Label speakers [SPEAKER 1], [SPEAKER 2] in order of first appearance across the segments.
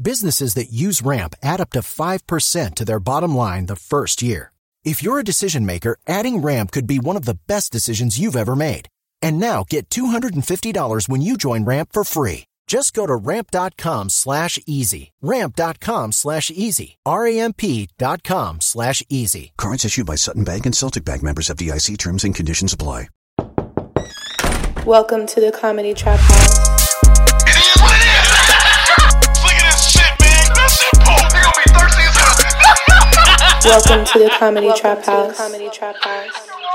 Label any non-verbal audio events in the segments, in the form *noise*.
[SPEAKER 1] Businesses that use Ramp add up to 5% to their bottom line the first year. If you're a decision maker, adding Ramp could be one of the best decisions you've ever made. And now get $250 when you join Ramp for free. Just go to ramp.com slash easy. Ramp.com slash easy. R-A-M-P dot com slash easy.
[SPEAKER 2] Cards issued by Sutton Bank and Celtic Bank members of DIC terms and conditions apply.
[SPEAKER 3] Welcome to the Comedy Trap House.
[SPEAKER 4] It is what it is. Look at this shit, man. That shit pulled. They gonna be thirsty as *laughs* hell.
[SPEAKER 3] Welcome to the Comedy
[SPEAKER 5] Welcome
[SPEAKER 3] Trap
[SPEAKER 5] to the
[SPEAKER 3] House.
[SPEAKER 5] Comedy Trap House.
[SPEAKER 4] Come on, man. Come on, man.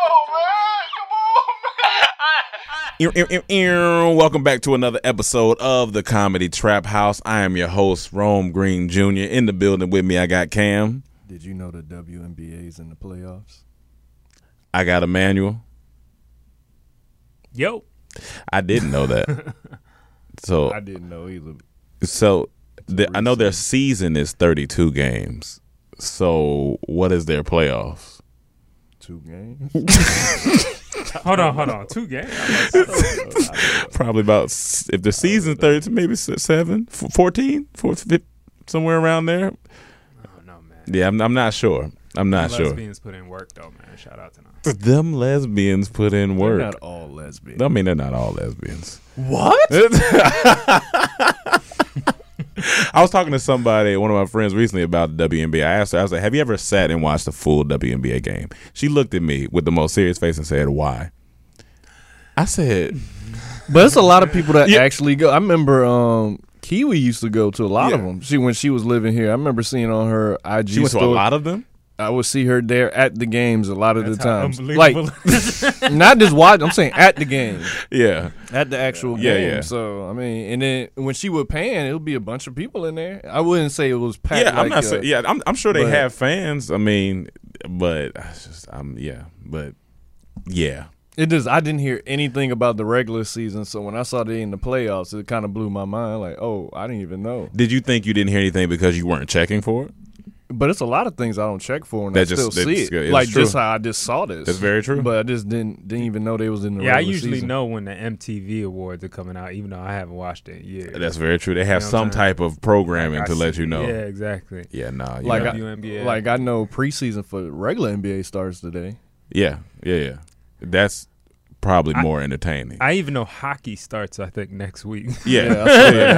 [SPEAKER 6] Ear, ear, ear, ear. Welcome back to another episode of the Comedy Trap House. I am your host, Rome Green Jr. In the building with me, I got Cam,
[SPEAKER 7] Did you know the WNBA's in the playoffs?
[SPEAKER 6] I got Emmanuel.
[SPEAKER 8] Yo,
[SPEAKER 6] I didn't know
[SPEAKER 8] *laughs*
[SPEAKER 6] that. so,
[SPEAKER 7] I didn't know either.
[SPEAKER 6] so the, I know their season is thirty-two games. So, what is their playoffs?
[SPEAKER 7] Two games.
[SPEAKER 8] hold on, hold on. Two *laughs* games.
[SPEAKER 6] Probably about s- if the season thirty-two, maybe s- seven, f- 14, four- fif- somewhere around there.
[SPEAKER 8] Oh no, man.
[SPEAKER 6] Yeah, I'm, I'm not sure. I'm not sure.
[SPEAKER 8] Lesbians put in work though, man. Shout out to them.
[SPEAKER 6] Them lesbians put in
[SPEAKER 7] They're
[SPEAKER 6] work.
[SPEAKER 7] not all lesbian.
[SPEAKER 6] I mean, they're not all lesbians.
[SPEAKER 7] What?
[SPEAKER 6] *laughs* I was talking to somebody, one of my friends recently about the WNBA. I asked her, I was like, Have you ever sat and watched a full WNBA game? She looked at me with the most serious face and said, Why? I said,
[SPEAKER 7] But it's a lot of people that
[SPEAKER 6] Yeah.
[SPEAKER 7] actually go. I remember um, Kiwi used to go to a lot of
[SPEAKER 6] Yeah.
[SPEAKER 7] them. She when she was living here, I remember seeing on her IG
[SPEAKER 6] She went to a
[SPEAKER 7] story-
[SPEAKER 6] lot of them?
[SPEAKER 7] I would see her there at the games a lot of the times. Like
[SPEAKER 8] Unbelievable.
[SPEAKER 7] *laughs* not just watch. I'm saying at the game,
[SPEAKER 6] Yeah.
[SPEAKER 7] at the actual
[SPEAKER 6] Yeah,
[SPEAKER 7] game.
[SPEAKER 6] yeah.
[SPEAKER 7] So I mean, and then when she would pan, it would be a bunch of people in there. I wouldn't say it was packed.
[SPEAKER 6] Yeah, I'm
[SPEAKER 7] like,
[SPEAKER 6] not
[SPEAKER 7] uh,
[SPEAKER 6] saying, yeah, I'm, I'm sure they
[SPEAKER 7] but-
[SPEAKER 6] have fans. I mean, but I just, I'm, yeah, but yeah.
[SPEAKER 7] It does. I didn't hear anything about the regular season, so when I saw they in the playoffs, it kind of blew my mind. Like, oh, I didn't even know.
[SPEAKER 6] Did you think you didn't hear anything because you weren't checking for it?
[SPEAKER 7] But it's a lot of things I don't check for, and I
[SPEAKER 6] That just-
[SPEAKER 7] still
[SPEAKER 6] that
[SPEAKER 7] see
[SPEAKER 6] just-
[SPEAKER 7] it.
[SPEAKER 6] it's
[SPEAKER 7] like
[SPEAKER 6] true.
[SPEAKER 7] just how I just saw this.
[SPEAKER 6] That's very true.
[SPEAKER 7] But I just didn't didn't even know they was in the.
[SPEAKER 8] Yeah, I
[SPEAKER 7] regular
[SPEAKER 8] usually
[SPEAKER 7] season.
[SPEAKER 8] know when the MTV awards are coming out, even though I haven't watched it in years.
[SPEAKER 6] That's very true. They have
[SPEAKER 8] You know what
[SPEAKER 6] some
[SPEAKER 8] I'm saying?
[SPEAKER 6] type of programming
[SPEAKER 8] I
[SPEAKER 6] to let
[SPEAKER 8] see-
[SPEAKER 6] you know.
[SPEAKER 8] Yeah,
[SPEAKER 6] Yeah,
[SPEAKER 8] exactly.
[SPEAKER 6] nah. you
[SPEAKER 7] Like
[SPEAKER 6] right.
[SPEAKER 7] I,
[SPEAKER 8] WNBA.
[SPEAKER 7] like I know preseason for the regular NBA starts
[SPEAKER 6] *laughs*
[SPEAKER 7] today.
[SPEAKER 6] Yeah, yeah, yeah. That's probably
[SPEAKER 8] I-
[SPEAKER 6] more entertaining.
[SPEAKER 8] I even know hockey starts, I think,
[SPEAKER 6] *laughs*
[SPEAKER 8] next week, *laughs*
[SPEAKER 6] yeah.
[SPEAKER 7] I saw that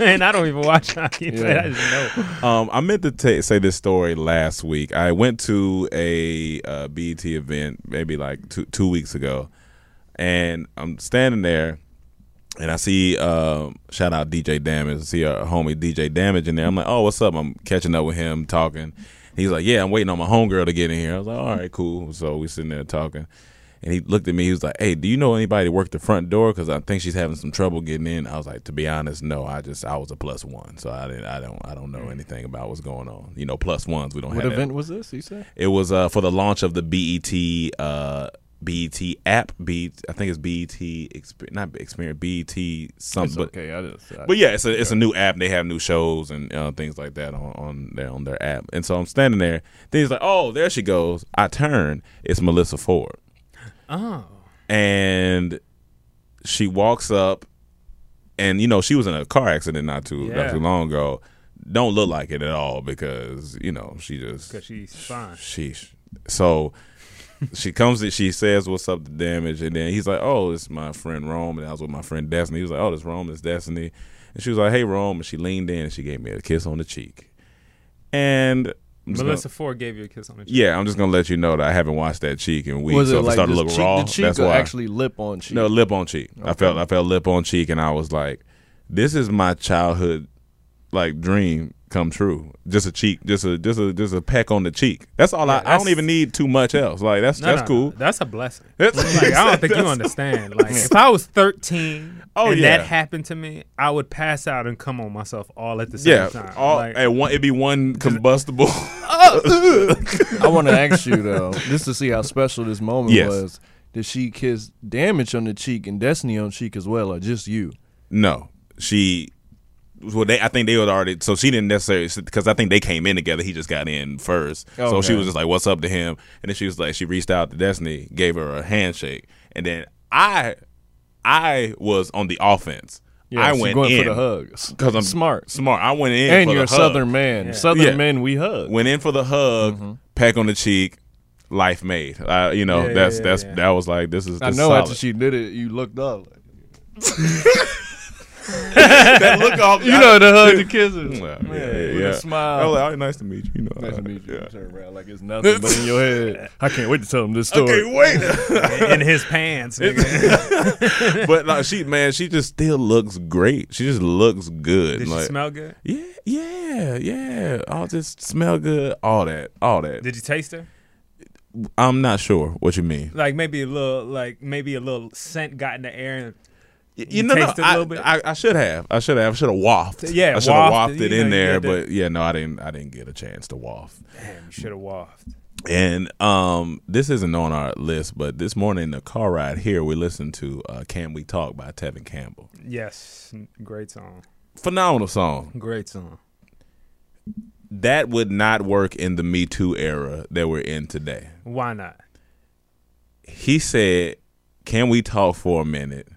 [SPEAKER 6] *laughs*
[SPEAKER 8] and I don't even watch hockey. but
[SPEAKER 7] Yeah.
[SPEAKER 8] *laughs* I just know.
[SPEAKER 6] Um, I meant to ta say this story last week. I went to a uh, BET event maybe like two two weeks ago, and I'm standing there, and I see um, shout out DJ Damage. I see our homie DJ Damage in there. I'm like, oh, what's up? I'm catching up with him, talking. He's like, yeah, I'm waiting on my homegirl to get in here. I was like, all right, cool. So we sitting there talking. And he looked at me. He was like, "Hey, do you know anybody that worked the front door? Because I think she's having some trouble getting in." I was like, "To be honest, no. I just I was a plus one, so I didn't. I don't. I don't know anything about what's going on. You know, plus ones. We don't
[SPEAKER 7] Mm. What
[SPEAKER 6] have that.
[SPEAKER 7] event was this? You said
[SPEAKER 6] It was uh, for the launch of the BET uh, BET app. B I think it's BET Exper- not Experience BET
[SPEAKER 7] it's
[SPEAKER 6] something.
[SPEAKER 7] okay. I just I,
[SPEAKER 6] But, but yeah, it's a it's a new app. They have new shows and uh, things like that on on their on their app. And so I'm standing there. Then he's like, "Oh, there she goes." I turn. It's Melissa Ford.
[SPEAKER 8] Oh.
[SPEAKER 6] And she walks up, and you know she was in a car accident not too not
[SPEAKER 8] Yeah.
[SPEAKER 6] too long ago. Don't look like it at all because you know she just
[SPEAKER 8] Because she's fine.
[SPEAKER 6] Sheesh. So she comes in, she says what's up to damage, and then he's like, Oh, it's my friend Rome, and I was with my friend Destiny. He was like, Oh, this Rome, it's Destiny. And she was like, Hey Rome, and she leaned in and she gave me a kiss on the cheek. And I'm just
[SPEAKER 8] Melissa
[SPEAKER 6] gonna-
[SPEAKER 8] Ford gave you a kiss on the cheek.
[SPEAKER 6] yeah, I'm just gonna let you know that I haven't washed that cheek in weeks. so if it started to
[SPEAKER 7] just
[SPEAKER 6] look
[SPEAKER 7] cheek
[SPEAKER 6] raw,
[SPEAKER 7] to cheek
[SPEAKER 6] that's
[SPEAKER 7] or
[SPEAKER 6] why
[SPEAKER 7] actually lip on cheek?
[SPEAKER 6] no, lip on cheek. I felt I felt lip on cheek, and I was like, "This is my childhood, like dream come true." Just a cheek, just a just a just a peck on the cheek. That's all. I, I don't
[SPEAKER 8] that's-
[SPEAKER 6] even need too much else. Like that's
[SPEAKER 8] No,
[SPEAKER 6] that's
[SPEAKER 8] no,
[SPEAKER 6] cool.
[SPEAKER 8] no. That's a blessing.
[SPEAKER 6] *laughs* That's-
[SPEAKER 8] like, I don't think you understand. Like, if I was 13
[SPEAKER 6] Oh,
[SPEAKER 8] and
[SPEAKER 6] yeah.
[SPEAKER 8] that happened to me, I would pass out and come on myself all at the same
[SPEAKER 6] yeah,
[SPEAKER 8] time.
[SPEAKER 6] all
[SPEAKER 8] like,
[SPEAKER 6] at one. It'd be one combustible. *laughs*
[SPEAKER 7] I want to ask you though, just to see how special this moment
[SPEAKER 6] Yes.
[SPEAKER 7] was. Did she kiss Damage on the cheek and Destiny on cheek as well, or just you?
[SPEAKER 6] no, she. Well, they I think they had already. So she didn't necessarily because I think they came in together. He just got in first, so she
[SPEAKER 7] Okay.
[SPEAKER 6] was just like, "What's up to him?" And then she was like, she reached out to Destiny, gave her a handshake, and then I, I was on the offense. I
[SPEAKER 7] so
[SPEAKER 6] went
[SPEAKER 7] going
[SPEAKER 6] in
[SPEAKER 7] for the hugs
[SPEAKER 6] because I'm
[SPEAKER 7] smart,
[SPEAKER 6] Smart. I went in
[SPEAKER 7] and
[SPEAKER 6] for
[SPEAKER 7] you're a
[SPEAKER 6] the hug.
[SPEAKER 7] Southern Mm-hmm. man. Southern
[SPEAKER 6] Yeah.
[SPEAKER 7] men, we hug.
[SPEAKER 6] Went in for the hug, peck on the cheek. Life made, uh, you know.
[SPEAKER 8] yeah,
[SPEAKER 6] that's
[SPEAKER 8] yeah,
[SPEAKER 6] that's
[SPEAKER 8] yeah.
[SPEAKER 6] that was like this is.
[SPEAKER 7] I
[SPEAKER 6] this
[SPEAKER 7] know
[SPEAKER 6] solid.
[SPEAKER 7] after she did it, you looked up.
[SPEAKER 6] that look off.
[SPEAKER 7] You know the hug,
[SPEAKER 6] *laughs*
[SPEAKER 7] the kisses.
[SPEAKER 6] Yeah, yeah, yeah,
[SPEAKER 7] with a
[SPEAKER 6] yeah.
[SPEAKER 7] smile.
[SPEAKER 6] I was like, "Oh, nice to meet you. You know,
[SPEAKER 7] Nice to
[SPEAKER 6] uh,
[SPEAKER 7] meet you.
[SPEAKER 6] yeah.
[SPEAKER 7] Turn around like it's nothing, but in your head, I can't wait to tell him this story.
[SPEAKER 6] Okay, wait.
[SPEAKER 8] in his pants.
[SPEAKER 6] *laughs*
[SPEAKER 8] nigga.
[SPEAKER 6] but like, she, man, she just still looks great. She just looks good.
[SPEAKER 8] Did
[SPEAKER 6] like,
[SPEAKER 8] she smell good?
[SPEAKER 6] Yeah, yeah, yeah. All just smell good. All that, all that.
[SPEAKER 8] Did you taste her?
[SPEAKER 6] I'm not sure what you mean.
[SPEAKER 8] Like maybe a little, like maybe a little scent got in the air. And,
[SPEAKER 6] You,
[SPEAKER 8] You
[SPEAKER 6] know, no,
[SPEAKER 8] tasted a
[SPEAKER 6] I,
[SPEAKER 8] little bit?
[SPEAKER 6] I, I should have. I should have. I should have wafted.
[SPEAKER 8] Yeah,
[SPEAKER 6] I should have
[SPEAKER 8] wafted,
[SPEAKER 6] wafted
[SPEAKER 8] you
[SPEAKER 6] in
[SPEAKER 8] know, you
[SPEAKER 6] there,
[SPEAKER 8] had to-
[SPEAKER 6] but yeah, no, I didn't. I didn't get a chance to waft.
[SPEAKER 8] damn, you should have waft.
[SPEAKER 6] And um, this isn't on our list, but this morning in the car ride here, we listened to uh, "Can We Talk" by Tevin Campbell.
[SPEAKER 8] Yes, great song.
[SPEAKER 6] Phenomenal song.
[SPEAKER 8] Great song.
[SPEAKER 6] That would not work in the Me Too era that we're in today.
[SPEAKER 8] Why not?
[SPEAKER 6] He said, "Can we talk for a minute?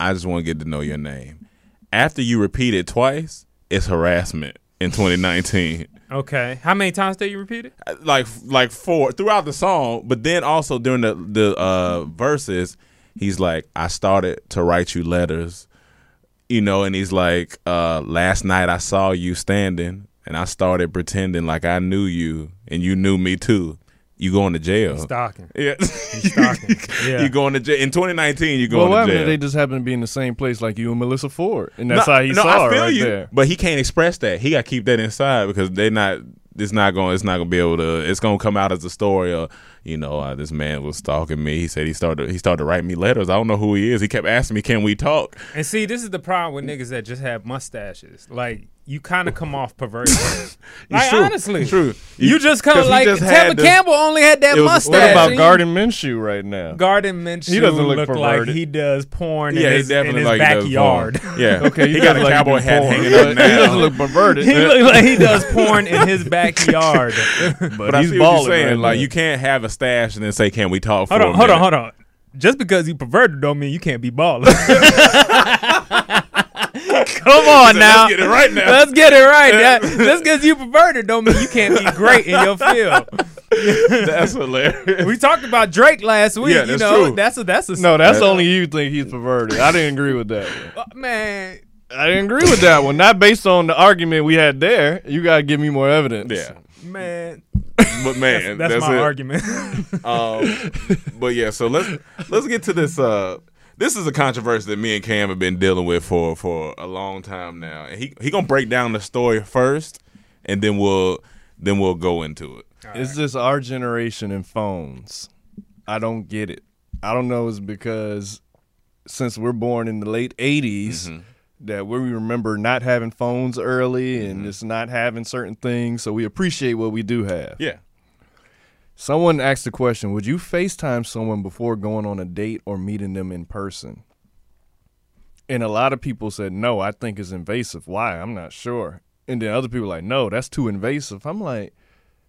[SPEAKER 6] I just want to get to know your name." After you repeat it twice, it's harassment in 2019.
[SPEAKER 8] Okay, how many times did you repeat it?
[SPEAKER 6] like like four throughout the song, but then also during the the uh, verses, he's like, "I started to write you letters," you know, and he's like, uh, "Last night I saw you standing, and I started pretending like I knew you, and you knew me too. You going to jail?
[SPEAKER 8] Stalking.
[SPEAKER 6] Yeah,
[SPEAKER 8] Stalking.
[SPEAKER 6] *laughs*
[SPEAKER 8] Yeah.
[SPEAKER 6] you going to jail in 2019? You
[SPEAKER 7] Well,
[SPEAKER 6] going
[SPEAKER 7] why
[SPEAKER 6] to
[SPEAKER 7] did
[SPEAKER 6] jail?
[SPEAKER 7] they just happen to be in the same place like you and Melissa Ford? And that's how he saw her right there.
[SPEAKER 6] But he can't express that. He got to keep that inside because they not. It's not going. to It's not going to be able to. It's going to come out as a story. Or you know, uh, this man was stalking me. He said he started. He started writing me letters. I don't know who he is. He kept asking me, "Can we talk?"
[SPEAKER 8] And see, this is the problem with niggas that just have mustaches. Like you kind of come off
[SPEAKER 6] *laughs*
[SPEAKER 8] perverted. like
[SPEAKER 6] true.
[SPEAKER 8] honestly,
[SPEAKER 6] It's true.
[SPEAKER 8] You,
[SPEAKER 6] You-
[SPEAKER 8] just kind
[SPEAKER 6] 'cause
[SPEAKER 8] of
[SPEAKER 6] he
[SPEAKER 8] like
[SPEAKER 6] just
[SPEAKER 8] Tevin
[SPEAKER 6] had this-
[SPEAKER 8] Campbell only had that
[SPEAKER 6] It was- what
[SPEAKER 8] mustache.
[SPEAKER 7] What about
[SPEAKER 8] and
[SPEAKER 7] Garden Minshew right now?
[SPEAKER 8] Garden Minshew
[SPEAKER 7] He doesn't look
[SPEAKER 8] look like
[SPEAKER 7] perverted.
[SPEAKER 8] he does porn
[SPEAKER 6] yeah,
[SPEAKER 8] in
[SPEAKER 6] he
[SPEAKER 8] his, in
[SPEAKER 6] definitely
[SPEAKER 8] his
[SPEAKER 6] like he does
[SPEAKER 8] backyard.
[SPEAKER 6] porn. *laughs*
[SPEAKER 8] *laughs*
[SPEAKER 6] Yeah.
[SPEAKER 7] Okay,
[SPEAKER 6] He
[SPEAKER 7] you
[SPEAKER 6] got a
[SPEAKER 7] look like you
[SPEAKER 6] cowboy
[SPEAKER 7] do
[SPEAKER 6] hat
[SPEAKER 7] porn.
[SPEAKER 6] hanging up now.
[SPEAKER 7] *laughs* He doesn't look perverted, *laughs*
[SPEAKER 8] he looks like he does porn in his backyard. hold
[SPEAKER 7] but,
[SPEAKER 6] But I
[SPEAKER 7] he's
[SPEAKER 6] see what
[SPEAKER 7] balling.
[SPEAKER 6] you're saying.
[SPEAKER 7] right
[SPEAKER 6] like
[SPEAKER 7] now.
[SPEAKER 6] you can't have a stash and then say, "Can we talk?" for
[SPEAKER 8] on,
[SPEAKER 6] a
[SPEAKER 8] hold on,
[SPEAKER 6] minute?"
[SPEAKER 8] hold on. Just because you perverted don't mean you can't
[SPEAKER 7] *laughs*
[SPEAKER 8] be balling. *laughs* Come on
[SPEAKER 6] So
[SPEAKER 8] now.
[SPEAKER 6] Let's get it right now.
[SPEAKER 8] Let's get it right. That- just because you perverted don't mean you can't be great in
[SPEAKER 7] *laughs*
[SPEAKER 8] your field.
[SPEAKER 6] That's hilarious.
[SPEAKER 8] We talked about Drake last week.
[SPEAKER 6] Yeah,
[SPEAKER 8] you
[SPEAKER 6] that's
[SPEAKER 8] know,
[SPEAKER 6] true.
[SPEAKER 8] that's a that's a
[SPEAKER 7] No, that's only you think he's perverted. I didn't agree with that. One.
[SPEAKER 8] Uh, man.
[SPEAKER 7] *laughs* I didn't agree with that one. Not based on the argument we had there. You gotta give me more evidence.
[SPEAKER 6] yeah,
[SPEAKER 8] Man,
[SPEAKER 6] but man,
[SPEAKER 8] that's, my
[SPEAKER 6] it.
[SPEAKER 8] argument. *laughs*
[SPEAKER 6] Um, but yeah, so let's let's get to this. Uh, this is a controversy that me and Cam have been dealing with for for a long time now, and he he gonna break down the story first, and then we'll then we'll go into it.
[SPEAKER 7] It's just our generation and phones. I don't get it. I don't know is because since we're born in the late 80s, that we remember not having phones early and just not having certain things. So we appreciate what we do have.
[SPEAKER 6] Yeah.
[SPEAKER 7] Someone asked the question Would you FaceTime someone before going on a date or meeting them in person? And a lot of people said, No, I think it's invasive. Why? I'm not sure. And then other people like, No, that's too invasive. I'm like,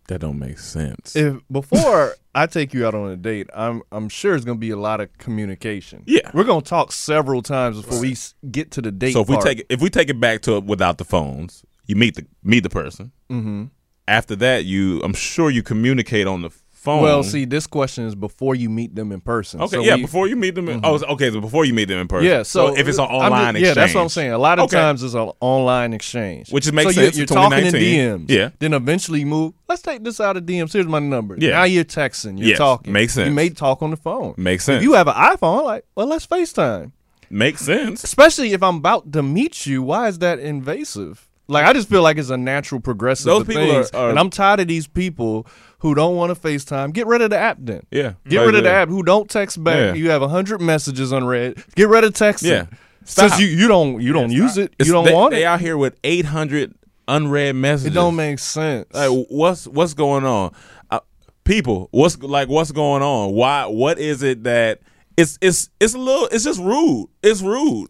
[SPEAKER 6] That don't make sense.
[SPEAKER 7] if
[SPEAKER 6] *laughs*
[SPEAKER 7] before I take you out on a date, I'm I'm sure it's gonna be a lot of communication.
[SPEAKER 6] Yeah.
[SPEAKER 7] we're gonna talk several times before we s- get to the date.
[SPEAKER 6] so if we
[SPEAKER 7] part.
[SPEAKER 6] take it, if we take it back to without the phones, you meet the meet the person. Mm-hmm. After that, you I'm sure you communicate on the phone.
[SPEAKER 7] well, see, this question is before you meet them in person.
[SPEAKER 6] Okay, yeah.
[SPEAKER 7] So we- Mm-hmm.
[SPEAKER 6] before you meet them, in, oh, so- okay. So before you meet them in person,
[SPEAKER 7] Yeah, so,
[SPEAKER 6] if it's an
[SPEAKER 7] I'm just-
[SPEAKER 6] online exchange,
[SPEAKER 7] yeah, that's what I'm saying. A lot of
[SPEAKER 6] Okay.
[SPEAKER 7] times it's an online exchange,
[SPEAKER 6] Which is- makes
[SPEAKER 7] so you're-
[SPEAKER 6] sense.
[SPEAKER 7] You're,
[SPEAKER 6] It's
[SPEAKER 7] talking in
[SPEAKER 6] 2019.
[SPEAKER 7] DMs,
[SPEAKER 6] Yeah.
[SPEAKER 7] Then eventually you move. Let's take this out of DMs. Here's my number.
[SPEAKER 6] Yeah.
[SPEAKER 7] Now you're texting. You're
[SPEAKER 6] Yes,
[SPEAKER 7] talking.
[SPEAKER 6] makes
[SPEAKER 7] You
[SPEAKER 6] sense.
[SPEAKER 7] may talk on the phone.
[SPEAKER 6] Makes
[SPEAKER 7] If
[SPEAKER 6] sense.
[SPEAKER 7] you have an iPhone, like, well, let's FaceTime.
[SPEAKER 6] makes sense.
[SPEAKER 7] especially if I'm about to meet you. Why is that invasive? Like I just feel like it's a natural progressive.
[SPEAKER 6] Those
[SPEAKER 7] of
[SPEAKER 6] people
[SPEAKER 7] things,
[SPEAKER 6] are- are-
[SPEAKER 7] and I'm tired of these people who don't want to Facetime. Get rid of the app then.
[SPEAKER 6] Yeah,
[SPEAKER 7] Get
[SPEAKER 6] like,
[SPEAKER 7] rid of the
[SPEAKER 6] yeah.
[SPEAKER 7] app. Who don't text back?
[SPEAKER 6] Yeah.
[SPEAKER 7] You have hundred messages unread. Get rid of texting.
[SPEAKER 6] Yeah.
[SPEAKER 7] Since
[SPEAKER 6] Stop.
[SPEAKER 7] you, you don't you don't use it.
[SPEAKER 6] It's-
[SPEAKER 7] you don't
[SPEAKER 6] they,
[SPEAKER 7] want
[SPEAKER 6] They
[SPEAKER 7] it.
[SPEAKER 6] out here with 800 unread
[SPEAKER 7] It
[SPEAKER 6] messages.
[SPEAKER 7] don't make sense.
[SPEAKER 6] like what's what's going on uh, people what's like what's going on why what is it that it's it's it's a little it's just rude it's rude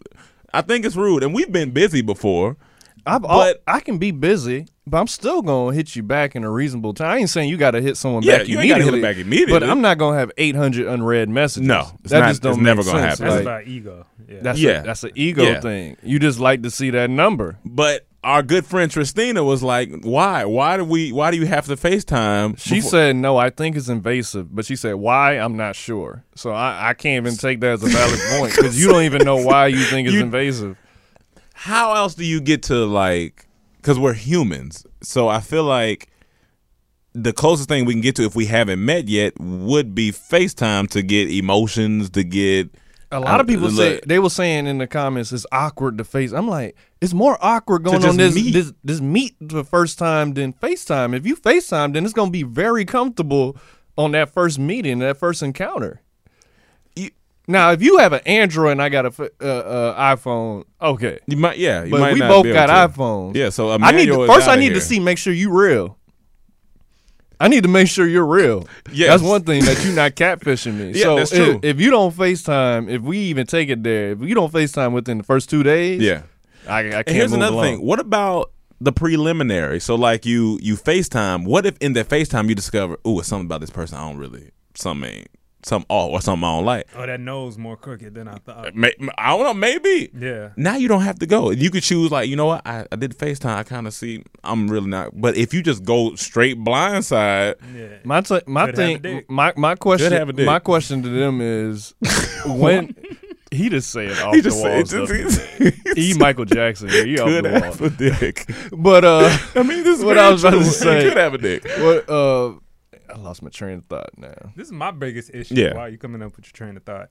[SPEAKER 6] i think it's rude and we've been busy before
[SPEAKER 7] I've,
[SPEAKER 6] but-
[SPEAKER 7] I can be busy, but I'm still gonna hit you back in a reasonable time. I ain't saying you gotta hit someone
[SPEAKER 6] Yeah,
[SPEAKER 7] back
[SPEAKER 6] you ain't gotta
[SPEAKER 7] immediately.
[SPEAKER 6] hit them back immediately.
[SPEAKER 7] But I'm not gonna have 800 unread messages.
[SPEAKER 6] No, it's
[SPEAKER 7] that
[SPEAKER 6] not-
[SPEAKER 7] just don't
[SPEAKER 6] it's
[SPEAKER 7] make
[SPEAKER 6] never gonna
[SPEAKER 7] sense.
[SPEAKER 6] happen.
[SPEAKER 8] That's
[SPEAKER 7] Like,
[SPEAKER 8] about ego. Yeah.
[SPEAKER 7] That's
[SPEAKER 6] Yeah.
[SPEAKER 7] a, that's an ego
[SPEAKER 6] Yeah.
[SPEAKER 7] thing. You just like to see that number.
[SPEAKER 6] but our good friend Tristina was like, "Why? Why do we? Why do you have to Facetime?"
[SPEAKER 7] She
[SPEAKER 6] before-
[SPEAKER 7] said no. I think it's invasive, but she said why? I'm not sure. So I, I can't even take that as a valid
[SPEAKER 6] *laughs*
[SPEAKER 7] point because you don't even know why you think it's
[SPEAKER 6] You-
[SPEAKER 7] invasive.
[SPEAKER 6] how else do you get to like because we're humans so i feel like the closest thing we can get to if we haven't met yet would be facetime to get emotions to get
[SPEAKER 7] A lot of people say
[SPEAKER 6] Look,
[SPEAKER 7] they were saying in the comments it's awkward to face. I'm like, it's more awkward going
[SPEAKER 6] just
[SPEAKER 7] on this
[SPEAKER 6] meet.
[SPEAKER 7] this this meet the first time than FaceTime. If you FaceTime, then it's gonna be very comfortable on that first meeting, that first encounter.
[SPEAKER 6] You-
[SPEAKER 7] now, if you have an Android and I got a f- uh, uh, iPhone, okay,
[SPEAKER 6] you might yeah you
[SPEAKER 7] but
[SPEAKER 6] might
[SPEAKER 7] we
[SPEAKER 6] not
[SPEAKER 7] both
[SPEAKER 6] be able
[SPEAKER 7] got
[SPEAKER 6] to.
[SPEAKER 7] iPhones.
[SPEAKER 6] yeah so
[SPEAKER 7] I need
[SPEAKER 6] Emmanuel
[SPEAKER 7] to,
[SPEAKER 6] is
[SPEAKER 7] first. I
[SPEAKER 6] outta
[SPEAKER 7] need
[SPEAKER 6] here.
[SPEAKER 7] to see, make sure you real. I need to make sure you're real.
[SPEAKER 6] Yes.
[SPEAKER 7] that's one thing that you're not catfishing me.
[SPEAKER 6] *laughs* Yeah,
[SPEAKER 7] so
[SPEAKER 6] that's
[SPEAKER 7] if-
[SPEAKER 6] true.
[SPEAKER 7] If, you don't Facetime, if we even take it there, if you don't Facetime within the first two days,
[SPEAKER 6] yeah
[SPEAKER 7] I, I can't.
[SPEAKER 6] and here's
[SPEAKER 7] move
[SPEAKER 6] another
[SPEAKER 7] along.
[SPEAKER 6] thing what about the preliminary so like you you facetime what if in that facetime you discover ooh, it's something about this person i don't really something ain't something off or something i don't like
[SPEAKER 8] Oh, that nose more crooked than I thought.
[SPEAKER 6] May, I don't know. Maybe.
[SPEAKER 8] Yeah.
[SPEAKER 6] Now you don't have to go. You could choose like you know what I, I did Facetime. I kind of see I'm really not. But if you just go straight blindside,
[SPEAKER 8] Yeah.
[SPEAKER 7] My t- my
[SPEAKER 8] Could have a
[SPEAKER 7] thing
[SPEAKER 8] dick.
[SPEAKER 7] my my
[SPEAKER 6] have a
[SPEAKER 7] question
[SPEAKER 6] dick.
[SPEAKER 7] my question to
[SPEAKER 6] *laughs*
[SPEAKER 7] them is when he just said off
[SPEAKER 6] he
[SPEAKER 7] the
[SPEAKER 6] just
[SPEAKER 7] wall
[SPEAKER 6] it
[SPEAKER 7] stuff.
[SPEAKER 6] just *laughs*
[SPEAKER 7] He Michael Jackson. Yeah, he off
[SPEAKER 6] could
[SPEAKER 7] the wall.
[SPEAKER 6] have a
[SPEAKER 8] *laughs*
[SPEAKER 6] dick.
[SPEAKER 7] But uh,
[SPEAKER 6] *laughs* I mean, this is
[SPEAKER 7] What
[SPEAKER 6] very
[SPEAKER 7] I was about
[SPEAKER 6] true.
[SPEAKER 7] to say.
[SPEAKER 6] He could have a dick.
[SPEAKER 7] what uh, I lost my train of thought now.
[SPEAKER 8] This is my biggest issue.
[SPEAKER 6] Yeah.
[SPEAKER 8] Why you coming up with your train of thought?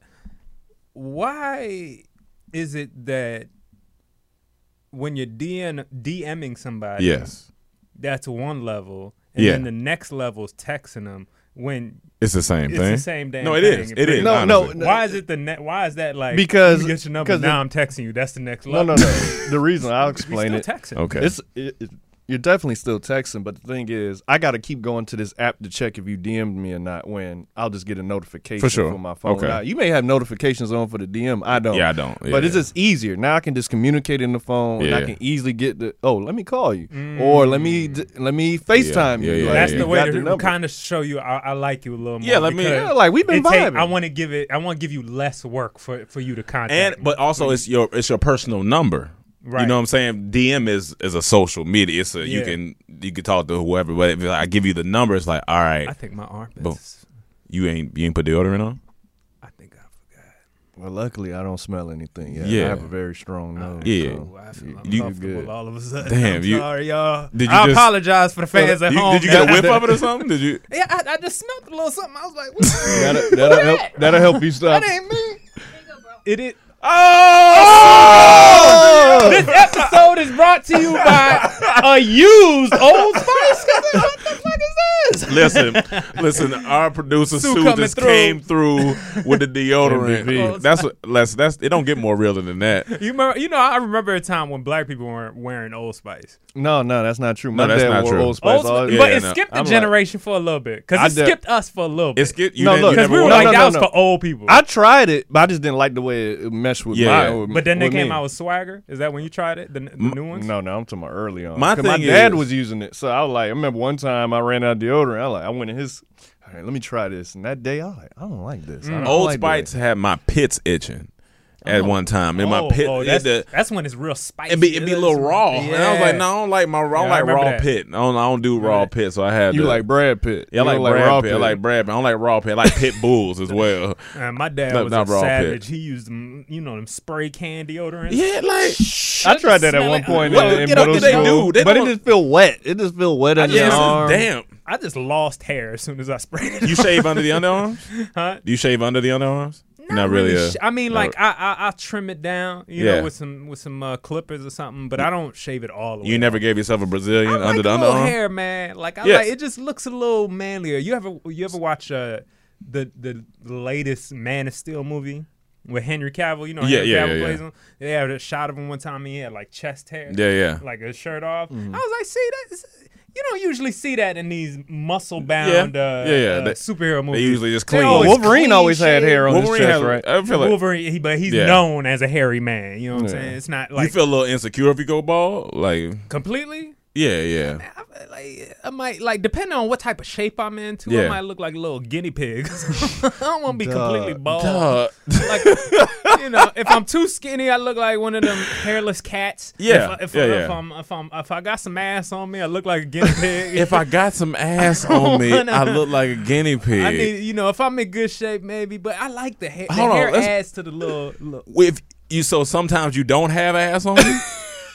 [SPEAKER 8] Why is it that when you're DM, DMing somebody,
[SPEAKER 6] Yes,
[SPEAKER 8] that's one level, and
[SPEAKER 6] Yeah.
[SPEAKER 8] then the next level is texting them when
[SPEAKER 6] it's the same
[SPEAKER 8] it's
[SPEAKER 6] thing.
[SPEAKER 8] the same damn
[SPEAKER 6] No, it is.
[SPEAKER 8] thing. It's
[SPEAKER 6] It is.
[SPEAKER 8] pretty-
[SPEAKER 7] No, no,
[SPEAKER 6] honestly.
[SPEAKER 7] no.
[SPEAKER 8] Why is it the net? Why is that like
[SPEAKER 7] Because-
[SPEAKER 8] you get your number
[SPEAKER 7] because
[SPEAKER 8] now?
[SPEAKER 7] the-
[SPEAKER 8] I'm texting you. That's the next
[SPEAKER 7] No,
[SPEAKER 8] level.
[SPEAKER 7] no, no. the reason
[SPEAKER 8] *laughs*
[SPEAKER 7] I'll
[SPEAKER 8] You're
[SPEAKER 7] explain
[SPEAKER 8] still
[SPEAKER 7] it.
[SPEAKER 8] texting.
[SPEAKER 6] Okay.
[SPEAKER 7] It's it, it- you're definitely still texting, but the thing is, I got to keep going to this app to check if you DM'd me or not. When I'll just get a notification
[SPEAKER 6] For sure.
[SPEAKER 7] from my phone.
[SPEAKER 6] Okay.
[SPEAKER 7] Now, you may have notifications on for the DM. I don't.
[SPEAKER 6] Yeah, I don't. Yeah,
[SPEAKER 7] but it's
[SPEAKER 6] yeah.
[SPEAKER 7] just easier now. I can just communicate in the phone, and I
[SPEAKER 6] Yeah.
[SPEAKER 7] can easily get the oh, let me call you, or let me d- let me Facetime
[SPEAKER 6] Yeah,
[SPEAKER 7] you.
[SPEAKER 6] yeah,
[SPEAKER 7] Like,
[SPEAKER 8] Mm. That's
[SPEAKER 7] you
[SPEAKER 8] the way
[SPEAKER 7] got
[SPEAKER 8] to
[SPEAKER 7] number.
[SPEAKER 8] kind of show you I, I like you a little more.
[SPEAKER 6] Yeah, let me-
[SPEAKER 8] because
[SPEAKER 7] Yeah, like, we've been
[SPEAKER 8] it take-
[SPEAKER 7] vibing.
[SPEAKER 8] I want to give it. I want to give you less work for for you to contact.
[SPEAKER 6] and
[SPEAKER 8] me.
[SPEAKER 6] but also it's your it's your personal number. You
[SPEAKER 8] Right.
[SPEAKER 6] know what I'm saying? DM is is a social media. It's a you
[SPEAKER 8] Yeah.
[SPEAKER 6] can you can talk to whoever. But if I give you the number, it's like all right.
[SPEAKER 8] I think my armpits.
[SPEAKER 6] Boom. You ain't you ain't put deodorant on?
[SPEAKER 8] I think I forgot.
[SPEAKER 7] Well, luckily I don't smell anything. Yet.
[SPEAKER 6] Yeah.
[SPEAKER 7] I have a very strong
[SPEAKER 8] Uh,
[SPEAKER 7] nose.
[SPEAKER 6] Yeah.
[SPEAKER 7] so-
[SPEAKER 8] Ooh, I feel
[SPEAKER 6] you
[SPEAKER 8] uncomfortable
[SPEAKER 7] good.
[SPEAKER 8] all of a sudden. *laughs*
[SPEAKER 6] Damn,
[SPEAKER 8] I'm
[SPEAKER 6] you-
[SPEAKER 8] sorry, y'all.
[SPEAKER 6] Did you
[SPEAKER 8] I
[SPEAKER 6] just-
[SPEAKER 8] apologize for the fans at
[SPEAKER 6] You-
[SPEAKER 8] home.
[SPEAKER 6] did you get a
[SPEAKER 8] man.
[SPEAKER 6] whiff of it or something? Did you?
[SPEAKER 8] *laughs* Yeah, I, I just smelled a little something. I was like, *laughs*
[SPEAKER 7] *laughs*
[SPEAKER 8] what?
[SPEAKER 7] That'll, that'll help. That'll help you stop.
[SPEAKER 8] that ain't me. It is.
[SPEAKER 6] Oh!
[SPEAKER 8] This episode is brought to you by a used Old Spice. What the fuck is
[SPEAKER 6] *laughs*
[SPEAKER 8] this?
[SPEAKER 6] listen, listen. Our producer
[SPEAKER 8] Sue
[SPEAKER 6] Sue,
[SPEAKER 8] coming
[SPEAKER 6] just
[SPEAKER 8] through. Oh,
[SPEAKER 6] came through with the deodorant.
[SPEAKER 7] MVP.
[SPEAKER 6] that's what. Les, that's it. Don't get more real than that.
[SPEAKER 8] You, remember, you know, I remember a time when black people weren't wearing Old Spice.
[SPEAKER 7] No, no, that's not true. My
[SPEAKER 6] No, that's
[SPEAKER 7] dad
[SPEAKER 6] not
[SPEAKER 7] wore
[SPEAKER 6] true.
[SPEAKER 7] Old Spice.
[SPEAKER 8] Old
[SPEAKER 7] all-
[SPEAKER 8] Spice,
[SPEAKER 6] yeah,
[SPEAKER 8] but it
[SPEAKER 6] no,
[SPEAKER 8] skipped the
[SPEAKER 7] I'm like-
[SPEAKER 8] generation for a little bit
[SPEAKER 6] I
[SPEAKER 8] because it
[SPEAKER 6] de-
[SPEAKER 8] skipped us for a little bit.
[SPEAKER 6] It's good. You
[SPEAKER 7] No,
[SPEAKER 6] didn't,
[SPEAKER 7] look,
[SPEAKER 6] you
[SPEAKER 8] because
[SPEAKER 6] never
[SPEAKER 8] we were
[SPEAKER 6] wore
[SPEAKER 7] No,
[SPEAKER 8] like
[SPEAKER 7] no,
[SPEAKER 8] that
[SPEAKER 7] no,
[SPEAKER 8] was
[SPEAKER 7] no.
[SPEAKER 8] for old people.
[SPEAKER 7] I tried it, but I just didn't like the way it meshed with
[SPEAKER 6] Yeah.
[SPEAKER 7] my. with-
[SPEAKER 8] but then they
[SPEAKER 7] with
[SPEAKER 8] came
[SPEAKER 7] me.
[SPEAKER 8] out with Swagger. Is that when you tried it? The, the new ones?
[SPEAKER 7] No, no, I'm talking about early on.
[SPEAKER 6] My
[SPEAKER 7] 'Cause my
[SPEAKER 6] thing
[SPEAKER 7] dad
[SPEAKER 6] is-
[SPEAKER 7] was using it, so I was like, I remember one time I ran out of deodorant. I like, I went in his. All right, let me try this. And that day, I was like, I don't like
[SPEAKER 8] Mm.
[SPEAKER 7] this. I don't
[SPEAKER 6] Old
[SPEAKER 7] like
[SPEAKER 6] Spice
[SPEAKER 7] that."
[SPEAKER 6] had my pits itching at one time, and my
[SPEAKER 8] Oh,
[SPEAKER 6] pit
[SPEAKER 8] oh,
[SPEAKER 6] it-
[SPEAKER 8] that's,
[SPEAKER 6] the-
[SPEAKER 8] that's when it's real spicy.
[SPEAKER 6] it'd be it'd be a little raw. And I was like,
[SPEAKER 8] Yeah.
[SPEAKER 6] no, I don't like my raw.
[SPEAKER 8] Yeah, I
[SPEAKER 6] I don't like
[SPEAKER 8] remember
[SPEAKER 6] raw
[SPEAKER 8] that.
[SPEAKER 6] pit. I don't, I don't do raw pit, so I had
[SPEAKER 7] You
[SPEAKER 6] the-
[SPEAKER 7] like Brad Pitt?
[SPEAKER 6] Yeah, I
[SPEAKER 7] You
[SPEAKER 6] like,
[SPEAKER 7] don't
[SPEAKER 6] Brad
[SPEAKER 7] raw
[SPEAKER 6] Pitt. I like Brad Pitt. I don't like raw pit. I like pit bulls as well.
[SPEAKER 8] Man, my dad
[SPEAKER 6] No,
[SPEAKER 8] was
[SPEAKER 6] not
[SPEAKER 8] a
[SPEAKER 6] raw pit.
[SPEAKER 8] savage. He used, them, you know, them spray can deodorants.
[SPEAKER 6] Yeah, like
[SPEAKER 7] I tried that at
[SPEAKER 8] smell
[SPEAKER 7] one
[SPEAKER 8] it.
[SPEAKER 7] point
[SPEAKER 6] What
[SPEAKER 7] in,
[SPEAKER 6] the
[SPEAKER 7] in
[SPEAKER 6] fuck
[SPEAKER 7] middle
[SPEAKER 6] did they
[SPEAKER 7] school,
[SPEAKER 6] do? They
[SPEAKER 7] but it
[SPEAKER 6] don't-
[SPEAKER 7] just feel wet. It just feel wet under
[SPEAKER 6] yeah,
[SPEAKER 7] your
[SPEAKER 6] it's
[SPEAKER 7] arm.
[SPEAKER 6] just damp.
[SPEAKER 8] I just lost hair as soon as I sprayed it.
[SPEAKER 6] You shave under the underarms?
[SPEAKER 8] Huh?
[SPEAKER 6] Do you shave under the underarms? *laughs* Not, really.
[SPEAKER 8] sh-
[SPEAKER 6] uh,
[SPEAKER 8] I mean,
[SPEAKER 6] no.
[SPEAKER 8] like I, I I trim it down, you
[SPEAKER 6] Yeah. Mm.
[SPEAKER 8] know, with some with some uh, clippers or something, but I don't shave it all. The way
[SPEAKER 6] you never
[SPEAKER 8] off.
[SPEAKER 6] gave yourself a Brazilian
[SPEAKER 8] I like
[SPEAKER 6] under the
[SPEAKER 8] little
[SPEAKER 6] underarm.
[SPEAKER 8] hair, man. Like I
[SPEAKER 6] Yeah.
[SPEAKER 8] like it. Just looks a little manlier. You ever you ever watch uh the the latest Man of Steel movie? With Henry Cavill, you know,
[SPEAKER 6] Yeah,
[SPEAKER 8] Henry
[SPEAKER 6] yeah,
[SPEAKER 8] Cavill
[SPEAKER 6] yeah, yeah.
[SPEAKER 8] plays him. They had a shot of him one time. He had like chest hair,
[SPEAKER 6] Yeah, yeah. Mm-hmm.
[SPEAKER 8] like a shirt off. I was like, see that? You don't usually see that in these muscle bound,
[SPEAKER 6] Yeah,
[SPEAKER 8] uh,
[SPEAKER 6] yeah, yeah.
[SPEAKER 8] uh,
[SPEAKER 6] They-
[SPEAKER 8] superhero movies.
[SPEAKER 6] usually just
[SPEAKER 8] They
[SPEAKER 6] clean.
[SPEAKER 7] Well,
[SPEAKER 8] always
[SPEAKER 7] Wolverine
[SPEAKER 8] clean
[SPEAKER 7] always had hair on his
[SPEAKER 6] Wolverine
[SPEAKER 7] chest,
[SPEAKER 6] has-
[SPEAKER 7] right?
[SPEAKER 6] I feel like
[SPEAKER 8] Wolverine, he, but he's
[SPEAKER 6] Yeah.
[SPEAKER 8] known as a hairy man. You know what I'm saying? It's not like
[SPEAKER 6] you feel a little insecure if you go bald. Like,
[SPEAKER 8] completely.
[SPEAKER 6] yeah, yeah.
[SPEAKER 8] I, like I might like depending on what type of shape I'm in too. I
[SPEAKER 6] Yeah.
[SPEAKER 8] might look like a little guinea pig. *laughs* I don't want to be completely
[SPEAKER 6] *laughs*
[SPEAKER 8] bald.
[SPEAKER 6] Duh.
[SPEAKER 8] *laughs* Like you know, if I'm too skinny, I look like one of them hairless cats.
[SPEAKER 6] Yeah,
[SPEAKER 8] If, if,
[SPEAKER 6] yeah,
[SPEAKER 8] if,
[SPEAKER 6] yeah.
[SPEAKER 8] I'm if I'm if I got some ass on me, I look like a
[SPEAKER 6] *laughs*
[SPEAKER 8] guinea pig.
[SPEAKER 6] if I got some ass on me, I look like a guinea pig.
[SPEAKER 8] *laughs* I need, you know, if I'm in good shape, maybe, but I like the hair. The
[SPEAKER 6] Hold on,
[SPEAKER 8] hair
[SPEAKER 6] let's-
[SPEAKER 8] adds to the little, little
[SPEAKER 6] With you, so sometimes you don't have ass on
[SPEAKER 8] *laughs*
[SPEAKER 6] you.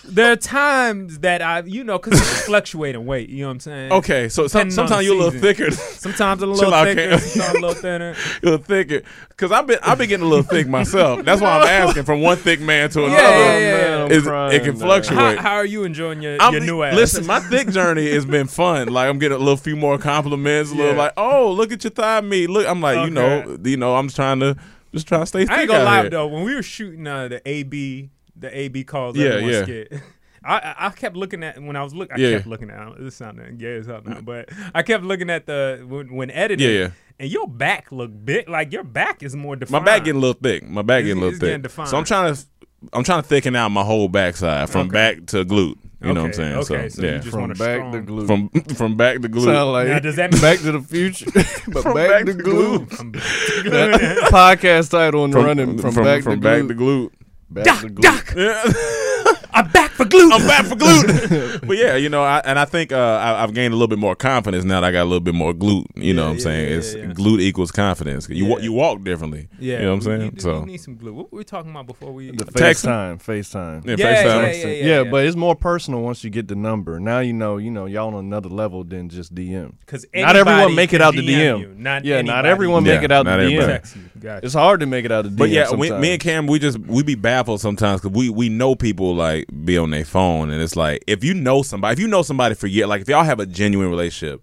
[SPEAKER 8] There are times that I, you know, because it's fluctuating weight. You know what I'm saying?
[SPEAKER 6] okay, so some,
[SPEAKER 8] Depending on the
[SPEAKER 6] sometimes you're a little
[SPEAKER 8] season. *laughs*
[SPEAKER 6] thicker.
[SPEAKER 8] Sometimes a
[SPEAKER 6] Chill
[SPEAKER 8] little
[SPEAKER 6] out,
[SPEAKER 8] thicker,
[SPEAKER 6] Cam.
[SPEAKER 8] sometimes a little thinner.
[SPEAKER 6] a little thicker, because I've been I've been getting a little thick myself. That's why I'm asking from one thick man to *laughs* another.
[SPEAKER 8] yeah, yeah.
[SPEAKER 7] Man, I'm
[SPEAKER 6] It's-
[SPEAKER 7] crying,
[SPEAKER 6] it can
[SPEAKER 7] man.
[SPEAKER 6] fluctuate.
[SPEAKER 8] How, how are you enjoying your,
[SPEAKER 6] I'm
[SPEAKER 8] your
[SPEAKER 6] the-
[SPEAKER 8] new ass?
[SPEAKER 6] Listen, my thick journey has been fun. Like I'm getting a little few more compliments. A little
[SPEAKER 7] Yeah.
[SPEAKER 6] like, oh, look at your thigh meat. Look, I'm like, you know,
[SPEAKER 8] Okay.
[SPEAKER 6] you know, I'm just trying to just trying to stay.
[SPEAKER 8] I ain't
[SPEAKER 6] thick
[SPEAKER 8] gonna
[SPEAKER 6] out
[SPEAKER 8] lie
[SPEAKER 6] here.
[SPEAKER 8] though. When we were shooting uh, the AB, the AB calls
[SPEAKER 6] Yeah,
[SPEAKER 8] everyone
[SPEAKER 6] yeah.
[SPEAKER 8] skit. *laughs* I- I, I kept looking at when I was looking. I
[SPEAKER 6] Yeah.
[SPEAKER 8] kept looking at this sounded gay as hell now, but I kept looking at the when, when editing.
[SPEAKER 6] Yeah, yeah.
[SPEAKER 8] And your back looked big. Like your back is more
[SPEAKER 6] My
[SPEAKER 8] defined.
[SPEAKER 6] back getting a little thick. My back
[SPEAKER 8] It's-
[SPEAKER 6] getting a
[SPEAKER 8] it's
[SPEAKER 6] little
[SPEAKER 8] getting
[SPEAKER 6] thick.
[SPEAKER 8] defined.
[SPEAKER 6] So I'm trying to, I'm trying to thicken out my whole backside from back to glute. You know what I'm
[SPEAKER 8] Okay,
[SPEAKER 6] saying? so,
[SPEAKER 8] okay, so you
[SPEAKER 6] yeah,
[SPEAKER 8] just
[SPEAKER 7] From
[SPEAKER 8] want a
[SPEAKER 7] back to
[SPEAKER 8] strong-
[SPEAKER 7] glue.
[SPEAKER 6] from from back to glute.
[SPEAKER 7] Sound like *laughs*
[SPEAKER 8] Now, does that mean-
[SPEAKER 7] Back to the Future? but
[SPEAKER 6] From
[SPEAKER 7] back,
[SPEAKER 6] back
[SPEAKER 7] to
[SPEAKER 6] to
[SPEAKER 7] glue.
[SPEAKER 8] I'm-
[SPEAKER 7] Podcast title on the running from, back,
[SPEAKER 6] from
[SPEAKER 7] to
[SPEAKER 6] back
[SPEAKER 7] glue.
[SPEAKER 6] to glute.
[SPEAKER 7] Back
[SPEAKER 8] Doc,
[SPEAKER 7] to glue.
[SPEAKER 8] Doc, I'm back for glue.
[SPEAKER 6] I'm back for glute. *laughs* but yeah, you know, I, and I think uh, I, I've gained a little bit more confidence now that I got a little bit more glute. You know what I'm saying?
[SPEAKER 8] yeah,
[SPEAKER 6] it's
[SPEAKER 8] yeah.
[SPEAKER 6] glute equals confidence. You wa- you walk differently.
[SPEAKER 8] Yeah,
[SPEAKER 6] You know what I'm
[SPEAKER 8] we-
[SPEAKER 6] saying?
[SPEAKER 8] You, do-
[SPEAKER 6] so
[SPEAKER 8] we need some glue. What were we talking about before we?
[SPEAKER 7] The
[SPEAKER 6] Text
[SPEAKER 7] FaceTime, FaceTime.
[SPEAKER 6] yeah,
[SPEAKER 8] Yeah,
[SPEAKER 6] FaceTime.
[SPEAKER 8] yeah, yeah.
[SPEAKER 7] yeah, but it's more personal once you get the number. Now you know, you know, y'all on another level than just DM.
[SPEAKER 8] 'Cause
[SPEAKER 7] not everyone
[SPEAKER 8] anybody
[SPEAKER 7] make it
[SPEAKER 8] can
[SPEAKER 7] out the
[SPEAKER 8] DM
[SPEAKER 7] DM.
[SPEAKER 8] you, not
[SPEAKER 7] yeah, not
[SPEAKER 8] anybody
[SPEAKER 7] everyone
[SPEAKER 6] can
[SPEAKER 7] make it out the
[SPEAKER 6] Yeah, not
[SPEAKER 7] DM.
[SPEAKER 6] everybody.
[SPEAKER 8] Text you. Gotcha.
[SPEAKER 7] It's hard to make it out the DM.
[SPEAKER 6] But yeah, we,
[SPEAKER 7] sometimes.
[SPEAKER 6] me and Cam, we just we be baffled sometimes because we we know people like be on their phone, and it's like if you know somebody, if you know somebody for years, like if y'all have a genuine relationship,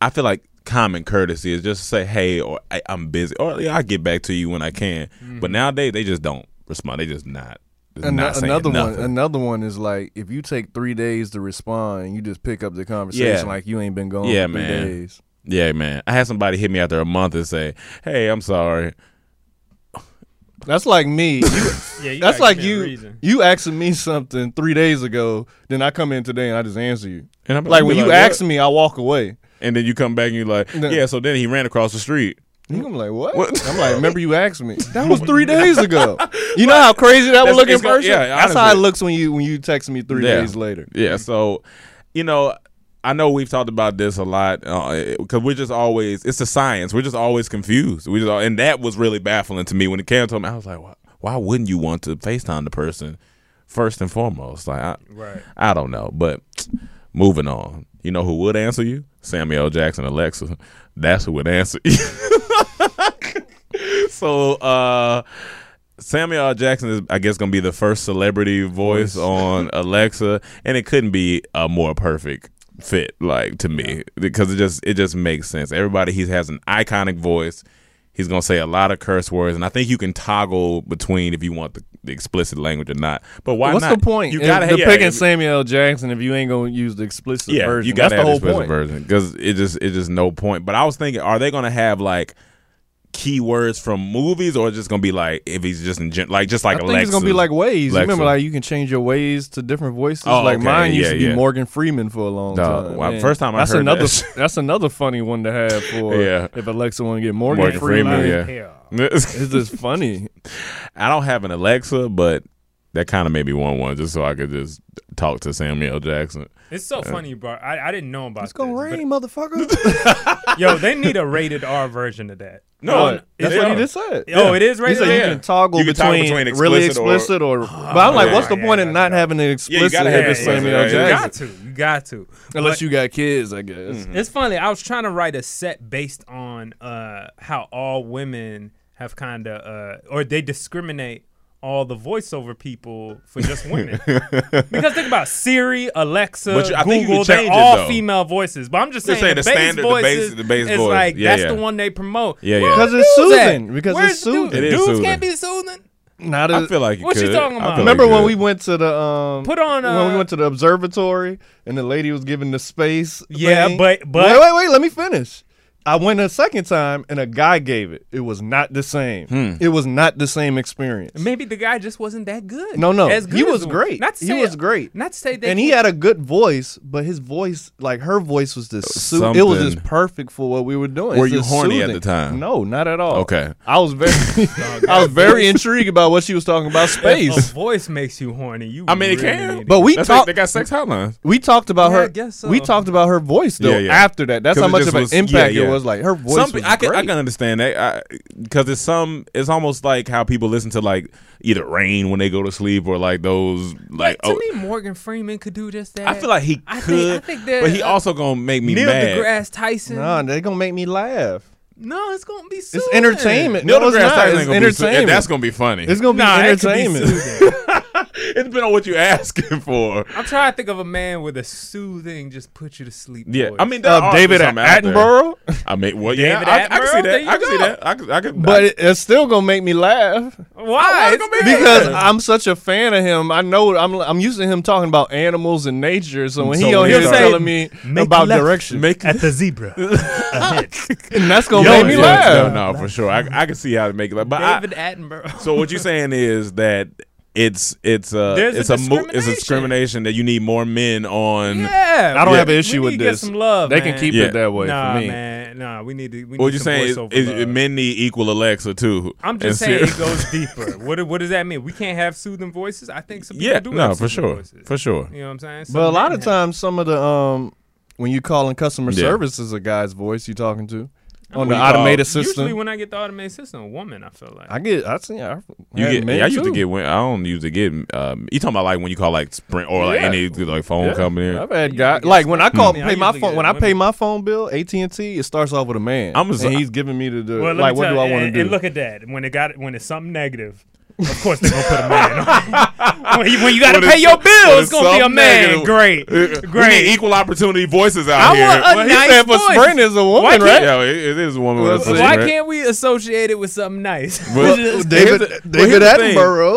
[SPEAKER 6] I feel like common courtesy is just to say hey or I, I'm busy or yeah, I'll get back to you when I can.
[SPEAKER 7] Mm-hmm.
[SPEAKER 6] But nowadays they just don't respond. They just not. just
[SPEAKER 7] Ano-
[SPEAKER 6] not saying
[SPEAKER 7] another one.
[SPEAKER 6] nothing.
[SPEAKER 7] Another one is like if you take three days to respond, and you just pick up the conversation
[SPEAKER 6] Yeah.
[SPEAKER 7] like you ain't been going.
[SPEAKER 6] Yeah,
[SPEAKER 7] for three
[SPEAKER 6] man.
[SPEAKER 7] Days.
[SPEAKER 6] yeah, man. I had somebody hit me after a month and say, "Hey, I'm sorry."
[SPEAKER 7] That's like me. *laughs* You-
[SPEAKER 8] Yeah, you
[SPEAKER 7] that's
[SPEAKER 8] gotta
[SPEAKER 7] like
[SPEAKER 8] give me a
[SPEAKER 7] you.
[SPEAKER 8] reason.
[SPEAKER 7] You asking me something three days ago, then I come in today and I just answer you.
[SPEAKER 6] And I'm
[SPEAKER 7] like when
[SPEAKER 6] be
[SPEAKER 7] you
[SPEAKER 6] like,
[SPEAKER 7] ask
[SPEAKER 6] what?
[SPEAKER 7] me, I walk away.
[SPEAKER 6] and then you come back and you like,
[SPEAKER 7] No.
[SPEAKER 6] "Yeah." So then he ran across the street.
[SPEAKER 7] And I'm like, what?
[SPEAKER 6] What?
[SPEAKER 7] I'm like, remember you
[SPEAKER 6] *laughs*
[SPEAKER 7] asked me. That was three days ago. You know how crazy that
[SPEAKER 6] That's-
[SPEAKER 7] would look in
[SPEAKER 6] it's gonna-
[SPEAKER 7] person.
[SPEAKER 6] yeah,
[SPEAKER 7] that's how it
[SPEAKER 6] honestly.
[SPEAKER 7] looks when you when you text me three days later.
[SPEAKER 6] Yeah. So, you know, I know we've talked about this a lot because we're just always it's a science. We're just always confused. We just al- and that was really baffling to me when it came to me. I was like, why, why wouldn't you want to Facetime the person first and foremost? Like, I,
[SPEAKER 8] Right.
[SPEAKER 6] I don't know, but moving on. You know who would answer you? Samuel L. Jackson, Alexa. That's who would answer *laughs* you. so uh Samuel L. Jackson is, I guess, going to
[SPEAKER 7] *laughs*
[SPEAKER 6] be the first celebrity voice on Alexa, and it couldn't be a more perfect fit like to me because it just it just makes sense. Everybody he has an iconic voice. He's gonna say a lot of curse words, and I think you can toggle between if you want the, the explicit language or not. But why
[SPEAKER 7] What's
[SPEAKER 6] not?
[SPEAKER 7] the point?
[SPEAKER 6] You gotta
[SPEAKER 7] the
[SPEAKER 6] yeah,
[SPEAKER 7] picking
[SPEAKER 6] if-
[SPEAKER 7] Samuel L. Jackson if you ain't gonna use the explicit
[SPEAKER 6] yeah,
[SPEAKER 7] version.
[SPEAKER 6] you got
[SPEAKER 7] That's the whole point.
[SPEAKER 6] version because it just it just no point. But I was thinking, are they gonna have like keywords from movies, or just gonna be like if he's just in gen- like just like
[SPEAKER 7] I think
[SPEAKER 6] Alexa?
[SPEAKER 7] it's gonna be like ways. You remember,
[SPEAKER 6] Lexa.
[SPEAKER 7] like you can change your ways to different voices.
[SPEAKER 6] Oh,
[SPEAKER 7] like
[SPEAKER 6] okay.
[SPEAKER 7] mine used
[SPEAKER 6] Yeah,
[SPEAKER 7] to be
[SPEAKER 6] yeah.
[SPEAKER 7] Morgan Freeman for a long
[SPEAKER 6] Dog,
[SPEAKER 7] time.
[SPEAKER 6] wow,
[SPEAKER 7] Man,
[SPEAKER 6] first time I
[SPEAKER 7] that's
[SPEAKER 6] heard *laughs*
[SPEAKER 7] another,
[SPEAKER 6] that.
[SPEAKER 7] That's another funny one to have
[SPEAKER 6] *laughs*
[SPEAKER 7] for
[SPEAKER 6] Yeah.
[SPEAKER 7] if Alexa want to get Morgan,
[SPEAKER 6] Morgan
[SPEAKER 7] Freeman.
[SPEAKER 6] Freeman, yeah. *laughs*
[SPEAKER 7] It's just funny.
[SPEAKER 6] I don't have an Alexa, but that kind of made me want one just so I could just talk to Samuel Jackson.
[SPEAKER 8] It's so funny, bro. I, I didn't know about
[SPEAKER 7] *laughs* It's gonna
[SPEAKER 8] this,
[SPEAKER 7] rain, *laughs* motherfucker.
[SPEAKER 8] but- Yo, they need a rated R version
[SPEAKER 7] *laughs*
[SPEAKER 8] of that.
[SPEAKER 6] No,
[SPEAKER 7] But that's
[SPEAKER 6] yeah.
[SPEAKER 7] what he just said.
[SPEAKER 8] Oh, it is
[SPEAKER 7] He
[SPEAKER 8] rated
[SPEAKER 7] said
[SPEAKER 8] R?
[SPEAKER 7] you can toggle
[SPEAKER 6] You can toggle
[SPEAKER 7] between,
[SPEAKER 6] between
[SPEAKER 7] really
[SPEAKER 6] explicit
[SPEAKER 7] explicit
[SPEAKER 6] *sighs*
[SPEAKER 7] or. but I'm like,
[SPEAKER 6] yeah.
[SPEAKER 7] what's the
[SPEAKER 8] Yeah,
[SPEAKER 7] point
[SPEAKER 8] yeah,
[SPEAKER 7] in not having an
[SPEAKER 6] Yeah,
[SPEAKER 7] explicit
[SPEAKER 6] you *laughs* gotta have
[SPEAKER 7] if
[SPEAKER 6] it
[SPEAKER 7] it's
[SPEAKER 6] explicit,
[SPEAKER 7] Samuel
[SPEAKER 6] yeah,
[SPEAKER 7] L.
[SPEAKER 6] yeah.
[SPEAKER 8] You
[SPEAKER 7] Jackson?
[SPEAKER 8] got to. You got to.
[SPEAKER 7] Unless you got kids, I guess.
[SPEAKER 6] Mm-hmm.
[SPEAKER 8] It's funny. I was trying to write a set based on uh, how all women have kind of, uh, or they discriminate all the voiceover people
[SPEAKER 6] *laughs*
[SPEAKER 8] for just women. because think about Siri, Alexa,
[SPEAKER 6] But you- I think you
[SPEAKER 8] Google,
[SPEAKER 6] could change it,
[SPEAKER 8] they're all
[SPEAKER 6] though.
[SPEAKER 8] female voices. But I'm just
[SPEAKER 6] You're
[SPEAKER 8] saying,
[SPEAKER 6] saying the standard-
[SPEAKER 8] the, base
[SPEAKER 6] the base-
[SPEAKER 8] voices
[SPEAKER 6] the base
[SPEAKER 8] is
[SPEAKER 6] voice.
[SPEAKER 8] like,
[SPEAKER 6] Yeah,
[SPEAKER 8] that's
[SPEAKER 6] yeah.
[SPEAKER 8] the one they promote.
[SPEAKER 6] Yeah,
[SPEAKER 8] Where's
[SPEAKER 6] yeah.
[SPEAKER 7] Because it's
[SPEAKER 8] dudes at?
[SPEAKER 7] soothing. Because
[SPEAKER 8] Where's
[SPEAKER 7] it's
[SPEAKER 8] the dudes?
[SPEAKER 7] soothing.
[SPEAKER 6] It is
[SPEAKER 8] dudes
[SPEAKER 6] soothing.
[SPEAKER 8] can't be soothing.
[SPEAKER 7] Not
[SPEAKER 6] I
[SPEAKER 7] as-
[SPEAKER 6] feel like you
[SPEAKER 8] What you
[SPEAKER 6] could.
[SPEAKER 8] talking
[SPEAKER 6] I
[SPEAKER 8] about?
[SPEAKER 6] feel like
[SPEAKER 7] Remember
[SPEAKER 6] you
[SPEAKER 7] when
[SPEAKER 6] could.
[SPEAKER 7] we went to the um
[SPEAKER 8] Put on,
[SPEAKER 7] when
[SPEAKER 8] uh,
[SPEAKER 7] we went to the observatory and the lady was giving the space.
[SPEAKER 8] Yeah,
[SPEAKER 7] thing?
[SPEAKER 8] but- but-
[SPEAKER 7] wait, wait, wait. Let me finish. I went a second time and a guy gave it. It was not the same.
[SPEAKER 8] Hmm.
[SPEAKER 7] It was not the same experience.
[SPEAKER 8] Maybe the guy just wasn't that good.
[SPEAKER 7] No, no,
[SPEAKER 8] As good
[SPEAKER 7] he
[SPEAKER 8] as
[SPEAKER 7] was
[SPEAKER 8] the-
[SPEAKER 7] great.
[SPEAKER 8] Not to
[SPEAKER 7] he
[SPEAKER 8] say-
[SPEAKER 7] was great.
[SPEAKER 8] Not to say they
[SPEAKER 7] and he
[SPEAKER 8] can't-
[SPEAKER 7] had a good voice, but his voice, like her voice, was just soo- it was just
[SPEAKER 6] something.
[SPEAKER 7] perfect for what we were doing.
[SPEAKER 6] Were
[SPEAKER 7] It's
[SPEAKER 6] you
[SPEAKER 7] just
[SPEAKER 6] horny at
[SPEAKER 7] soothing.
[SPEAKER 6] the time?
[SPEAKER 7] No, not at all.
[SPEAKER 6] Okay.
[SPEAKER 7] I was
[SPEAKER 8] *laughs*
[SPEAKER 7] very, I was very intrigued about what she was talking about
[SPEAKER 8] If
[SPEAKER 7] space.
[SPEAKER 8] a voice makes you horny. You
[SPEAKER 6] I mean, it
[SPEAKER 8] really
[SPEAKER 6] can.
[SPEAKER 8] need
[SPEAKER 7] But we
[SPEAKER 6] That's
[SPEAKER 7] talked.
[SPEAKER 6] like, they got sex hotlines.
[SPEAKER 7] we talked about
[SPEAKER 8] Yeah, I
[SPEAKER 7] her.
[SPEAKER 8] guess so.
[SPEAKER 7] We talked about her voice though.
[SPEAKER 6] Yeah, yeah.
[SPEAKER 7] After that, that's
[SPEAKER 6] 'Cause
[SPEAKER 7] how
[SPEAKER 6] it
[SPEAKER 7] much
[SPEAKER 6] just
[SPEAKER 7] of an
[SPEAKER 6] was- yeah,
[SPEAKER 7] impact
[SPEAKER 6] yeah.
[SPEAKER 7] it was. Like her voice
[SPEAKER 6] Some,
[SPEAKER 7] was
[SPEAKER 6] I can
[SPEAKER 7] great.
[SPEAKER 6] I can understand that because it's some. It's almost like how people listen to like either rain when they go to sleep or like those like.
[SPEAKER 8] To
[SPEAKER 6] oh,
[SPEAKER 8] me, Morgan Freeman could do just that.
[SPEAKER 6] I feel like he
[SPEAKER 8] I think- I
[SPEAKER 6] could,
[SPEAKER 8] think that,
[SPEAKER 6] but he
[SPEAKER 8] uh,
[SPEAKER 6] also gonna make me
[SPEAKER 8] Neil
[SPEAKER 6] mad.
[SPEAKER 8] deGrasse Tyson.
[SPEAKER 7] Nah, they gonna make me laugh.
[SPEAKER 8] no, it's gonna be
[SPEAKER 7] It's
[SPEAKER 8] soothing.
[SPEAKER 7] entertainment.
[SPEAKER 6] Neil
[SPEAKER 7] no, it's
[SPEAKER 6] deGrasse
[SPEAKER 7] not.
[SPEAKER 6] Tyson
[SPEAKER 7] It's
[SPEAKER 6] ain't gonna be. so-
[SPEAKER 7] entertainment.
[SPEAKER 6] That's gonna be funny.
[SPEAKER 7] It's gonna be
[SPEAKER 8] Nah, it could be
[SPEAKER 7] entertainment. *laughs*
[SPEAKER 8] soothing.
[SPEAKER 6] it's been on what you *laughs* asking for.
[SPEAKER 8] I'm trying to think of a man with a soothing, just put you to sleep.
[SPEAKER 6] Yeah,
[SPEAKER 8] voice.
[SPEAKER 6] I mean, there
[SPEAKER 7] Uh,
[SPEAKER 6] are
[SPEAKER 7] David
[SPEAKER 6] some out there.
[SPEAKER 7] Attenborough,
[SPEAKER 6] I mean, well, yeah,
[SPEAKER 8] David
[SPEAKER 6] I, I can see
[SPEAKER 8] Attenborough? There
[SPEAKER 6] that.
[SPEAKER 8] you
[SPEAKER 6] I can
[SPEAKER 8] go.
[SPEAKER 6] see that. I can, I can,
[SPEAKER 7] but
[SPEAKER 6] I,
[SPEAKER 7] it, it's still gonna make me laugh.
[SPEAKER 8] why?
[SPEAKER 6] I wanna go back.
[SPEAKER 7] because
[SPEAKER 6] Yeah.
[SPEAKER 7] I'm such a fan of him. I know I'm I'm used to him talking about animals and nature. So when
[SPEAKER 6] So
[SPEAKER 7] he on
[SPEAKER 6] when
[SPEAKER 7] here
[SPEAKER 6] he starts-
[SPEAKER 7] telling me about direction,
[SPEAKER 8] at
[SPEAKER 6] *laughs*
[SPEAKER 8] the zebra.
[SPEAKER 7] and that's gonna
[SPEAKER 6] Yo,
[SPEAKER 7] make me
[SPEAKER 6] yeah,
[SPEAKER 7] laugh.
[SPEAKER 6] No, no, for sure. I, I can see how to make it. Laugh. But I,
[SPEAKER 8] David
[SPEAKER 6] *laughs*
[SPEAKER 8] Attenborough.
[SPEAKER 6] so what you're saying is that it's it's a
[SPEAKER 8] There's a
[SPEAKER 6] it's a, mo- it's a
[SPEAKER 8] discrimination.
[SPEAKER 6] discrimination that you need more men on.
[SPEAKER 8] yeah,
[SPEAKER 7] I don't
[SPEAKER 8] we-
[SPEAKER 7] have an issue
[SPEAKER 8] we
[SPEAKER 7] with
[SPEAKER 8] need to get
[SPEAKER 7] this.
[SPEAKER 8] some love,
[SPEAKER 7] they
[SPEAKER 8] man.
[SPEAKER 7] can keep
[SPEAKER 6] Yeah.
[SPEAKER 7] it that way
[SPEAKER 8] nah,
[SPEAKER 7] for me.
[SPEAKER 8] man, nah. We need to. We
[SPEAKER 6] What
[SPEAKER 8] need
[SPEAKER 6] you're
[SPEAKER 8] some
[SPEAKER 6] saying is,
[SPEAKER 8] voiceover
[SPEAKER 6] is
[SPEAKER 8] love.
[SPEAKER 6] men need equal Alexa too.
[SPEAKER 8] I'm
[SPEAKER 6] And
[SPEAKER 8] just saying
[SPEAKER 6] Siri- *laughs*
[SPEAKER 8] it *laughs* goes deeper. What do- what does that mean? We can't have soothing voices. I think some people
[SPEAKER 6] yeah,
[SPEAKER 8] do.
[SPEAKER 6] no,
[SPEAKER 8] have
[SPEAKER 6] for
[SPEAKER 8] soothing
[SPEAKER 6] sure,
[SPEAKER 8] voices.
[SPEAKER 6] for sure.
[SPEAKER 8] You know what I'm saying? Some
[SPEAKER 7] But a lot
[SPEAKER 8] men
[SPEAKER 7] of
[SPEAKER 8] have-
[SPEAKER 7] times, some of the um, when you calling customer
[SPEAKER 6] Yeah.
[SPEAKER 7] service is a guy's voice you talking to on the
[SPEAKER 6] We call-
[SPEAKER 7] automated
[SPEAKER 8] Usually,
[SPEAKER 7] system.
[SPEAKER 8] when I get the automated system, a woman, I feel like.
[SPEAKER 7] I get, I see, I,
[SPEAKER 6] You
[SPEAKER 7] had
[SPEAKER 6] get,
[SPEAKER 7] men
[SPEAKER 6] yeah, I used
[SPEAKER 7] too.
[SPEAKER 6] to get. When, I don't usually get. Um, you talking about like when you call like Sprint or like
[SPEAKER 7] Yeah.
[SPEAKER 6] any like phone
[SPEAKER 7] Yeah.
[SPEAKER 6] company?
[SPEAKER 7] I've had guys like when I call
[SPEAKER 8] Yeah, I
[SPEAKER 7] pay my
[SPEAKER 8] usually
[SPEAKER 7] phone
[SPEAKER 8] get
[SPEAKER 7] when I
[SPEAKER 8] women.
[SPEAKER 7] pay my phone bill AT and T it starts off with a man
[SPEAKER 6] I'm a-
[SPEAKER 7] and he's giving me the, the
[SPEAKER 8] Well, let me
[SPEAKER 7] like what
[SPEAKER 8] tell
[SPEAKER 7] do I
[SPEAKER 8] you,
[SPEAKER 7] want to
[SPEAKER 8] and-
[SPEAKER 7] do
[SPEAKER 8] And look at that. When it got when it's something negative, of course they're gonna put a man. on. *laughs* when you, when you gotta
[SPEAKER 6] When
[SPEAKER 8] pay
[SPEAKER 6] it's-
[SPEAKER 8] your
[SPEAKER 6] when
[SPEAKER 8] bill,
[SPEAKER 6] it's
[SPEAKER 8] it's gonna be a
[SPEAKER 6] something
[SPEAKER 8] man.
[SPEAKER 6] negative. *laughs*
[SPEAKER 8] Great,
[SPEAKER 6] We need
[SPEAKER 8] great.
[SPEAKER 6] equal opportunity voices out
[SPEAKER 8] I
[SPEAKER 6] here.
[SPEAKER 8] want a
[SPEAKER 7] Well, he
[SPEAKER 8] nice
[SPEAKER 7] said for
[SPEAKER 8] voice.
[SPEAKER 7] Sprint is a woman,
[SPEAKER 8] Why
[SPEAKER 7] right?
[SPEAKER 8] can't-
[SPEAKER 6] Yeah, it, it is a woman.
[SPEAKER 7] Well,
[SPEAKER 6] with a
[SPEAKER 7] see.
[SPEAKER 6] pussy,
[SPEAKER 8] Why
[SPEAKER 6] right?
[SPEAKER 8] can't we associate it with something nice? *laughs*
[SPEAKER 6] Well,
[SPEAKER 8] Just-
[SPEAKER 6] David-
[SPEAKER 7] David,
[SPEAKER 6] David
[SPEAKER 7] David
[SPEAKER 6] Attenborough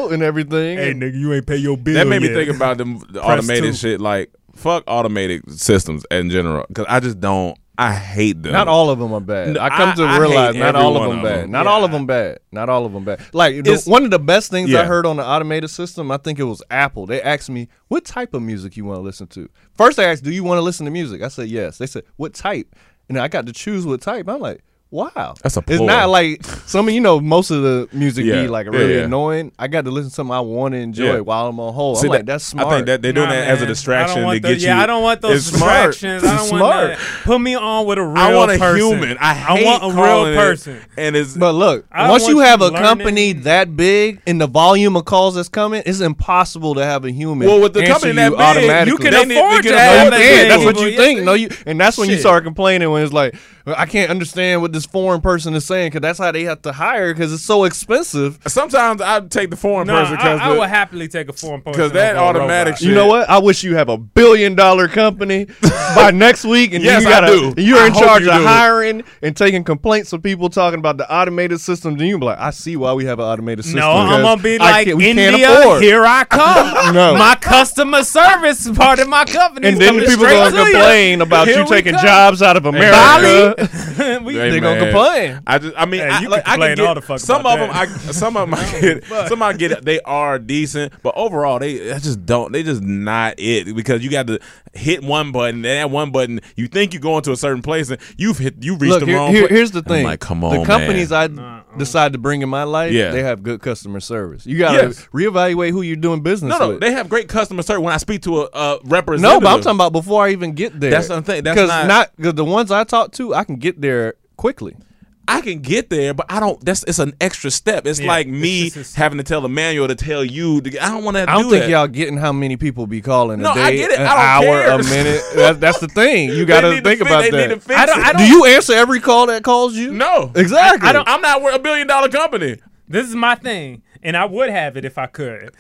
[SPEAKER 7] Attenborough and everything.
[SPEAKER 8] hey, nigga, you ain't pay your bill.
[SPEAKER 6] that made me
[SPEAKER 8] yet.
[SPEAKER 6] think about them the
[SPEAKER 8] Press
[SPEAKER 6] automated
[SPEAKER 8] two.
[SPEAKER 6] shit. Like fuck automated systems in general, because I just don't. I hate them.
[SPEAKER 7] not all of them are bad.
[SPEAKER 6] No,
[SPEAKER 7] I come
[SPEAKER 6] I-
[SPEAKER 7] to
[SPEAKER 6] I hate
[SPEAKER 7] realize not
[SPEAKER 6] every
[SPEAKER 7] all of
[SPEAKER 6] one
[SPEAKER 7] them
[SPEAKER 6] of
[SPEAKER 7] bad.
[SPEAKER 6] them.
[SPEAKER 7] Not all of them bad. Not all of them bad. Like the,
[SPEAKER 6] It's-
[SPEAKER 7] one of the best things
[SPEAKER 6] Yeah.
[SPEAKER 7] I heard on the automated system, I think it was Apple. They asked me what type of music you want to listen to. First, they asked, "Do you want to listen to music?" I said, "Yes." They said, "What type?" And I got to choose what type. I'm like. Wow,
[SPEAKER 6] That's a
[SPEAKER 7] It's
[SPEAKER 6] ploy.
[SPEAKER 7] not like some of you know most of the music
[SPEAKER 6] Yeah.
[SPEAKER 7] be like
[SPEAKER 6] Yeah,
[SPEAKER 7] really
[SPEAKER 6] yeah.
[SPEAKER 7] annoying. I got to listen to something I want to enjoy
[SPEAKER 6] Yeah.
[SPEAKER 7] while I'm on hold.
[SPEAKER 6] See,
[SPEAKER 7] I'm like
[SPEAKER 6] that-
[SPEAKER 7] that's smart.
[SPEAKER 6] I think that they're doing
[SPEAKER 8] Nah,
[SPEAKER 6] that as a
[SPEAKER 8] man. I
[SPEAKER 6] distraction
[SPEAKER 8] don't want
[SPEAKER 6] to
[SPEAKER 8] those-
[SPEAKER 6] get you.
[SPEAKER 8] yeah, I don't want those
[SPEAKER 6] It's smart.
[SPEAKER 8] distractions. I don't
[SPEAKER 7] It's
[SPEAKER 8] want
[SPEAKER 7] smart.
[SPEAKER 8] that. Put me on with a real
[SPEAKER 6] I want a
[SPEAKER 8] person.
[SPEAKER 6] human. I, hate
[SPEAKER 8] want a
[SPEAKER 6] calling
[SPEAKER 8] real
[SPEAKER 6] it,
[SPEAKER 8] person.
[SPEAKER 6] and it's
[SPEAKER 7] But look,
[SPEAKER 8] I don't
[SPEAKER 7] once you
[SPEAKER 8] want
[SPEAKER 7] have
[SPEAKER 8] you
[SPEAKER 7] a company
[SPEAKER 8] learning-
[SPEAKER 7] that big and the volume of calls that's coming, it's impossible to have a human.
[SPEAKER 6] well with the
[SPEAKER 7] answer
[SPEAKER 6] company
[SPEAKER 7] you
[SPEAKER 6] that big,
[SPEAKER 7] automatically.
[SPEAKER 6] you can
[SPEAKER 8] They
[SPEAKER 6] afford
[SPEAKER 8] need to
[SPEAKER 6] to
[SPEAKER 8] get
[SPEAKER 7] No,
[SPEAKER 8] have
[SPEAKER 7] you
[SPEAKER 8] that
[SPEAKER 6] have
[SPEAKER 7] can't.
[SPEAKER 8] many
[SPEAKER 7] That's
[SPEAKER 6] that big.
[SPEAKER 7] what
[SPEAKER 8] people.
[SPEAKER 7] you
[SPEAKER 8] Yes,
[SPEAKER 7] think.
[SPEAKER 8] they-
[SPEAKER 7] No, you, and that's when you
[SPEAKER 8] Shit.
[SPEAKER 7] start complaining when it's like, I can't understand what this foreign person is saying because that's how they have to hire because it's so expensive.
[SPEAKER 6] Sometimes I take the foreign
[SPEAKER 8] No,
[SPEAKER 6] person
[SPEAKER 8] I, I would
[SPEAKER 6] because
[SPEAKER 8] happily take a foreign person.
[SPEAKER 6] because that
[SPEAKER 8] over a
[SPEAKER 6] automatic
[SPEAKER 8] robot.
[SPEAKER 6] shit.
[SPEAKER 7] You know what? I wish you have a billion dollar company
[SPEAKER 6] *laughs*
[SPEAKER 7] by next week, and
[SPEAKER 6] Yes,
[SPEAKER 7] you
[SPEAKER 6] I
[SPEAKER 7] gotta,
[SPEAKER 6] do.
[SPEAKER 7] and you're
[SPEAKER 6] I
[SPEAKER 7] in
[SPEAKER 6] hope
[SPEAKER 7] charge
[SPEAKER 6] you
[SPEAKER 7] of
[SPEAKER 6] do.
[SPEAKER 7] hiring and taking complaints from people talking about the automated systems. And you be like, I see why we have an automated system.
[SPEAKER 8] No, I'm
[SPEAKER 7] because
[SPEAKER 8] gonna be
[SPEAKER 7] I
[SPEAKER 8] like
[SPEAKER 7] can't- we can't
[SPEAKER 8] India.
[SPEAKER 7] afford."
[SPEAKER 8] Here I come.
[SPEAKER 7] No.
[SPEAKER 8] my customer service part of my company.
[SPEAKER 7] and then
[SPEAKER 8] coming
[SPEAKER 7] people
[SPEAKER 8] straight
[SPEAKER 7] gonna
[SPEAKER 8] to
[SPEAKER 7] complain about
[SPEAKER 8] Here
[SPEAKER 7] you
[SPEAKER 8] we
[SPEAKER 7] taking
[SPEAKER 8] come.
[SPEAKER 7] jobs out of America.
[SPEAKER 8] Bali.
[SPEAKER 7] *laughs*
[SPEAKER 8] we,
[SPEAKER 6] Hey,
[SPEAKER 7] they gonna
[SPEAKER 6] man.
[SPEAKER 7] complain.
[SPEAKER 6] I just, I mean,
[SPEAKER 8] Hey,
[SPEAKER 6] I,
[SPEAKER 8] you
[SPEAKER 6] like,
[SPEAKER 8] can
[SPEAKER 6] I
[SPEAKER 8] complain
[SPEAKER 6] get
[SPEAKER 8] all the fuck
[SPEAKER 6] some
[SPEAKER 8] about
[SPEAKER 6] of
[SPEAKER 8] that.
[SPEAKER 6] them. I, some of them,
[SPEAKER 8] *laughs*
[SPEAKER 6] I get, some I get. it. They are decent, but overall, they that's just don't. They just not it because you got to hit one button. And that one button, you think you're going to a certain place, and you've hit, you reached
[SPEAKER 7] Look,
[SPEAKER 6] the
[SPEAKER 7] here-
[SPEAKER 6] wrong.
[SPEAKER 7] here-
[SPEAKER 6] place.
[SPEAKER 7] here's the
[SPEAKER 6] And I'm
[SPEAKER 7] thing.
[SPEAKER 6] like, come on,
[SPEAKER 7] the companies
[SPEAKER 6] man.
[SPEAKER 7] I decide to bring in my life,
[SPEAKER 6] Yeah.
[SPEAKER 7] they have good customer service. You gotta
[SPEAKER 6] Yes.
[SPEAKER 7] reevaluate who you're doing business
[SPEAKER 6] No, no,
[SPEAKER 7] with.
[SPEAKER 6] they have great customer service. When I speak to a, a representative,
[SPEAKER 7] no, but I'm talking about before I even get there.
[SPEAKER 6] That's what I'm saying. That's
[SPEAKER 7] Because
[SPEAKER 6] not-
[SPEAKER 7] because the ones I talk to, I can get there quickly.
[SPEAKER 6] I can get there, but I don't. That's it's an extra step. It's
[SPEAKER 8] Yeah,
[SPEAKER 6] like
[SPEAKER 8] it's
[SPEAKER 6] me
[SPEAKER 8] just- it's-
[SPEAKER 6] having to tell Emmanuel to tell you. To, I don't want to.
[SPEAKER 7] I don't
[SPEAKER 6] do
[SPEAKER 7] think
[SPEAKER 6] that.
[SPEAKER 7] y'all getting how many people be calling
[SPEAKER 6] No,
[SPEAKER 7] a day,
[SPEAKER 6] I get it.
[SPEAKER 7] an
[SPEAKER 6] I don't
[SPEAKER 7] hour,
[SPEAKER 6] care.
[SPEAKER 7] a
[SPEAKER 6] *laughs*
[SPEAKER 7] minute. That's, that's the thing. You
[SPEAKER 6] They
[SPEAKER 7] got to
[SPEAKER 6] need to
[SPEAKER 7] think
[SPEAKER 6] fix-
[SPEAKER 7] about
[SPEAKER 6] they
[SPEAKER 7] that.
[SPEAKER 6] need to fix
[SPEAKER 7] I don't,
[SPEAKER 6] it.
[SPEAKER 7] I don't, do you answer every call that calls you?
[SPEAKER 6] No,
[SPEAKER 7] exactly.
[SPEAKER 6] I, I don't. I'm not a billion dollar company.
[SPEAKER 8] This is my thing, and I would have it if I could.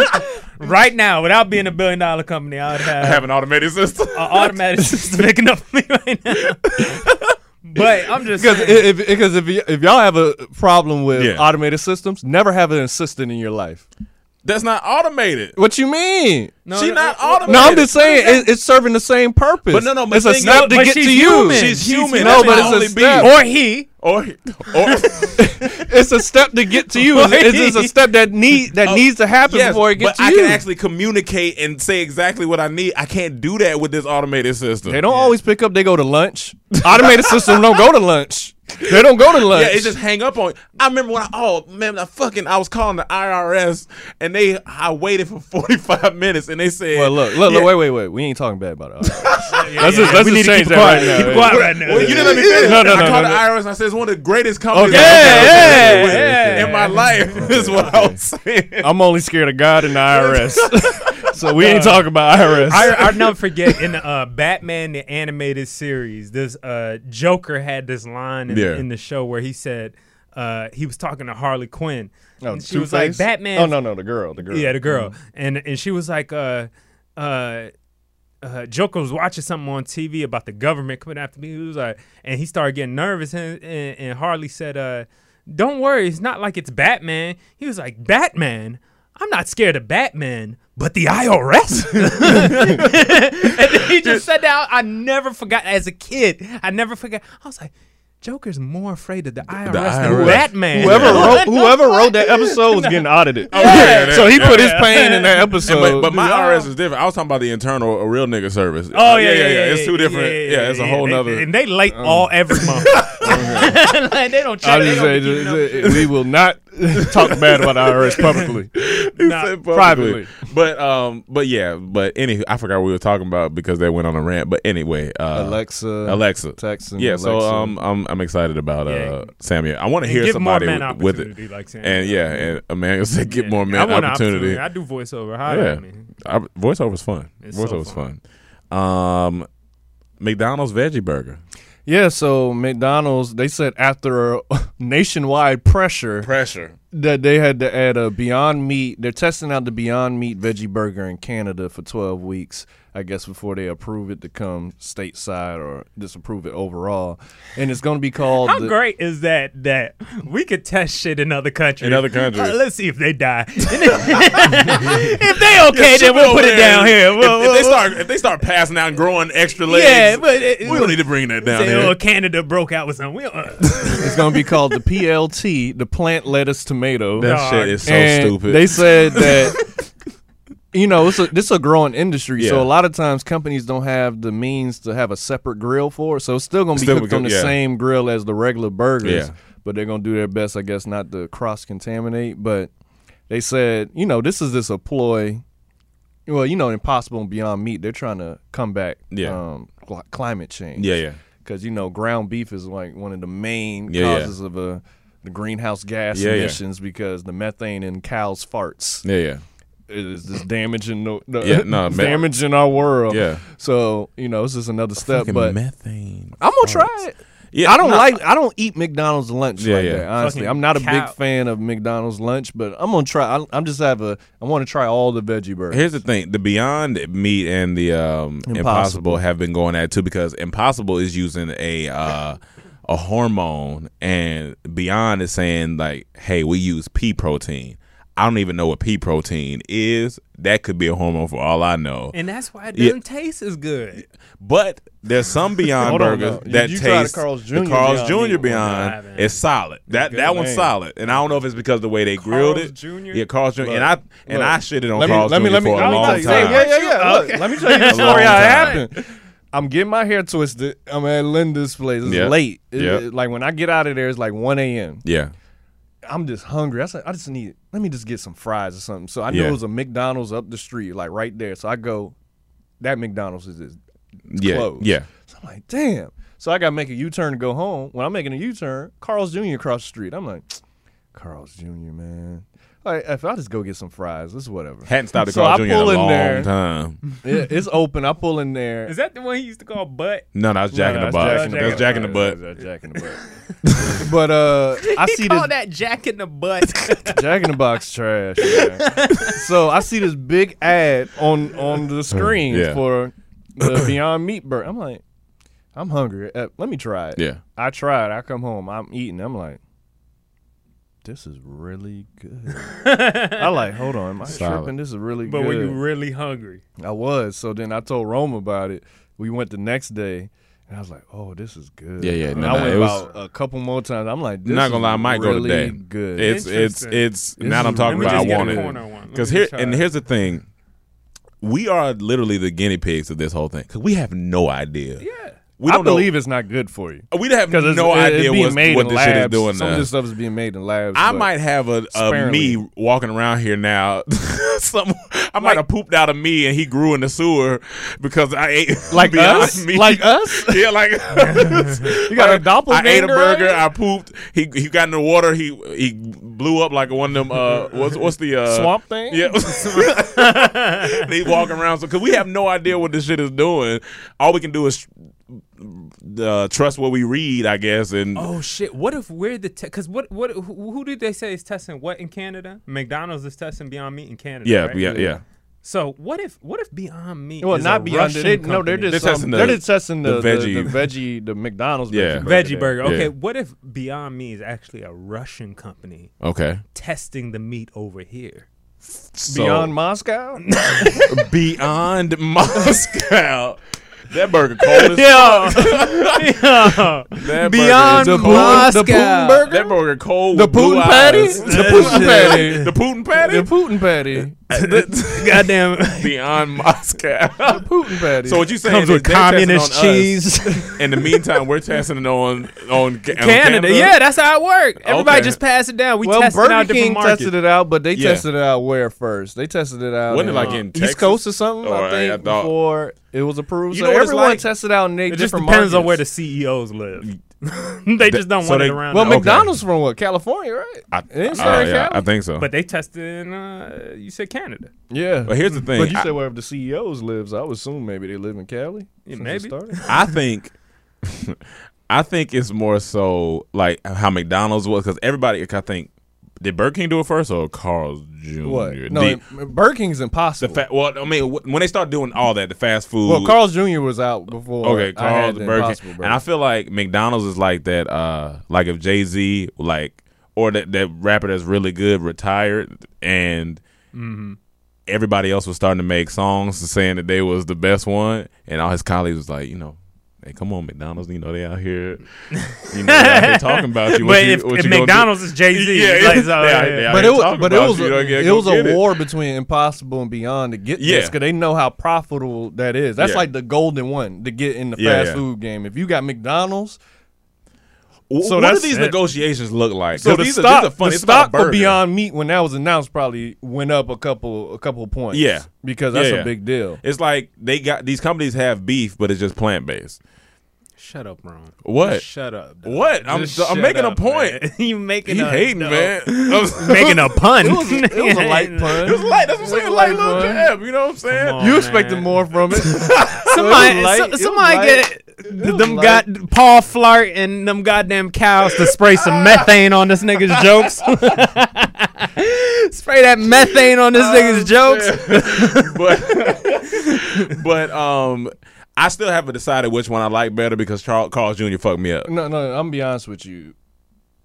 [SPEAKER 8] *laughs* right now, without being a billion dollar company, I would have,
[SPEAKER 6] I have an automated system.
[SPEAKER 8] an automatic system making up for me
[SPEAKER 7] *laughs*
[SPEAKER 8] right now. but I'm just
[SPEAKER 7] Because
[SPEAKER 8] saying,
[SPEAKER 7] if, because if, y- if y'all have a problem with
[SPEAKER 6] Yeah.
[SPEAKER 7] automated systems, never have an assistant in your life.
[SPEAKER 6] That's not automated.
[SPEAKER 7] What you mean?
[SPEAKER 8] No,
[SPEAKER 6] she
[SPEAKER 8] no,
[SPEAKER 6] not
[SPEAKER 8] no, no,
[SPEAKER 6] automated.
[SPEAKER 7] No, I'm just saying it, it's serving the same purpose.
[SPEAKER 6] But no, no, but
[SPEAKER 7] it's a
[SPEAKER 6] thing is-
[SPEAKER 7] step to
[SPEAKER 8] but
[SPEAKER 7] get
[SPEAKER 8] she's
[SPEAKER 7] to you.
[SPEAKER 8] human.
[SPEAKER 6] She's
[SPEAKER 8] She's
[SPEAKER 6] human.
[SPEAKER 8] human.
[SPEAKER 6] That's
[SPEAKER 7] No, but
[SPEAKER 6] my
[SPEAKER 7] it's a
[SPEAKER 6] only
[SPEAKER 8] *laughs*
[SPEAKER 7] step.
[SPEAKER 6] beef.
[SPEAKER 8] or he,
[SPEAKER 6] Or, or,
[SPEAKER 7] It's a step to get to you. It's, it's just a step that need that needs to
[SPEAKER 6] *laughs*
[SPEAKER 7] happen
[SPEAKER 6] Oh. yes,
[SPEAKER 7] before it
[SPEAKER 6] but
[SPEAKER 7] gets to
[SPEAKER 6] I
[SPEAKER 7] you.
[SPEAKER 6] can actually communicate and say exactly what I need. I can't do that with this automated system.
[SPEAKER 7] they don't always pick up. They go to lunch. Automated system don't go to lunch. They don't go to lunch.
[SPEAKER 6] Yeah, it just hang up on. I remember when I oh man, I fucking I was calling the IRS and they I waited for *laughs* forty five minutes and they said,
[SPEAKER 7] Well, look, look,
[SPEAKER 6] Yeah.
[SPEAKER 7] look, wait, wait, wait. We ain't talking bad about it.
[SPEAKER 6] *laughs*
[SPEAKER 7] Let's just, let's just
[SPEAKER 8] We need to
[SPEAKER 7] change
[SPEAKER 8] keep it
[SPEAKER 7] that right
[SPEAKER 8] quiet.
[SPEAKER 7] now.
[SPEAKER 8] Keep it
[SPEAKER 7] Yeah.
[SPEAKER 8] quiet right now.
[SPEAKER 6] Well, you didn't let *laughs*
[SPEAKER 8] *laughs*
[SPEAKER 6] me finish.
[SPEAKER 7] No, no,
[SPEAKER 6] I
[SPEAKER 7] no,
[SPEAKER 6] called the
[SPEAKER 7] no, no.
[SPEAKER 6] IRS and I said it's one of the greatest companies
[SPEAKER 7] Okay,
[SPEAKER 6] I've
[SPEAKER 7] yeah,
[SPEAKER 6] ever dealt with
[SPEAKER 8] yeah.
[SPEAKER 6] in my life. *laughs* Is what I was saying.
[SPEAKER 7] I'm only scared of God and the
[SPEAKER 6] *laughs*
[SPEAKER 7] IRS. so we ain't talking about IRS.
[SPEAKER 8] I, I never forget in uh, Batman the animated series, this uh, Joker had this line in,
[SPEAKER 6] Yeah.
[SPEAKER 8] in the show where he said uh, he was talking to Harley Quinn,
[SPEAKER 7] Oh,
[SPEAKER 8] and she was like,
[SPEAKER 7] Two-Face?
[SPEAKER 8] "Batman."
[SPEAKER 7] Oh no, no, the girl, the girl. *laughs* Mm-hmm.
[SPEAKER 8] Yeah, the girl, and and she was like, uh, uh, uh, Joker was watching something on TV about the government coming after me. He was like, and he started getting nervous, and and, and Harley said, uh, "Don't worry, it's not like it's Batman." He was like, "Batman." I'm not scared of Batman, but the IRS. *laughs* and then he just said that. I never forgot as a kid. I never forgot. I was like, Joker's more afraid of the IRS, than
[SPEAKER 6] IRS.
[SPEAKER 8] Batman. *laughs*
[SPEAKER 7] Whoever
[SPEAKER 8] What
[SPEAKER 7] wrote
[SPEAKER 8] the
[SPEAKER 7] whoever wrote that episode was getting audited.
[SPEAKER 6] yeah, yeah,
[SPEAKER 7] so he
[SPEAKER 6] yeah.
[SPEAKER 7] put his pain in that
[SPEAKER 6] And
[SPEAKER 7] episode.
[SPEAKER 6] but, but my IRS is different. I was talking about the internal, a real nigga service.
[SPEAKER 8] Oh yeah, yeah, yeah.
[SPEAKER 6] Uh, It's two different. Yeah, it's a whole
[SPEAKER 8] They-
[SPEAKER 6] nother. Um,
[SPEAKER 8] And they late all every month. *laughs* like, they don't
[SPEAKER 7] I
[SPEAKER 8] check. They
[SPEAKER 7] just
[SPEAKER 8] don't
[SPEAKER 7] say
[SPEAKER 8] be keeping up.
[SPEAKER 7] just- we will not talk bad about the IRS publicly.
[SPEAKER 6] *laughs* He
[SPEAKER 8] Nah,
[SPEAKER 6] said publicly.
[SPEAKER 7] privately.
[SPEAKER 6] But um, but yeah, but anyway, I forgot what we were talking about because they went on a rant. But anyway, uh,
[SPEAKER 7] Alexa,
[SPEAKER 6] Alexa,
[SPEAKER 7] Texan,
[SPEAKER 6] yeah. So
[SPEAKER 7] Alexa.
[SPEAKER 6] um, I'm I'm excited about uh
[SPEAKER 8] Yeah.
[SPEAKER 6] Samuel. I want to
[SPEAKER 8] And
[SPEAKER 6] hear
[SPEAKER 8] give more
[SPEAKER 6] somebody
[SPEAKER 8] men
[SPEAKER 6] with, with
[SPEAKER 8] opportunity
[SPEAKER 6] it.
[SPEAKER 8] like Samuel.
[SPEAKER 6] and yeah, and Emmanuel said, "Get more
[SPEAKER 8] I
[SPEAKER 6] man
[SPEAKER 8] want an
[SPEAKER 6] opportunity."
[SPEAKER 8] I do voiceover. Hi,
[SPEAKER 6] Yeah,
[SPEAKER 8] I mean.
[SPEAKER 6] I, voiceover's fun.
[SPEAKER 8] It's so
[SPEAKER 6] voiceover's fun. Um, McDonald's veggie burger.
[SPEAKER 7] yeah, so McDonald's they said after *laughs* nationwide pressure
[SPEAKER 6] Pressure.
[SPEAKER 7] that they had to add a Beyond Meat. They're testing out the Beyond Meat veggie burger in Canada for 12 weeks, I guess, before they approve it to come stateside or disapprove it overall. And it's going to be called.
[SPEAKER 8] How
[SPEAKER 7] the-
[SPEAKER 8] great is that? That we could test shit in other countries.
[SPEAKER 6] In other countries.
[SPEAKER 8] Uh, let's see if
[SPEAKER 6] *laughs*
[SPEAKER 8] they die. *laughs* if they okay, then we'll
[SPEAKER 6] Over
[SPEAKER 8] put it
[SPEAKER 6] there,
[SPEAKER 8] down here.
[SPEAKER 6] If,
[SPEAKER 8] We'll-
[SPEAKER 6] if they
[SPEAKER 8] we'll-
[SPEAKER 6] start if they start passing out and growing extra legs,
[SPEAKER 8] yeah, but it,
[SPEAKER 6] we don't need to bring that down
[SPEAKER 8] say,
[SPEAKER 6] here.
[SPEAKER 8] oh, Canada broke out with something. We don't, uh,
[SPEAKER 6] *laughs*
[SPEAKER 7] It's going to be called the PLT, the plant lettuce tomato.
[SPEAKER 6] That
[SPEAKER 8] Dog.
[SPEAKER 6] shit is so
[SPEAKER 7] And
[SPEAKER 6] stupid. *laughs*
[SPEAKER 7] They said that you know it's a this a growing industry, so
[SPEAKER 6] Yeah.
[SPEAKER 7] a lot of times companies don't have the means to have a separate grill for it. So it's still gonna be
[SPEAKER 6] Still
[SPEAKER 7] cooked
[SPEAKER 6] gonna-
[SPEAKER 7] on the
[SPEAKER 6] yeah.
[SPEAKER 7] same grill as the regular burgers,
[SPEAKER 6] Yeah.
[SPEAKER 7] but they're gonna do their best, I guess, not to cross contaminate. But they said, you know, this is this a ploy. Well, you know, Impossible and Beyond Meat, they're trying to combat
[SPEAKER 6] Yeah.
[SPEAKER 7] um, cl- climate change.
[SPEAKER 6] yeah, yeah.
[SPEAKER 7] Because you know, ground beef is like one of the main
[SPEAKER 6] Yeah, yeah.
[SPEAKER 7] causes of uh, the greenhouse gas
[SPEAKER 6] Yeah, yeah.
[SPEAKER 7] emissions because the methane in cows' farts
[SPEAKER 6] Yeah, yeah.
[SPEAKER 7] is just damaging the, the
[SPEAKER 6] Yeah,
[SPEAKER 7] *laughs*
[SPEAKER 6] no, man.
[SPEAKER 7] damaging our world.
[SPEAKER 6] Yeah.
[SPEAKER 8] Uh,
[SPEAKER 7] So you know, it's just another step.
[SPEAKER 6] Fucking
[SPEAKER 7] But
[SPEAKER 6] methane.
[SPEAKER 7] I'm gonna try it.
[SPEAKER 6] Yeah,
[SPEAKER 7] I don't
[SPEAKER 6] no,
[SPEAKER 7] like. I don't eat McDonald's lunch
[SPEAKER 6] Yeah,
[SPEAKER 7] like
[SPEAKER 6] yeah.
[SPEAKER 7] that. Honestly,
[SPEAKER 8] Fucking
[SPEAKER 7] I'm not a
[SPEAKER 8] cow.
[SPEAKER 7] big fan of McDonald's lunch, but I'm gonna try. I, I'm just have a. I want to try all the veggie burgers.
[SPEAKER 6] Here's the thing: the Beyond Meat and the um, Impossible.
[SPEAKER 7] Impossible
[SPEAKER 6] have been going at it too because Impossible is using a uh, a hormone, and Beyond is saying like, "Hey, we use pea protein." I don't even know what pea protein is. That could be a hormone for all I know.
[SPEAKER 8] And that's why it
[SPEAKER 6] Yeah.
[SPEAKER 8] doesn't taste as good.
[SPEAKER 6] But there's
[SPEAKER 7] *laughs*
[SPEAKER 6] some Beyond
[SPEAKER 7] Hold on,
[SPEAKER 6] burgers
[SPEAKER 7] no. You-
[SPEAKER 6] that
[SPEAKER 7] you tried
[SPEAKER 6] taste
[SPEAKER 7] the Carl's
[SPEAKER 6] the
[SPEAKER 7] Jr.
[SPEAKER 6] Carl's
[SPEAKER 7] Beyond
[SPEAKER 6] Jr.
[SPEAKER 7] Meat one.
[SPEAKER 8] I
[SPEAKER 6] Beyond
[SPEAKER 8] haven't.
[SPEAKER 6] is solid. That that one's
[SPEAKER 7] man.
[SPEAKER 6] solid, and I don't know if it's because the way they grilled
[SPEAKER 8] Carl's
[SPEAKER 6] it.
[SPEAKER 8] Jr.?
[SPEAKER 6] Yeah, Carl's Jr. and I and
[SPEAKER 7] Look,
[SPEAKER 6] I shitted on
[SPEAKER 7] let me,
[SPEAKER 6] Carl's
[SPEAKER 7] let me,
[SPEAKER 6] Jr.
[SPEAKER 7] let me,
[SPEAKER 6] for a
[SPEAKER 7] let me
[SPEAKER 6] long
[SPEAKER 7] tell you-
[SPEAKER 6] time.
[SPEAKER 7] Yeah, yeah, yeah. Look,
[SPEAKER 8] Okay. *laughs*
[SPEAKER 7] let me tell you the
[SPEAKER 6] A long
[SPEAKER 7] story how it
[SPEAKER 6] time.
[SPEAKER 7] happened. *laughs* I'm getting my hair twisted. I'm at Linda's place. It's
[SPEAKER 6] Yeah.
[SPEAKER 7] late. It-
[SPEAKER 6] Yeah.
[SPEAKER 7] it- like when I get out of there, it's like 1 a.m.
[SPEAKER 6] yeah.
[SPEAKER 7] I'm just hungry. I said, I just need. Let me just get some fries or something. So I knew
[SPEAKER 6] Yeah.
[SPEAKER 7] it was a McDonald's up the street, like right there. So I go. That McDonald's is is
[SPEAKER 6] yeah,
[SPEAKER 7] closed.
[SPEAKER 6] Yeah.
[SPEAKER 7] So I'm like, damn. So I gotta make a U-turn to go home. When I'm making a U-turn, Carl's Jr. across the street. I'm like, Carl's Jr. Man, like if I just go get some fries, it's whatever.
[SPEAKER 6] Hadn't stopped at
[SPEAKER 7] So
[SPEAKER 6] Carl's Jr.
[SPEAKER 7] I
[SPEAKER 6] in a
[SPEAKER 7] pull in
[SPEAKER 6] long
[SPEAKER 7] there.
[SPEAKER 6] time.
[SPEAKER 7] Yeah, it's open. I pull in there.
[SPEAKER 8] Is that the one he used to call butt?
[SPEAKER 6] No,
[SPEAKER 7] *laughs*
[SPEAKER 6] no, that's Jack in the Box. That's Jack in the Butt.
[SPEAKER 7] That's Jack in the Butt. *laughs* but uh, I
[SPEAKER 8] *laughs* he
[SPEAKER 7] see this
[SPEAKER 8] called that Jack in the butt.
[SPEAKER 7] *laughs* Jack in the Box trash. man. so I see this big ad on on the screen
[SPEAKER 6] Mm, Yeah.
[SPEAKER 7] for
[SPEAKER 6] *coughs*
[SPEAKER 7] the Beyond Meat burger. I'm like, I'm hungry. Uh, let me try it.
[SPEAKER 6] Yeah.
[SPEAKER 7] I try it. I come home. I'm eating. I'm like, this is really
[SPEAKER 8] *laughs*
[SPEAKER 7] good. I like. Hold on. Am I
[SPEAKER 6] Solid.
[SPEAKER 7] tripping? This is really
[SPEAKER 8] *laughs* but
[SPEAKER 7] good.
[SPEAKER 8] were you really hungry?
[SPEAKER 7] I was. So then I told Rome about it. We went the next day. And I was like, "Oh, this is good."
[SPEAKER 6] Yeah, yeah,
[SPEAKER 7] And
[SPEAKER 6] no,
[SPEAKER 7] I
[SPEAKER 6] no,
[SPEAKER 7] went
[SPEAKER 6] it was-
[SPEAKER 7] about a couple more times. I'm like, "This
[SPEAKER 6] not gonna lie, I
[SPEAKER 7] is
[SPEAKER 6] might
[SPEAKER 7] really
[SPEAKER 6] go today.
[SPEAKER 7] Good.
[SPEAKER 6] It's it's
[SPEAKER 8] Interesting.
[SPEAKER 6] it's now that I'm
[SPEAKER 7] is
[SPEAKER 6] talking
[SPEAKER 7] really
[SPEAKER 6] about. I
[SPEAKER 7] Let me just
[SPEAKER 6] want
[SPEAKER 7] get a
[SPEAKER 8] corner one. Let
[SPEAKER 6] it
[SPEAKER 8] me
[SPEAKER 6] because
[SPEAKER 8] just
[SPEAKER 6] here
[SPEAKER 8] try
[SPEAKER 6] and
[SPEAKER 8] it.
[SPEAKER 6] here's the thing. We are literally the guinea pigs of this whole thing because we have no idea. Yeah, we
[SPEAKER 7] I
[SPEAKER 6] don't
[SPEAKER 7] believe it's not good for you.
[SPEAKER 6] know. We have
[SPEAKER 7] Because
[SPEAKER 6] no
[SPEAKER 7] it's,
[SPEAKER 6] idea
[SPEAKER 7] it's being
[SPEAKER 6] what's-
[SPEAKER 7] made
[SPEAKER 6] what
[SPEAKER 7] in
[SPEAKER 6] this
[SPEAKER 7] labs.
[SPEAKER 6] shit is doing.
[SPEAKER 7] Some
[SPEAKER 6] to
[SPEAKER 7] of this
[SPEAKER 6] us.
[SPEAKER 7] stuff is being made in labs.
[SPEAKER 6] I
[SPEAKER 7] but
[SPEAKER 6] might have a, a
[SPEAKER 7] Sparingly.
[SPEAKER 6] me walking around here now. *laughs* Some I might have pooped out of me and he grew in the sewer because I ate
[SPEAKER 7] Like
[SPEAKER 6] *laughs* beyond
[SPEAKER 7] us?
[SPEAKER 6] me.
[SPEAKER 7] Like us?
[SPEAKER 6] *laughs* yeah, like us.
[SPEAKER 7] *laughs* You got a
[SPEAKER 6] I
[SPEAKER 7] doppelganger.
[SPEAKER 6] ate a burger.
[SPEAKER 7] right?
[SPEAKER 6] I pooped. He he got in the water. He he blew up like one of them. Uh, what's what's the uh,
[SPEAKER 7] Swamp thing?
[SPEAKER 6] Yeah, *laughs* they walking around. So, cause we have no idea what this shit is doing. All we can do is uh, trust what we read, I guess. And
[SPEAKER 8] Oh shit! What if we're the because what what who, who did they say is testing what in Canada? McDonald's is testing Beyond Meat in Canada.
[SPEAKER 6] yeah,
[SPEAKER 8] right?
[SPEAKER 6] yeah, yeah.
[SPEAKER 8] So what if what if Beyond Meat?
[SPEAKER 7] Well,
[SPEAKER 8] is
[SPEAKER 7] not
[SPEAKER 8] a
[SPEAKER 7] beyond.
[SPEAKER 8] Russian
[SPEAKER 7] They, no, they're
[SPEAKER 8] company?
[SPEAKER 7] just
[SPEAKER 6] They're
[SPEAKER 7] um,
[SPEAKER 6] testing the-
[SPEAKER 7] they're just testing
[SPEAKER 6] the
[SPEAKER 7] the, the, the
[SPEAKER 6] veggie.
[SPEAKER 7] veggie, the McDonald's
[SPEAKER 6] Yeah.
[SPEAKER 7] veggie
[SPEAKER 8] veggie
[SPEAKER 7] there.
[SPEAKER 8] burger. Okay,
[SPEAKER 6] Yeah.
[SPEAKER 8] what if Beyond Meat is actually a Russian company
[SPEAKER 6] Okay.
[SPEAKER 8] testing the meat over here?
[SPEAKER 6] So-
[SPEAKER 7] Beyond
[SPEAKER 6] *laughs*
[SPEAKER 7] Moscow.
[SPEAKER 6] Beyond Moscow. That burger
[SPEAKER 7] *laughs*
[SPEAKER 6] cold as
[SPEAKER 8] *laughs* yeah.
[SPEAKER 6] that
[SPEAKER 8] Beyond
[SPEAKER 6] burger is
[SPEAKER 8] the
[SPEAKER 6] cold.
[SPEAKER 7] The
[SPEAKER 8] Moscow.
[SPEAKER 7] Putin burger.
[SPEAKER 6] That burger cold.
[SPEAKER 7] The
[SPEAKER 6] with blue
[SPEAKER 7] Putin patty?
[SPEAKER 6] eyes.
[SPEAKER 7] The Putin patty.
[SPEAKER 6] The Putin patty.
[SPEAKER 7] The Putin patty.
[SPEAKER 6] *laughs*
[SPEAKER 8] Goddamn.
[SPEAKER 6] Beyond Moscow.
[SPEAKER 7] Putin patty.
[SPEAKER 6] so what you saying
[SPEAKER 8] Comes with
[SPEAKER 6] is they're testing
[SPEAKER 8] communist
[SPEAKER 6] on us. *laughs*
[SPEAKER 8] cheese.
[SPEAKER 6] In the meantime, we're testing it on on Ca- on
[SPEAKER 8] Canada. Yeah, that's how it worked. Everybody
[SPEAKER 6] Okay.
[SPEAKER 8] just passed it down. We
[SPEAKER 7] well,
[SPEAKER 8] tested out
[SPEAKER 7] Burger
[SPEAKER 8] different
[SPEAKER 7] King
[SPEAKER 8] markets.
[SPEAKER 7] tested it out, but they
[SPEAKER 6] Yeah.
[SPEAKER 7] tested it out where first? They tested it out.
[SPEAKER 6] Wasn't it
[SPEAKER 7] in,
[SPEAKER 6] like
[SPEAKER 7] uh,
[SPEAKER 6] in Texas?
[SPEAKER 7] East Coast or something?
[SPEAKER 6] Or,
[SPEAKER 7] I
[SPEAKER 6] uh,
[SPEAKER 7] think
[SPEAKER 6] I thought-
[SPEAKER 7] before it was approved.
[SPEAKER 6] You
[SPEAKER 7] so
[SPEAKER 6] know what it's
[SPEAKER 7] everyone
[SPEAKER 6] like?
[SPEAKER 7] tested out in eight
[SPEAKER 8] It just
[SPEAKER 7] different
[SPEAKER 8] depends on where the
[SPEAKER 7] markets.
[SPEAKER 8] CEOs live. *laughs* they just don't
[SPEAKER 6] so
[SPEAKER 8] want
[SPEAKER 6] they-
[SPEAKER 8] it around.
[SPEAKER 7] Well,
[SPEAKER 8] them.
[SPEAKER 7] McDonald's from what? California, right?
[SPEAKER 6] I,
[SPEAKER 7] It ain't
[SPEAKER 6] I-
[SPEAKER 7] Southern
[SPEAKER 6] yeah, I
[SPEAKER 7] Cali.
[SPEAKER 6] think so.
[SPEAKER 8] but they tested in. Uh, you said Canada.
[SPEAKER 7] yeah.
[SPEAKER 6] But here's the thing.
[SPEAKER 7] But you
[SPEAKER 6] I-
[SPEAKER 7] said wherever the E CEOs lives, I would assume maybe they live in Cali.
[SPEAKER 8] Yeah,
[SPEAKER 7] since it
[SPEAKER 6] *laughs*
[SPEAKER 8] maybe.
[SPEAKER 7] started.
[SPEAKER 6] *laughs* I think I think it's more so like how McDonald's was because everybody I think did Burger King do it first or Carl's Jr.
[SPEAKER 7] What? No,
[SPEAKER 6] The-
[SPEAKER 7] it- Burger King's
[SPEAKER 6] the
[SPEAKER 7] impossible.
[SPEAKER 6] fa- well, I mean, wh- when they start doing all that, the fast food.
[SPEAKER 7] well, Carl's Jr. was out before.
[SPEAKER 6] okay,
[SPEAKER 7] I had
[SPEAKER 6] Carl's
[SPEAKER 7] the
[SPEAKER 6] Burger
[SPEAKER 7] Impossible
[SPEAKER 6] King,
[SPEAKER 7] Burger.
[SPEAKER 6] and I feel like McDonald's is like that. Uh, like if Jay Z, like, or that that rapper that's really good retired, and
[SPEAKER 7] Mm-hmm.
[SPEAKER 6] everybody else was starting to make songs saying that they was the best one, and all his colleagues was like, you know. Hey, come on, McDonald's! You know they out here, you know, they out here talking
[SPEAKER 7] *laughs*
[SPEAKER 6] about you. What
[SPEAKER 8] But
[SPEAKER 6] you-
[SPEAKER 8] if,
[SPEAKER 6] what
[SPEAKER 8] if
[SPEAKER 6] you gonna do?
[SPEAKER 8] McDonald's is Jay Z,
[SPEAKER 6] Yeah,
[SPEAKER 8] like,
[SPEAKER 6] yeah. *laughs*
[SPEAKER 8] so,
[SPEAKER 6] Yeah,
[SPEAKER 8] yeah.
[SPEAKER 6] yeah.
[SPEAKER 7] but
[SPEAKER 6] I
[SPEAKER 7] it
[SPEAKER 6] ain't
[SPEAKER 7] was,
[SPEAKER 6] talking
[SPEAKER 7] but it
[SPEAKER 6] about
[SPEAKER 7] was
[SPEAKER 6] you,
[SPEAKER 7] a,
[SPEAKER 6] dog. Yeah,
[SPEAKER 7] it
[SPEAKER 6] go
[SPEAKER 7] was
[SPEAKER 6] get
[SPEAKER 7] a
[SPEAKER 6] it.
[SPEAKER 7] war between Impossible and Beyond to get this 'cause
[SPEAKER 6] Yeah.
[SPEAKER 7] because they know how profitable that is. That's
[SPEAKER 6] Yeah.
[SPEAKER 7] like the golden one to get in the
[SPEAKER 6] Yeah,
[SPEAKER 7] fast
[SPEAKER 6] yeah.
[SPEAKER 7] food game. If you got McDonald's,
[SPEAKER 6] Wh-
[SPEAKER 7] So
[SPEAKER 6] what do
[SPEAKER 7] that's-
[SPEAKER 6] these
[SPEAKER 7] it.
[SPEAKER 6] negotiations look like?
[SPEAKER 7] so
[SPEAKER 6] 'Cause
[SPEAKER 7] the
[SPEAKER 6] these are- these
[SPEAKER 7] stock,
[SPEAKER 6] are funny.
[SPEAKER 7] the
[SPEAKER 6] It's about
[SPEAKER 7] stock for
[SPEAKER 6] burger.
[SPEAKER 7] Beyond Meat when that was announced probably went up a couple a couple points.
[SPEAKER 6] Yeah.
[SPEAKER 7] because that's
[SPEAKER 6] Yeah, yeah.
[SPEAKER 7] a big deal.
[SPEAKER 6] It's like they got these companies have beef, but it's just plant based.
[SPEAKER 8] Shut up, Ron.
[SPEAKER 6] What?
[SPEAKER 8] Just shut up. dog.
[SPEAKER 6] What? I'm-
[SPEAKER 8] Just
[SPEAKER 6] I'm
[SPEAKER 8] shut
[SPEAKER 6] making a
[SPEAKER 8] up,
[SPEAKER 6] point. *laughs*
[SPEAKER 8] man. *laughs* you making
[SPEAKER 6] He
[SPEAKER 8] a
[SPEAKER 6] hating,
[SPEAKER 8] no.
[SPEAKER 6] man.
[SPEAKER 8] *laughs*
[SPEAKER 6] *laughs*
[SPEAKER 8] Making a
[SPEAKER 7] *laughs*
[SPEAKER 8] pun.
[SPEAKER 7] It was, a- it
[SPEAKER 8] *laughs*
[SPEAKER 7] was a light pun.
[SPEAKER 6] It was light. That's what I'm
[SPEAKER 7] It was
[SPEAKER 6] saying.
[SPEAKER 7] a
[SPEAKER 6] Light
[SPEAKER 7] light
[SPEAKER 6] little
[SPEAKER 7] pun.
[SPEAKER 6] jab. You know what I'm saying?
[SPEAKER 8] on.
[SPEAKER 6] You-
[SPEAKER 7] You
[SPEAKER 8] Oh,
[SPEAKER 7] expected
[SPEAKER 8] man.
[SPEAKER 7] more from it.
[SPEAKER 8] Somebody,
[SPEAKER 7] light.
[SPEAKER 8] so-
[SPEAKER 7] It was
[SPEAKER 8] somebody
[SPEAKER 7] light.
[SPEAKER 8] get Th- them god Paul Flart and them goddamn cows to
[SPEAKER 7] *laughs*
[SPEAKER 8] spray some methane on this nigga's jokes. spray that methane on this nigga's jokes.
[SPEAKER 6] but but *laughs* um, I still haven't decided which one I like better because Charles Carl Jr. fucked me up.
[SPEAKER 7] No, no, I'm gonna be honest with you.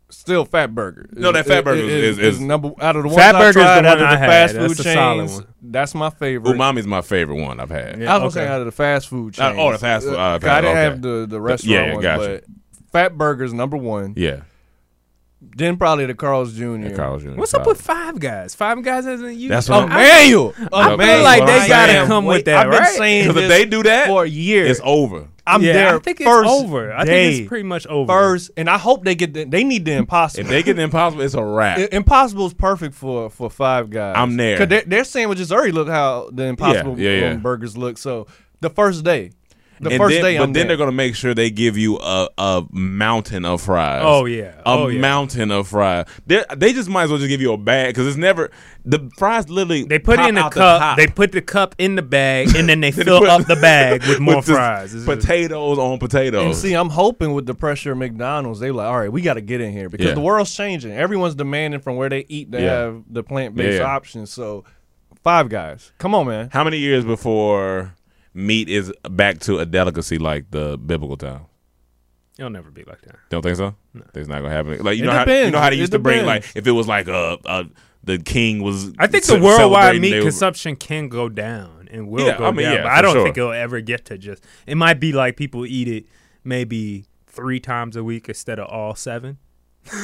[SPEAKER 7] Still, Fat Burger.
[SPEAKER 6] No, that Fat Burger is- is-
[SPEAKER 7] number out of the ones
[SPEAKER 8] Fat
[SPEAKER 7] I've
[SPEAKER 8] Burger's
[SPEAKER 7] tried,
[SPEAKER 8] the
[SPEAKER 7] out
[SPEAKER 8] one
[SPEAKER 7] of the
[SPEAKER 8] I had.
[SPEAKER 7] fast
[SPEAKER 8] That's
[SPEAKER 7] food
[SPEAKER 8] a solid
[SPEAKER 7] chains.
[SPEAKER 8] one.
[SPEAKER 7] That's my favorite.
[SPEAKER 6] Umami's my favorite one I've had.
[SPEAKER 7] I was
[SPEAKER 8] okay.
[SPEAKER 7] saying out of the fast food
[SPEAKER 6] Uh,
[SPEAKER 7] chains.
[SPEAKER 6] oh, the fast food, uh,
[SPEAKER 7] I didn't
[SPEAKER 6] okay.
[SPEAKER 7] have the the restaurant
[SPEAKER 6] yeah,
[SPEAKER 7] one,
[SPEAKER 6] gotcha.
[SPEAKER 7] but Fat Burger's number one.
[SPEAKER 6] Yeah,
[SPEAKER 7] Then probably the Carl's Jr.
[SPEAKER 6] Carl Jr.
[SPEAKER 8] What's up with Five Guys? Five Guys hasn't you?
[SPEAKER 6] That's what I'm-
[SPEAKER 7] Emmanuel.
[SPEAKER 8] I feel
[SPEAKER 7] Emmanuel.
[SPEAKER 8] like they
[SPEAKER 7] I
[SPEAKER 8] gotta
[SPEAKER 7] am
[SPEAKER 8] come
[SPEAKER 7] wait-
[SPEAKER 8] with that,
[SPEAKER 7] I've been
[SPEAKER 8] right?
[SPEAKER 7] saying
[SPEAKER 6] Because if
[SPEAKER 7] this
[SPEAKER 6] Uh, they do that,
[SPEAKER 7] for years.
[SPEAKER 6] It's over.
[SPEAKER 7] I'm
[SPEAKER 8] yeah,
[SPEAKER 7] there.
[SPEAKER 8] I think it's
[SPEAKER 7] first
[SPEAKER 8] over. I think
[SPEAKER 7] day.
[SPEAKER 8] it's pretty much over.
[SPEAKER 7] first, and I hope they get. The, they need the impossible.
[SPEAKER 6] If they get the impossible, it's a wrap.
[SPEAKER 7] I- Impossible is perfect for for five guys.
[SPEAKER 6] I'm there.
[SPEAKER 7] Cause their, their sandwiches already look how the impossible
[SPEAKER 6] yeah, yeah.
[SPEAKER 7] um, burgers look. So the first day, the
[SPEAKER 6] And
[SPEAKER 7] first
[SPEAKER 6] then,
[SPEAKER 7] day,
[SPEAKER 6] but
[SPEAKER 7] I'm
[SPEAKER 6] then
[SPEAKER 7] there.
[SPEAKER 6] they're gonna make sure they give you a, a mountain of fries.
[SPEAKER 8] Oh, yeah.
[SPEAKER 6] a
[SPEAKER 8] Oh, yeah.
[SPEAKER 6] mountain of fries. They they just might as well just give you a bag because it's never the fries literally
[SPEAKER 8] They put
[SPEAKER 6] pop
[SPEAKER 8] it in a
[SPEAKER 6] out the
[SPEAKER 8] cup.
[SPEAKER 6] top
[SPEAKER 8] they put the cup in the bag, and then
[SPEAKER 6] *laughs*
[SPEAKER 8] they
[SPEAKER 6] They
[SPEAKER 8] fill
[SPEAKER 6] put-
[SPEAKER 8] up the bag
[SPEAKER 6] *laughs*
[SPEAKER 8] with more
[SPEAKER 6] just
[SPEAKER 8] fries. It's just-
[SPEAKER 6] potatoes on potatoes.
[SPEAKER 7] And see, I'm hoping with the pressure of McDonald's, they like, all right, we got to get in here because
[SPEAKER 6] Yeah.
[SPEAKER 7] the world's changing. Everyone's demanding from where they eat to
[SPEAKER 6] Yeah.
[SPEAKER 7] have the plant based
[SPEAKER 6] Yeah.
[SPEAKER 7] options. So, five guys, come on, man.
[SPEAKER 6] How many years before meat is back to a delicacy like the biblical time?
[SPEAKER 8] It'll never be like that.
[SPEAKER 6] Don't think so. No. It's not gonna happen. Like you
[SPEAKER 7] It
[SPEAKER 6] know, how, you
[SPEAKER 7] depends.
[SPEAKER 6] know how they
[SPEAKER 7] It
[SPEAKER 6] used to bring like
[SPEAKER 7] depends.
[SPEAKER 6] if it was like a, a the king was.
[SPEAKER 8] I think
[SPEAKER 6] ce-
[SPEAKER 8] the worldwide
[SPEAKER 6] celebrating,
[SPEAKER 8] meat
[SPEAKER 6] they would-
[SPEAKER 8] consumption can go down and will
[SPEAKER 6] Yeah,
[SPEAKER 8] go
[SPEAKER 6] I mean,
[SPEAKER 8] down.
[SPEAKER 6] yeah,
[SPEAKER 8] but I
[SPEAKER 6] for
[SPEAKER 8] don't
[SPEAKER 6] sure.
[SPEAKER 8] think it'll ever get to just. It might be like people eat it maybe three times a week instead of all seven.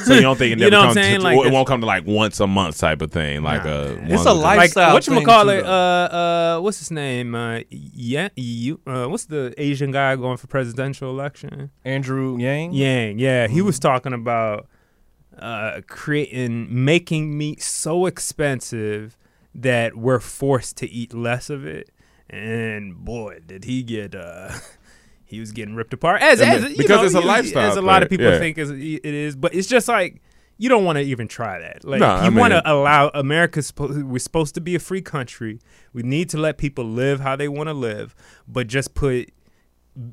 [SPEAKER 6] So you don't think it
[SPEAKER 8] *laughs* You
[SPEAKER 6] never
[SPEAKER 8] know what I'm
[SPEAKER 6] comes
[SPEAKER 8] saying?
[SPEAKER 6] to,
[SPEAKER 8] Like,
[SPEAKER 6] it
[SPEAKER 8] it's-
[SPEAKER 6] won't come to like once a month type of thing. Like a
[SPEAKER 7] It's
[SPEAKER 6] once
[SPEAKER 7] a
[SPEAKER 6] time.
[SPEAKER 7] life-
[SPEAKER 8] Like
[SPEAKER 7] Lifestyle
[SPEAKER 8] what
[SPEAKER 7] thing,
[SPEAKER 8] you call it?
[SPEAKER 7] too,
[SPEAKER 8] Uh, uh, what's his name? Uh, yeah, you. Uh, what's the Asian guy going for presidential election?
[SPEAKER 7] Andrew Yang.
[SPEAKER 8] Yang. Yeah, he
[SPEAKER 6] Mm.
[SPEAKER 8] was talking about uh, creating making meat so expensive that we're forced to eat less of it. And boy, did he get uh *laughs* he was getting ripped apart as,
[SPEAKER 6] And
[SPEAKER 8] as
[SPEAKER 6] be-
[SPEAKER 8] you
[SPEAKER 6] because
[SPEAKER 8] know,
[SPEAKER 6] it's a
[SPEAKER 8] you-
[SPEAKER 6] lifestyle
[SPEAKER 8] As a lot of
[SPEAKER 6] thing,
[SPEAKER 8] people
[SPEAKER 6] yeah.
[SPEAKER 8] think is- it is, but it's just like you don't want to even try that. Like
[SPEAKER 6] Nah, I
[SPEAKER 8] you want
[SPEAKER 6] mean-
[SPEAKER 8] to allow America's suppo- we're supposed to be a free country. We need to let people live how they want to live, but just put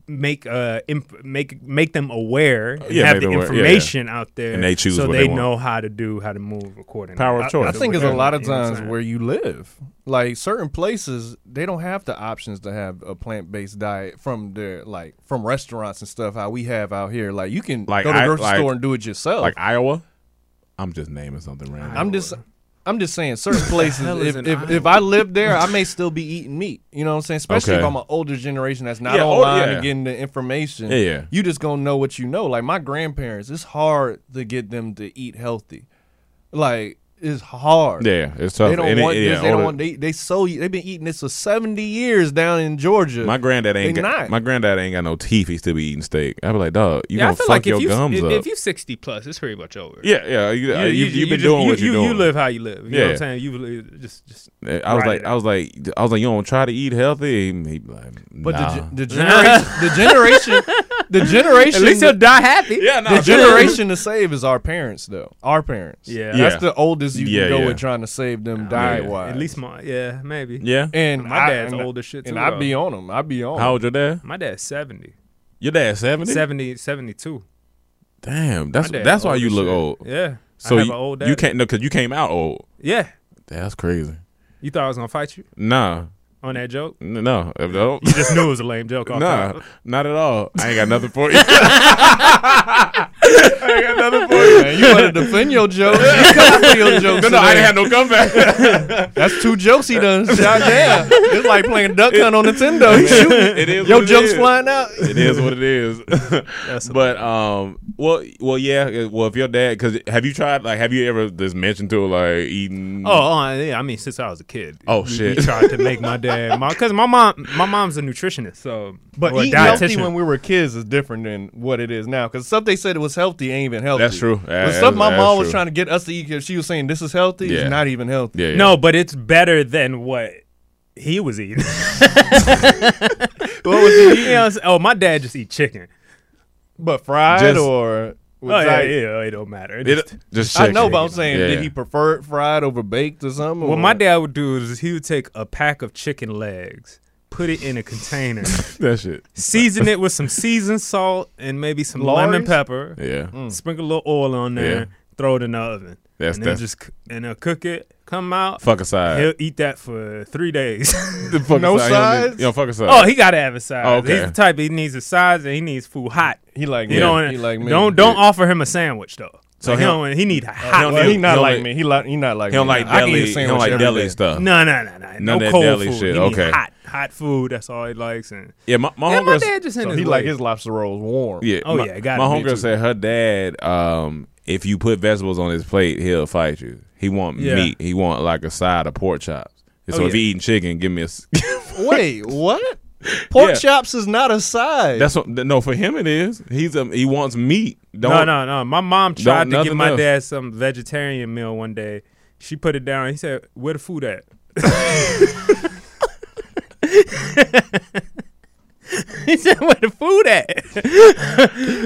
[SPEAKER 8] make uh imp- make make them aware and
[SPEAKER 6] Oh, Yeah,
[SPEAKER 8] have
[SPEAKER 6] make
[SPEAKER 8] the
[SPEAKER 6] them aware, yeah, yeah.
[SPEAKER 8] information out there
[SPEAKER 6] And they choose
[SPEAKER 8] so
[SPEAKER 6] what
[SPEAKER 8] they,
[SPEAKER 6] they want.
[SPEAKER 8] know how to do how to move accordingly
[SPEAKER 6] Power of
[SPEAKER 8] I-
[SPEAKER 6] choice.
[SPEAKER 7] I think it's a
[SPEAKER 8] Yeah.
[SPEAKER 7] lot of
[SPEAKER 8] You know what I'm
[SPEAKER 7] times
[SPEAKER 8] saying?
[SPEAKER 7] where you live. Like certain places, they don't have the options to have a plant based diet from their like from restaurants and stuff. How we have out here, like you can
[SPEAKER 6] Like
[SPEAKER 7] go to the
[SPEAKER 6] I-
[SPEAKER 7] grocery
[SPEAKER 6] like-
[SPEAKER 7] store and do it yourself.
[SPEAKER 6] like Iowa. I'm just naming something random.
[SPEAKER 7] I'm just I'm just
[SPEAKER 6] *laughs*
[SPEAKER 7] saying certain places
[SPEAKER 8] hell is
[SPEAKER 7] if
[SPEAKER 8] an
[SPEAKER 7] if, if I lived there, I may still be eating meat. You know what I'm saying? Especially
[SPEAKER 6] Okay.
[SPEAKER 7] if I'm an older generation that's not
[SPEAKER 6] Yeah, oh,
[SPEAKER 7] online
[SPEAKER 6] yeah.
[SPEAKER 7] and getting the information.
[SPEAKER 6] Yeah, yeah.
[SPEAKER 7] You just gonna know what you know. Like my grandparents, it's hard to get them to eat healthy. Like it's hard.
[SPEAKER 6] yeah, it's tough.
[SPEAKER 7] They don't
[SPEAKER 6] And it-
[SPEAKER 7] want
[SPEAKER 6] yeah,
[SPEAKER 7] this. They don't
[SPEAKER 6] older-
[SPEAKER 7] want. They they so they've been eating this for seventy years down in Georgia.
[SPEAKER 6] My granddad ain't
[SPEAKER 7] They
[SPEAKER 6] got,
[SPEAKER 7] not.
[SPEAKER 6] my granddad ain't got no teeth. He still be eating steak. I be like, dog, you
[SPEAKER 8] yeah, I
[SPEAKER 6] gonna
[SPEAKER 8] feel
[SPEAKER 6] fuck
[SPEAKER 8] like
[SPEAKER 6] your
[SPEAKER 8] if you
[SPEAKER 6] gums
[SPEAKER 8] if,
[SPEAKER 6] up?
[SPEAKER 8] if you 60 plus it's pretty much over
[SPEAKER 6] yeah, yeah, you, you, you, have been
[SPEAKER 8] just-
[SPEAKER 6] doing
[SPEAKER 8] you,
[SPEAKER 6] what you're
[SPEAKER 8] you,
[SPEAKER 6] doing.
[SPEAKER 8] you live how you live you know what
[SPEAKER 6] Yeah.
[SPEAKER 8] i'm saying you live, just just
[SPEAKER 6] I was
[SPEAKER 8] ride
[SPEAKER 6] like,
[SPEAKER 8] it
[SPEAKER 6] I was like, I was like, you don't try to eat healthy. And He be like,
[SPEAKER 7] but
[SPEAKER 6] nah.
[SPEAKER 7] the, ge- the
[SPEAKER 6] *laughs*
[SPEAKER 7] generation, the generation, the generation.
[SPEAKER 8] at least he'll die happy
[SPEAKER 6] yeah, nah,
[SPEAKER 7] the generation to save is our parents, though. Our parents.
[SPEAKER 8] *laughs* Yeah.
[SPEAKER 6] Yeah.
[SPEAKER 7] That's the oldest you
[SPEAKER 6] Yeah,
[SPEAKER 7] can go
[SPEAKER 6] yeah.
[SPEAKER 7] with trying to save them
[SPEAKER 6] yeah.
[SPEAKER 7] diet wise.
[SPEAKER 8] at least my yeah maybe
[SPEAKER 6] Yeah.
[SPEAKER 7] And
[SPEAKER 8] My
[SPEAKER 7] I-
[SPEAKER 8] dad's
[SPEAKER 7] and-
[SPEAKER 8] old as shit,
[SPEAKER 7] And
[SPEAKER 8] too,
[SPEAKER 7] I
[SPEAKER 8] though.
[SPEAKER 7] be on them. I be on. 'em.
[SPEAKER 6] How old your dad?
[SPEAKER 8] my dad's 70
[SPEAKER 6] Your dad seventy.
[SPEAKER 8] 70 72
[SPEAKER 6] Damn, that's
[SPEAKER 8] My dad's
[SPEAKER 6] that's why
[SPEAKER 8] old
[SPEAKER 6] you
[SPEAKER 8] as
[SPEAKER 6] look
[SPEAKER 8] shit.
[SPEAKER 6] old.
[SPEAKER 8] yeah
[SPEAKER 6] So
[SPEAKER 8] I have
[SPEAKER 6] you,
[SPEAKER 8] an old
[SPEAKER 6] you
[SPEAKER 8] daddy.
[SPEAKER 6] can't no, cause you came out old.
[SPEAKER 8] yeah
[SPEAKER 6] That's crazy.
[SPEAKER 8] you thought i was gonna fight you
[SPEAKER 6] Nah,
[SPEAKER 8] on that
[SPEAKER 6] *laughs*
[SPEAKER 8] joke
[SPEAKER 6] N- no, I *laughs* don't.
[SPEAKER 8] you just knew it was a lame joke all
[SPEAKER 6] Nah,
[SPEAKER 8] time.
[SPEAKER 6] not at all. I ain't got nothing *laughs* for you. I ain't got nothing for you.
[SPEAKER 7] Man, you want to defend your jokes? You come for your jokes.
[SPEAKER 6] No, no, I
[SPEAKER 7] today.
[SPEAKER 6] didn't have no comeback. *laughs*
[SPEAKER 7] That's two jokes he done. Shot down. It's like playing duck hunt on Nintendo. He shooting.
[SPEAKER 6] it is
[SPEAKER 7] Your
[SPEAKER 6] what it
[SPEAKER 7] jokes
[SPEAKER 6] is.
[SPEAKER 7] flying out.
[SPEAKER 6] It is what it *laughs* is. but um, well, well, yeah. uh, Well, if your dad, because have you tried? Like, have you ever just mentioned to her, like eating?
[SPEAKER 8] Oh, oh, yeah. I mean, since I was a kid.
[SPEAKER 6] Oh,
[SPEAKER 8] we,
[SPEAKER 6] shit.
[SPEAKER 8] We tried to make my dad, because my, mom, my mom's a nutritionist, so
[SPEAKER 7] But
[SPEAKER 8] or a
[SPEAKER 7] eating healthy
[SPEAKER 8] dietitian.
[SPEAKER 7] when we were kids is different than what it is now. Because stuff they said it was healthy ain't even healthy.
[SPEAKER 6] That's true.
[SPEAKER 7] The
[SPEAKER 6] That-
[SPEAKER 7] stuff my
[SPEAKER 6] that's
[SPEAKER 7] mom was
[SPEAKER 6] true.
[SPEAKER 7] trying to get us to eat, 'cause she was saying this is healthy,
[SPEAKER 6] Yeah.
[SPEAKER 7] it's not even healthy.
[SPEAKER 6] yeah, yeah.
[SPEAKER 8] No, but it's better than what he was eating. what was *laughs* he eating? oh, my dad just eat chicken.
[SPEAKER 7] But fried
[SPEAKER 6] Just-
[SPEAKER 7] or was
[SPEAKER 8] Oh, yeah,
[SPEAKER 7] that-
[SPEAKER 8] yeah, it don't matter. It just-
[SPEAKER 6] It, just
[SPEAKER 7] I know,
[SPEAKER 6] chicken.
[SPEAKER 7] but I'm saying,
[SPEAKER 6] Yeah.
[SPEAKER 7] did he prefer it fried over baked or something?
[SPEAKER 8] what
[SPEAKER 7] or-
[SPEAKER 8] my dad would do is he would take a pack of chicken legs put it in a container,
[SPEAKER 6] That
[SPEAKER 7] *laughs*
[SPEAKER 6] shit.
[SPEAKER 8] season it with some seasoned salt and maybe some lemon
[SPEAKER 6] Lawry's?
[SPEAKER 8] pepper.
[SPEAKER 6] Yeah.
[SPEAKER 7] Mm.
[SPEAKER 8] Sprinkle a little oil on there.
[SPEAKER 6] Yeah.
[SPEAKER 8] Throw it in the oven.
[SPEAKER 6] That's-
[SPEAKER 8] and then
[SPEAKER 6] that's-
[SPEAKER 8] just c- and they'll cook it. Come out.
[SPEAKER 6] Fuck aside.
[SPEAKER 8] He'll eat that for three days. *laughs*
[SPEAKER 6] The fuck
[SPEAKER 7] No
[SPEAKER 6] aside. He don't need-
[SPEAKER 7] size?
[SPEAKER 6] Yo, fuck aside.
[SPEAKER 8] oh, he gotta have a size.
[SPEAKER 6] Oh, okay.
[SPEAKER 8] He's the type he needs a size and he needs food hot.
[SPEAKER 7] He like
[SPEAKER 8] You
[SPEAKER 7] me.
[SPEAKER 8] don't
[SPEAKER 7] he like me.
[SPEAKER 8] don't don't offer him a sandwich though.
[SPEAKER 6] So
[SPEAKER 8] So he
[SPEAKER 6] he'll-
[SPEAKER 8] don't, he need hot.
[SPEAKER 6] he'll-
[SPEAKER 7] Well, he not
[SPEAKER 6] He don't
[SPEAKER 7] like
[SPEAKER 6] like-
[SPEAKER 7] me. He like he not like
[SPEAKER 6] he don't
[SPEAKER 7] me.
[SPEAKER 6] like
[SPEAKER 7] I can eat
[SPEAKER 6] deli.
[SPEAKER 7] a
[SPEAKER 6] He
[SPEAKER 7] sandwich
[SPEAKER 6] don't like
[SPEAKER 7] every
[SPEAKER 6] deli
[SPEAKER 7] day.
[SPEAKER 6] stuff.
[SPEAKER 8] No, no, no, no.
[SPEAKER 6] None of that
[SPEAKER 8] No cold
[SPEAKER 6] deli
[SPEAKER 8] food.
[SPEAKER 6] shit,
[SPEAKER 8] He need
[SPEAKER 6] okay.
[SPEAKER 8] hot, hot food. That's all he likes. And
[SPEAKER 6] Yeah, my, my
[SPEAKER 8] yeah, my
[SPEAKER 6] homegirl's-
[SPEAKER 8] dad just in
[SPEAKER 7] So
[SPEAKER 8] his
[SPEAKER 7] he like
[SPEAKER 8] way.
[SPEAKER 7] his lobster rolls warm. *laughs*
[SPEAKER 6] Yeah.
[SPEAKER 8] Oh,
[SPEAKER 6] my,
[SPEAKER 8] yeah, it gotta
[SPEAKER 6] My
[SPEAKER 8] be,
[SPEAKER 6] homegirl
[SPEAKER 8] too.
[SPEAKER 6] said her dad, um, if you put vegetables on his plate, he'll fight you. He want
[SPEAKER 8] Yeah.
[SPEAKER 6] meat. He want like a side of pork chops. And so
[SPEAKER 8] Oh,
[SPEAKER 6] if
[SPEAKER 8] yeah.
[SPEAKER 6] he eating chicken, give me a. s- *laughs*
[SPEAKER 7] Wait, what? Pork
[SPEAKER 6] Yeah.
[SPEAKER 7] chops is not a side.
[SPEAKER 6] That's what no for him it is. He's a, he wants meat. Don't,
[SPEAKER 8] no, no, no. My mom
[SPEAKER 6] don't
[SPEAKER 8] tried to
[SPEAKER 6] nothing
[SPEAKER 8] give my
[SPEAKER 6] else.
[SPEAKER 8] dad some vegetarian meal one day. She put it down. He said, "Where the food at?" *laughs* he said, "Where the food at?"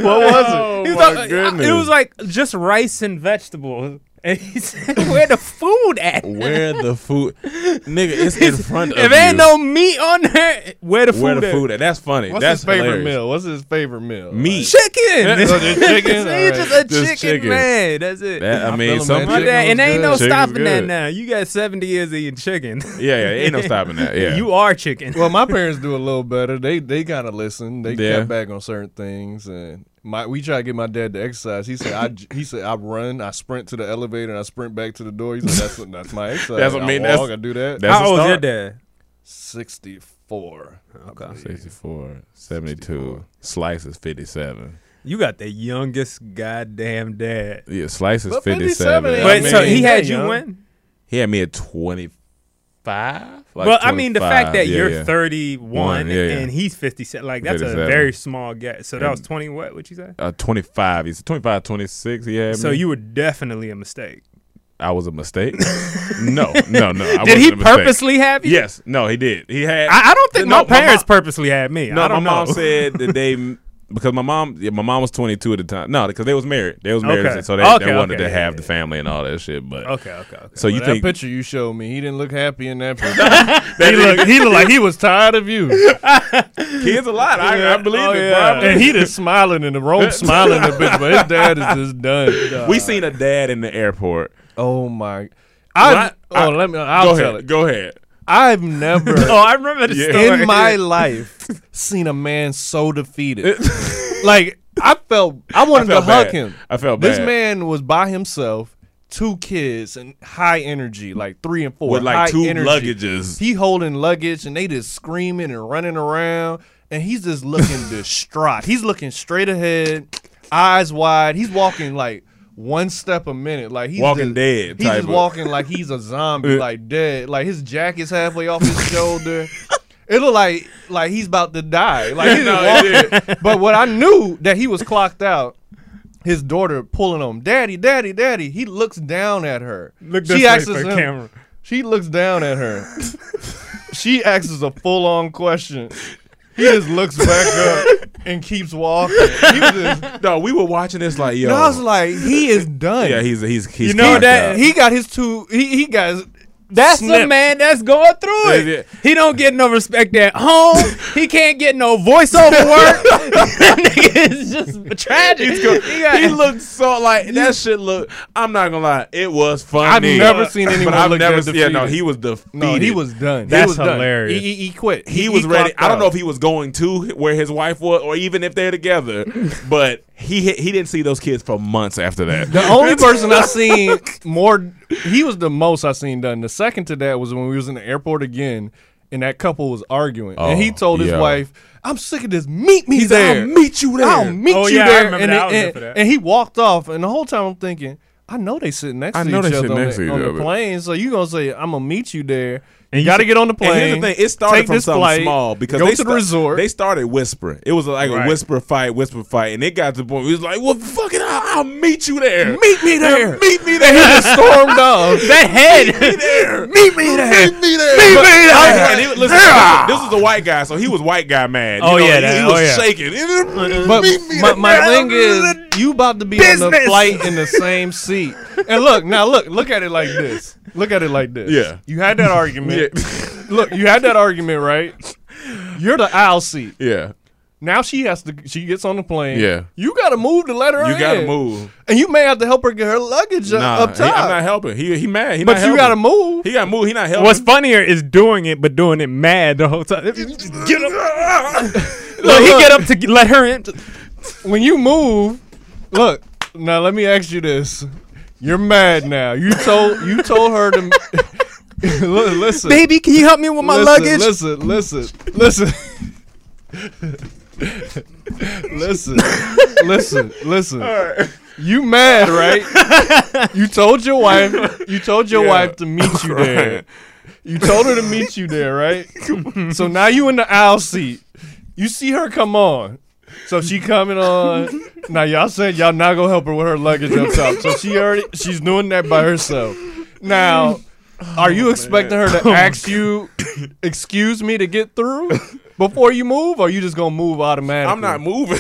[SPEAKER 7] what was
[SPEAKER 8] He
[SPEAKER 7] it?
[SPEAKER 8] was like- It was *laughs* like just rice and vegetables. And he *laughs* said, "Where the food at?"
[SPEAKER 6] where the food, nigga. It's in front of
[SPEAKER 8] if
[SPEAKER 6] you.
[SPEAKER 8] ain't no meat on there, where the food?
[SPEAKER 6] where the
[SPEAKER 8] at?
[SPEAKER 6] food at? That's funny.
[SPEAKER 7] What's
[SPEAKER 6] That's
[SPEAKER 7] his favorite
[SPEAKER 6] hilarious.
[SPEAKER 7] meal? What's his favorite meal?
[SPEAKER 6] Meat. *laughs*
[SPEAKER 8] Chicken.
[SPEAKER 7] Oh, just
[SPEAKER 8] *laughs*
[SPEAKER 7] chicken? All
[SPEAKER 8] He's just a
[SPEAKER 7] right.
[SPEAKER 6] Just
[SPEAKER 8] chicken,
[SPEAKER 6] chicken.
[SPEAKER 8] man. That's it. *laughs*
[SPEAKER 6] That, I
[SPEAKER 7] I
[SPEAKER 6] mean,
[SPEAKER 7] feel him,
[SPEAKER 6] some
[SPEAKER 7] man.
[SPEAKER 8] My
[SPEAKER 6] chicken
[SPEAKER 8] dad,
[SPEAKER 7] was
[SPEAKER 8] and ain't
[SPEAKER 7] good.
[SPEAKER 8] no
[SPEAKER 6] Chicken's
[SPEAKER 8] stopping that
[SPEAKER 6] good.
[SPEAKER 8] now. You got seventy years of eating chicken.
[SPEAKER 6] *laughs*
[SPEAKER 8] *laughs*
[SPEAKER 6] Yeah, yeah, ain't no stopping that. Yeah,
[SPEAKER 8] you are chicken. *laughs*
[SPEAKER 7] Well, my parents do a little better. They they kind of listen. They
[SPEAKER 6] Yeah.
[SPEAKER 7] cut back on certain things, and my we try to get my dad to exercise. He said I j- he said I run, I sprint to the elevator, and I sprint back to the door. He said that's what-
[SPEAKER 6] *laughs*
[SPEAKER 7] that's my exercise.
[SPEAKER 6] That's what I mean,
[SPEAKER 7] I
[SPEAKER 6] that's-
[SPEAKER 7] walk. I do that.
[SPEAKER 6] that's-
[SPEAKER 8] How
[SPEAKER 6] a
[SPEAKER 8] old is your
[SPEAKER 6] start.
[SPEAKER 8] dad?
[SPEAKER 7] sixty four.
[SPEAKER 8] Okay.
[SPEAKER 6] 64, 72, slice is 57.
[SPEAKER 8] You got the youngest goddamn dad.
[SPEAKER 6] Yeah, slice is
[SPEAKER 7] But
[SPEAKER 6] 57.
[SPEAKER 7] 57
[SPEAKER 6] I
[SPEAKER 7] Yeah,
[SPEAKER 8] But
[SPEAKER 6] mean,
[SPEAKER 8] so he
[SPEAKER 7] he's
[SPEAKER 8] had
[SPEAKER 7] not
[SPEAKER 8] you
[SPEAKER 7] young.
[SPEAKER 8] when?
[SPEAKER 6] he had me at 25. Like
[SPEAKER 8] well, I mean, the fact
[SPEAKER 6] 25,
[SPEAKER 8] that
[SPEAKER 6] yeah,
[SPEAKER 8] you're
[SPEAKER 6] yeah.
[SPEAKER 8] 31
[SPEAKER 6] One, yeah, yeah.
[SPEAKER 8] and he's 57, like that's a
[SPEAKER 6] 57.
[SPEAKER 8] very small gap. So that was 20. What would you say?
[SPEAKER 6] Uh, 25. He's 25, 26. Yeah.
[SPEAKER 8] So you were definitely a mistake.
[SPEAKER 6] I was a
[SPEAKER 8] *laughs*
[SPEAKER 6] mistake? no, no, no. I
[SPEAKER 8] Did he
[SPEAKER 6] wasn't a mistake.
[SPEAKER 8] purposely have you?
[SPEAKER 6] Yes. No, he did. He had.
[SPEAKER 8] I, I don't think
[SPEAKER 6] No,
[SPEAKER 8] my parents
[SPEAKER 6] mom-
[SPEAKER 8] purposely had me.
[SPEAKER 6] No,
[SPEAKER 8] I don't
[SPEAKER 6] my mom
[SPEAKER 8] know.
[SPEAKER 6] said that they.
[SPEAKER 8] *laughs*
[SPEAKER 6] Because my mom, yeah, my mom was 22 at the time. No, because they was married. They was married,
[SPEAKER 8] Okay.
[SPEAKER 6] so they,
[SPEAKER 8] Okay,
[SPEAKER 6] they wanted
[SPEAKER 8] okay,
[SPEAKER 6] to
[SPEAKER 8] yeah,
[SPEAKER 6] have
[SPEAKER 8] yeah,
[SPEAKER 6] the family and all that shit. But
[SPEAKER 8] *laughs* Okay, okay, okay.
[SPEAKER 6] so you
[SPEAKER 7] that
[SPEAKER 6] think
[SPEAKER 7] picture you showed me, he didn't look happy in that picture. he looked he looked like he was tired of you,
[SPEAKER 6] kids a lot? I, I believe
[SPEAKER 8] Oh,
[SPEAKER 6] it.
[SPEAKER 8] yeah.
[SPEAKER 6] Probably.
[SPEAKER 7] and he just smiling in the room, smiling at bitch. But his dad is just *laughs* done.
[SPEAKER 6] We seen a dad in the airport.
[SPEAKER 7] oh my. I,
[SPEAKER 6] When I-
[SPEAKER 7] oh,
[SPEAKER 6] I-
[SPEAKER 7] let me. I'll
[SPEAKER 6] go
[SPEAKER 7] tell
[SPEAKER 6] ahead.
[SPEAKER 7] it.
[SPEAKER 6] Go
[SPEAKER 7] *laughs*
[SPEAKER 6] ahead. *laughs*
[SPEAKER 7] I've never.
[SPEAKER 8] oh, I remember the
[SPEAKER 6] Yeah.
[SPEAKER 8] story.
[SPEAKER 7] in *laughs* my life seen a man so defeated. *laughs* like I felt I wanted
[SPEAKER 6] I felt
[SPEAKER 7] to hug
[SPEAKER 6] bad.
[SPEAKER 7] him.
[SPEAKER 6] I felt
[SPEAKER 7] this
[SPEAKER 6] bad.
[SPEAKER 7] man was by himself, two kids and high energy, like three and four.
[SPEAKER 6] With, like,
[SPEAKER 7] high
[SPEAKER 6] two
[SPEAKER 7] energy.
[SPEAKER 6] luggages.
[SPEAKER 7] He holding luggage and they just screaming and running around. And he's
[SPEAKER 6] *laughs*
[SPEAKER 7] just looking distraught. He's looking straight ahead, eyes wide. He's walking like one step a minute. Like he's
[SPEAKER 6] Walking
[SPEAKER 7] just-
[SPEAKER 6] Dead
[SPEAKER 7] He's
[SPEAKER 6] type
[SPEAKER 7] just
[SPEAKER 6] of-
[SPEAKER 7] walking walking like he's
[SPEAKER 6] *laughs*
[SPEAKER 7] a zombie, like dead. Like his jacket's halfway off his shoulder. It looked like like he's about to die. Like
[SPEAKER 8] *laughs*
[SPEAKER 7] he's
[SPEAKER 6] No, it
[SPEAKER 7] walking. But what I knew that he was clocked out. His daughter pulling on him, daddy, daddy, daddy. He looks down at her.
[SPEAKER 8] Look this way
[SPEAKER 7] asks
[SPEAKER 8] for the
[SPEAKER 7] him-
[SPEAKER 8] camera.
[SPEAKER 7] She looks down at
[SPEAKER 8] *laughs*
[SPEAKER 7] her. she asks a full on question. He just looks back up and keeps walking. He was just,
[SPEAKER 6] No, we were watching this like yo.
[SPEAKER 7] and I was like, he is done.
[SPEAKER 6] yeah, he's he's he's.
[SPEAKER 8] You know
[SPEAKER 6] knocked
[SPEAKER 8] that-
[SPEAKER 6] out.
[SPEAKER 7] he got his two. He he got. His,
[SPEAKER 8] That's the
[SPEAKER 7] Snip.
[SPEAKER 8] man that's going through
[SPEAKER 6] Yeah, yeah.
[SPEAKER 8] it. He don't get no respect at home. he can't get no voiceover
[SPEAKER 6] *laughs*
[SPEAKER 8] work. that nigga is just tragic. He got-
[SPEAKER 6] he looked so like that shit. Look, I'm not gonna lie, it was funny.
[SPEAKER 7] I've never seen anyone
[SPEAKER 6] But I've
[SPEAKER 7] look
[SPEAKER 6] never
[SPEAKER 7] that
[SPEAKER 6] seen. Yeah, no,
[SPEAKER 7] defeated.
[SPEAKER 6] he was defeated.
[SPEAKER 7] No, he was done.
[SPEAKER 8] That's
[SPEAKER 7] he was done.
[SPEAKER 8] hilarious.
[SPEAKER 7] He, he, he quit.
[SPEAKER 6] He was ready.
[SPEAKER 7] clocked
[SPEAKER 6] I don't know
[SPEAKER 7] out.
[SPEAKER 6] if he was going to where his wife was, or even if they're
[SPEAKER 7] *laughs*
[SPEAKER 6] together. But he he didn't see those kids for months after that.
[SPEAKER 7] The
[SPEAKER 6] *laughs*
[SPEAKER 7] only person I seen more, he was the most I seen done. The second to that was when we was in the airport again, and that couple was arguing, and he
[SPEAKER 6] Oh,
[SPEAKER 7] told his
[SPEAKER 6] yeah.
[SPEAKER 7] wife, "I'm sick of this. Meet me
[SPEAKER 6] He said,
[SPEAKER 7] there.
[SPEAKER 6] "I'll meet you there."
[SPEAKER 7] I'll meet
[SPEAKER 8] Oh,
[SPEAKER 7] you
[SPEAKER 8] yeah, I
[SPEAKER 7] there."
[SPEAKER 8] remember
[SPEAKER 7] and,
[SPEAKER 8] that. I was
[SPEAKER 7] and-
[SPEAKER 8] there for that.
[SPEAKER 7] and he walked off, and the whole time I'm thinking, I know they sitting next
[SPEAKER 6] I
[SPEAKER 7] to
[SPEAKER 6] know
[SPEAKER 7] each
[SPEAKER 6] they
[SPEAKER 7] other
[SPEAKER 6] sitting
[SPEAKER 7] on,
[SPEAKER 6] next
[SPEAKER 7] the,
[SPEAKER 6] to each
[SPEAKER 7] on the
[SPEAKER 6] other.
[SPEAKER 7] plane, so you gonna say, "I'm gonna meet you there." And
[SPEAKER 8] you
[SPEAKER 7] you got to
[SPEAKER 8] should-
[SPEAKER 7] get on the plane.
[SPEAKER 6] And here's the thing: it started
[SPEAKER 7] take
[SPEAKER 6] from
[SPEAKER 7] this
[SPEAKER 6] something
[SPEAKER 7] flight,
[SPEAKER 6] small because
[SPEAKER 7] go
[SPEAKER 6] they
[SPEAKER 7] to the
[SPEAKER 6] sta-
[SPEAKER 7] resort. *laughs*
[SPEAKER 6] They started whispering. It was like
[SPEAKER 8] Right.
[SPEAKER 6] a whisper fight, whisper fight, and it got to the point. Where it was like, "Well, fucking, I'll, I'll meet you there.
[SPEAKER 7] Meet me there.
[SPEAKER 6] Meet me there.
[SPEAKER 7] stormed off.
[SPEAKER 8] that
[SPEAKER 6] *laughs*
[SPEAKER 8] head.
[SPEAKER 7] *laughs*
[SPEAKER 6] Meet me there.
[SPEAKER 7] Meet me there.
[SPEAKER 6] Meet me there.
[SPEAKER 7] Meet
[SPEAKER 6] But-
[SPEAKER 7] me there.
[SPEAKER 6] And he, listen,
[SPEAKER 7] Yeah.
[SPEAKER 6] this is a white guy, so he was white guy mad. You know,
[SPEAKER 8] Oh, yeah,
[SPEAKER 6] he,
[SPEAKER 8] that-
[SPEAKER 6] he
[SPEAKER 8] oh,
[SPEAKER 6] was
[SPEAKER 8] yeah.
[SPEAKER 6] shaking.
[SPEAKER 7] But
[SPEAKER 6] Meet me
[SPEAKER 7] my,
[SPEAKER 6] there.
[SPEAKER 7] my thing is, you about to be on the
[SPEAKER 8] Business.
[SPEAKER 7] flight in the same seat. And look, now look, look at it like this. Look at it like this.
[SPEAKER 6] Yeah.
[SPEAKER 7] You had that argument. *laughs*
[SPEAKER 6] Yeah.
[SPEAKER 7] Look, you had that argument, right? You're the aisle seat.
[SPEAKER 6] Yeah.
[SPEAKER 7] Now she has to. She gets on the plane.
[SPEAKER 6] Yeah.
[SPEAKER 7] You gotta move to let her in.
[SPEAKER 6] You gotta move.
[SPEAKER 7] and you may have to help her get her luggage up-
[SPEAKER 6] Nah,
[SPEAKER 7] Uh, up
[SPEAKER 6] he- I'm
[SPEAKER 7] top.
[SPEAKER 6] not helping. He he mad. He
[SPEAKER 7] But
[SPEAKER 6] not
[SPEAKER 7] you
[SPEAKER 6] helping.
[SPEAKER 7] gotta move.
[SPEAKER 6] He got to move. He not helping.
[SPEAKER 8] What's funnier is doing it, but doing it mad the whole time. Get up. Look, he get up to g- let her in.
[SPEAKER 7] when you move, look. Now let me ask you this: You're mad now. You told you told her to *laughs* Li- listen,
[SPEAKER 8] Baby, can you help me with my
[SPEAKER 7] listen,
[SPEAKER 8] luggage?
[SPEAKER 7] Listen, listen, listen. listen, listen, listen. You mad, right? you told your wife. You told your
[SPEAKER 6] Yeah.
[SPEAKER 7] wife to meet you there. You told her to meet you there, right? so now you in the aisle seat. You see her come on. So she coming on. now y'all said y'all not gonna help her with her luggage up top. So she already she's doing that by herself. Now, are
[SPEAKER 6] Oh,
[SPEAKER 7] you expecting her to ask you, excuse me, to get through before you move? Or are you just gonna move automatically?
[SPEAKER 6] I'm not moving.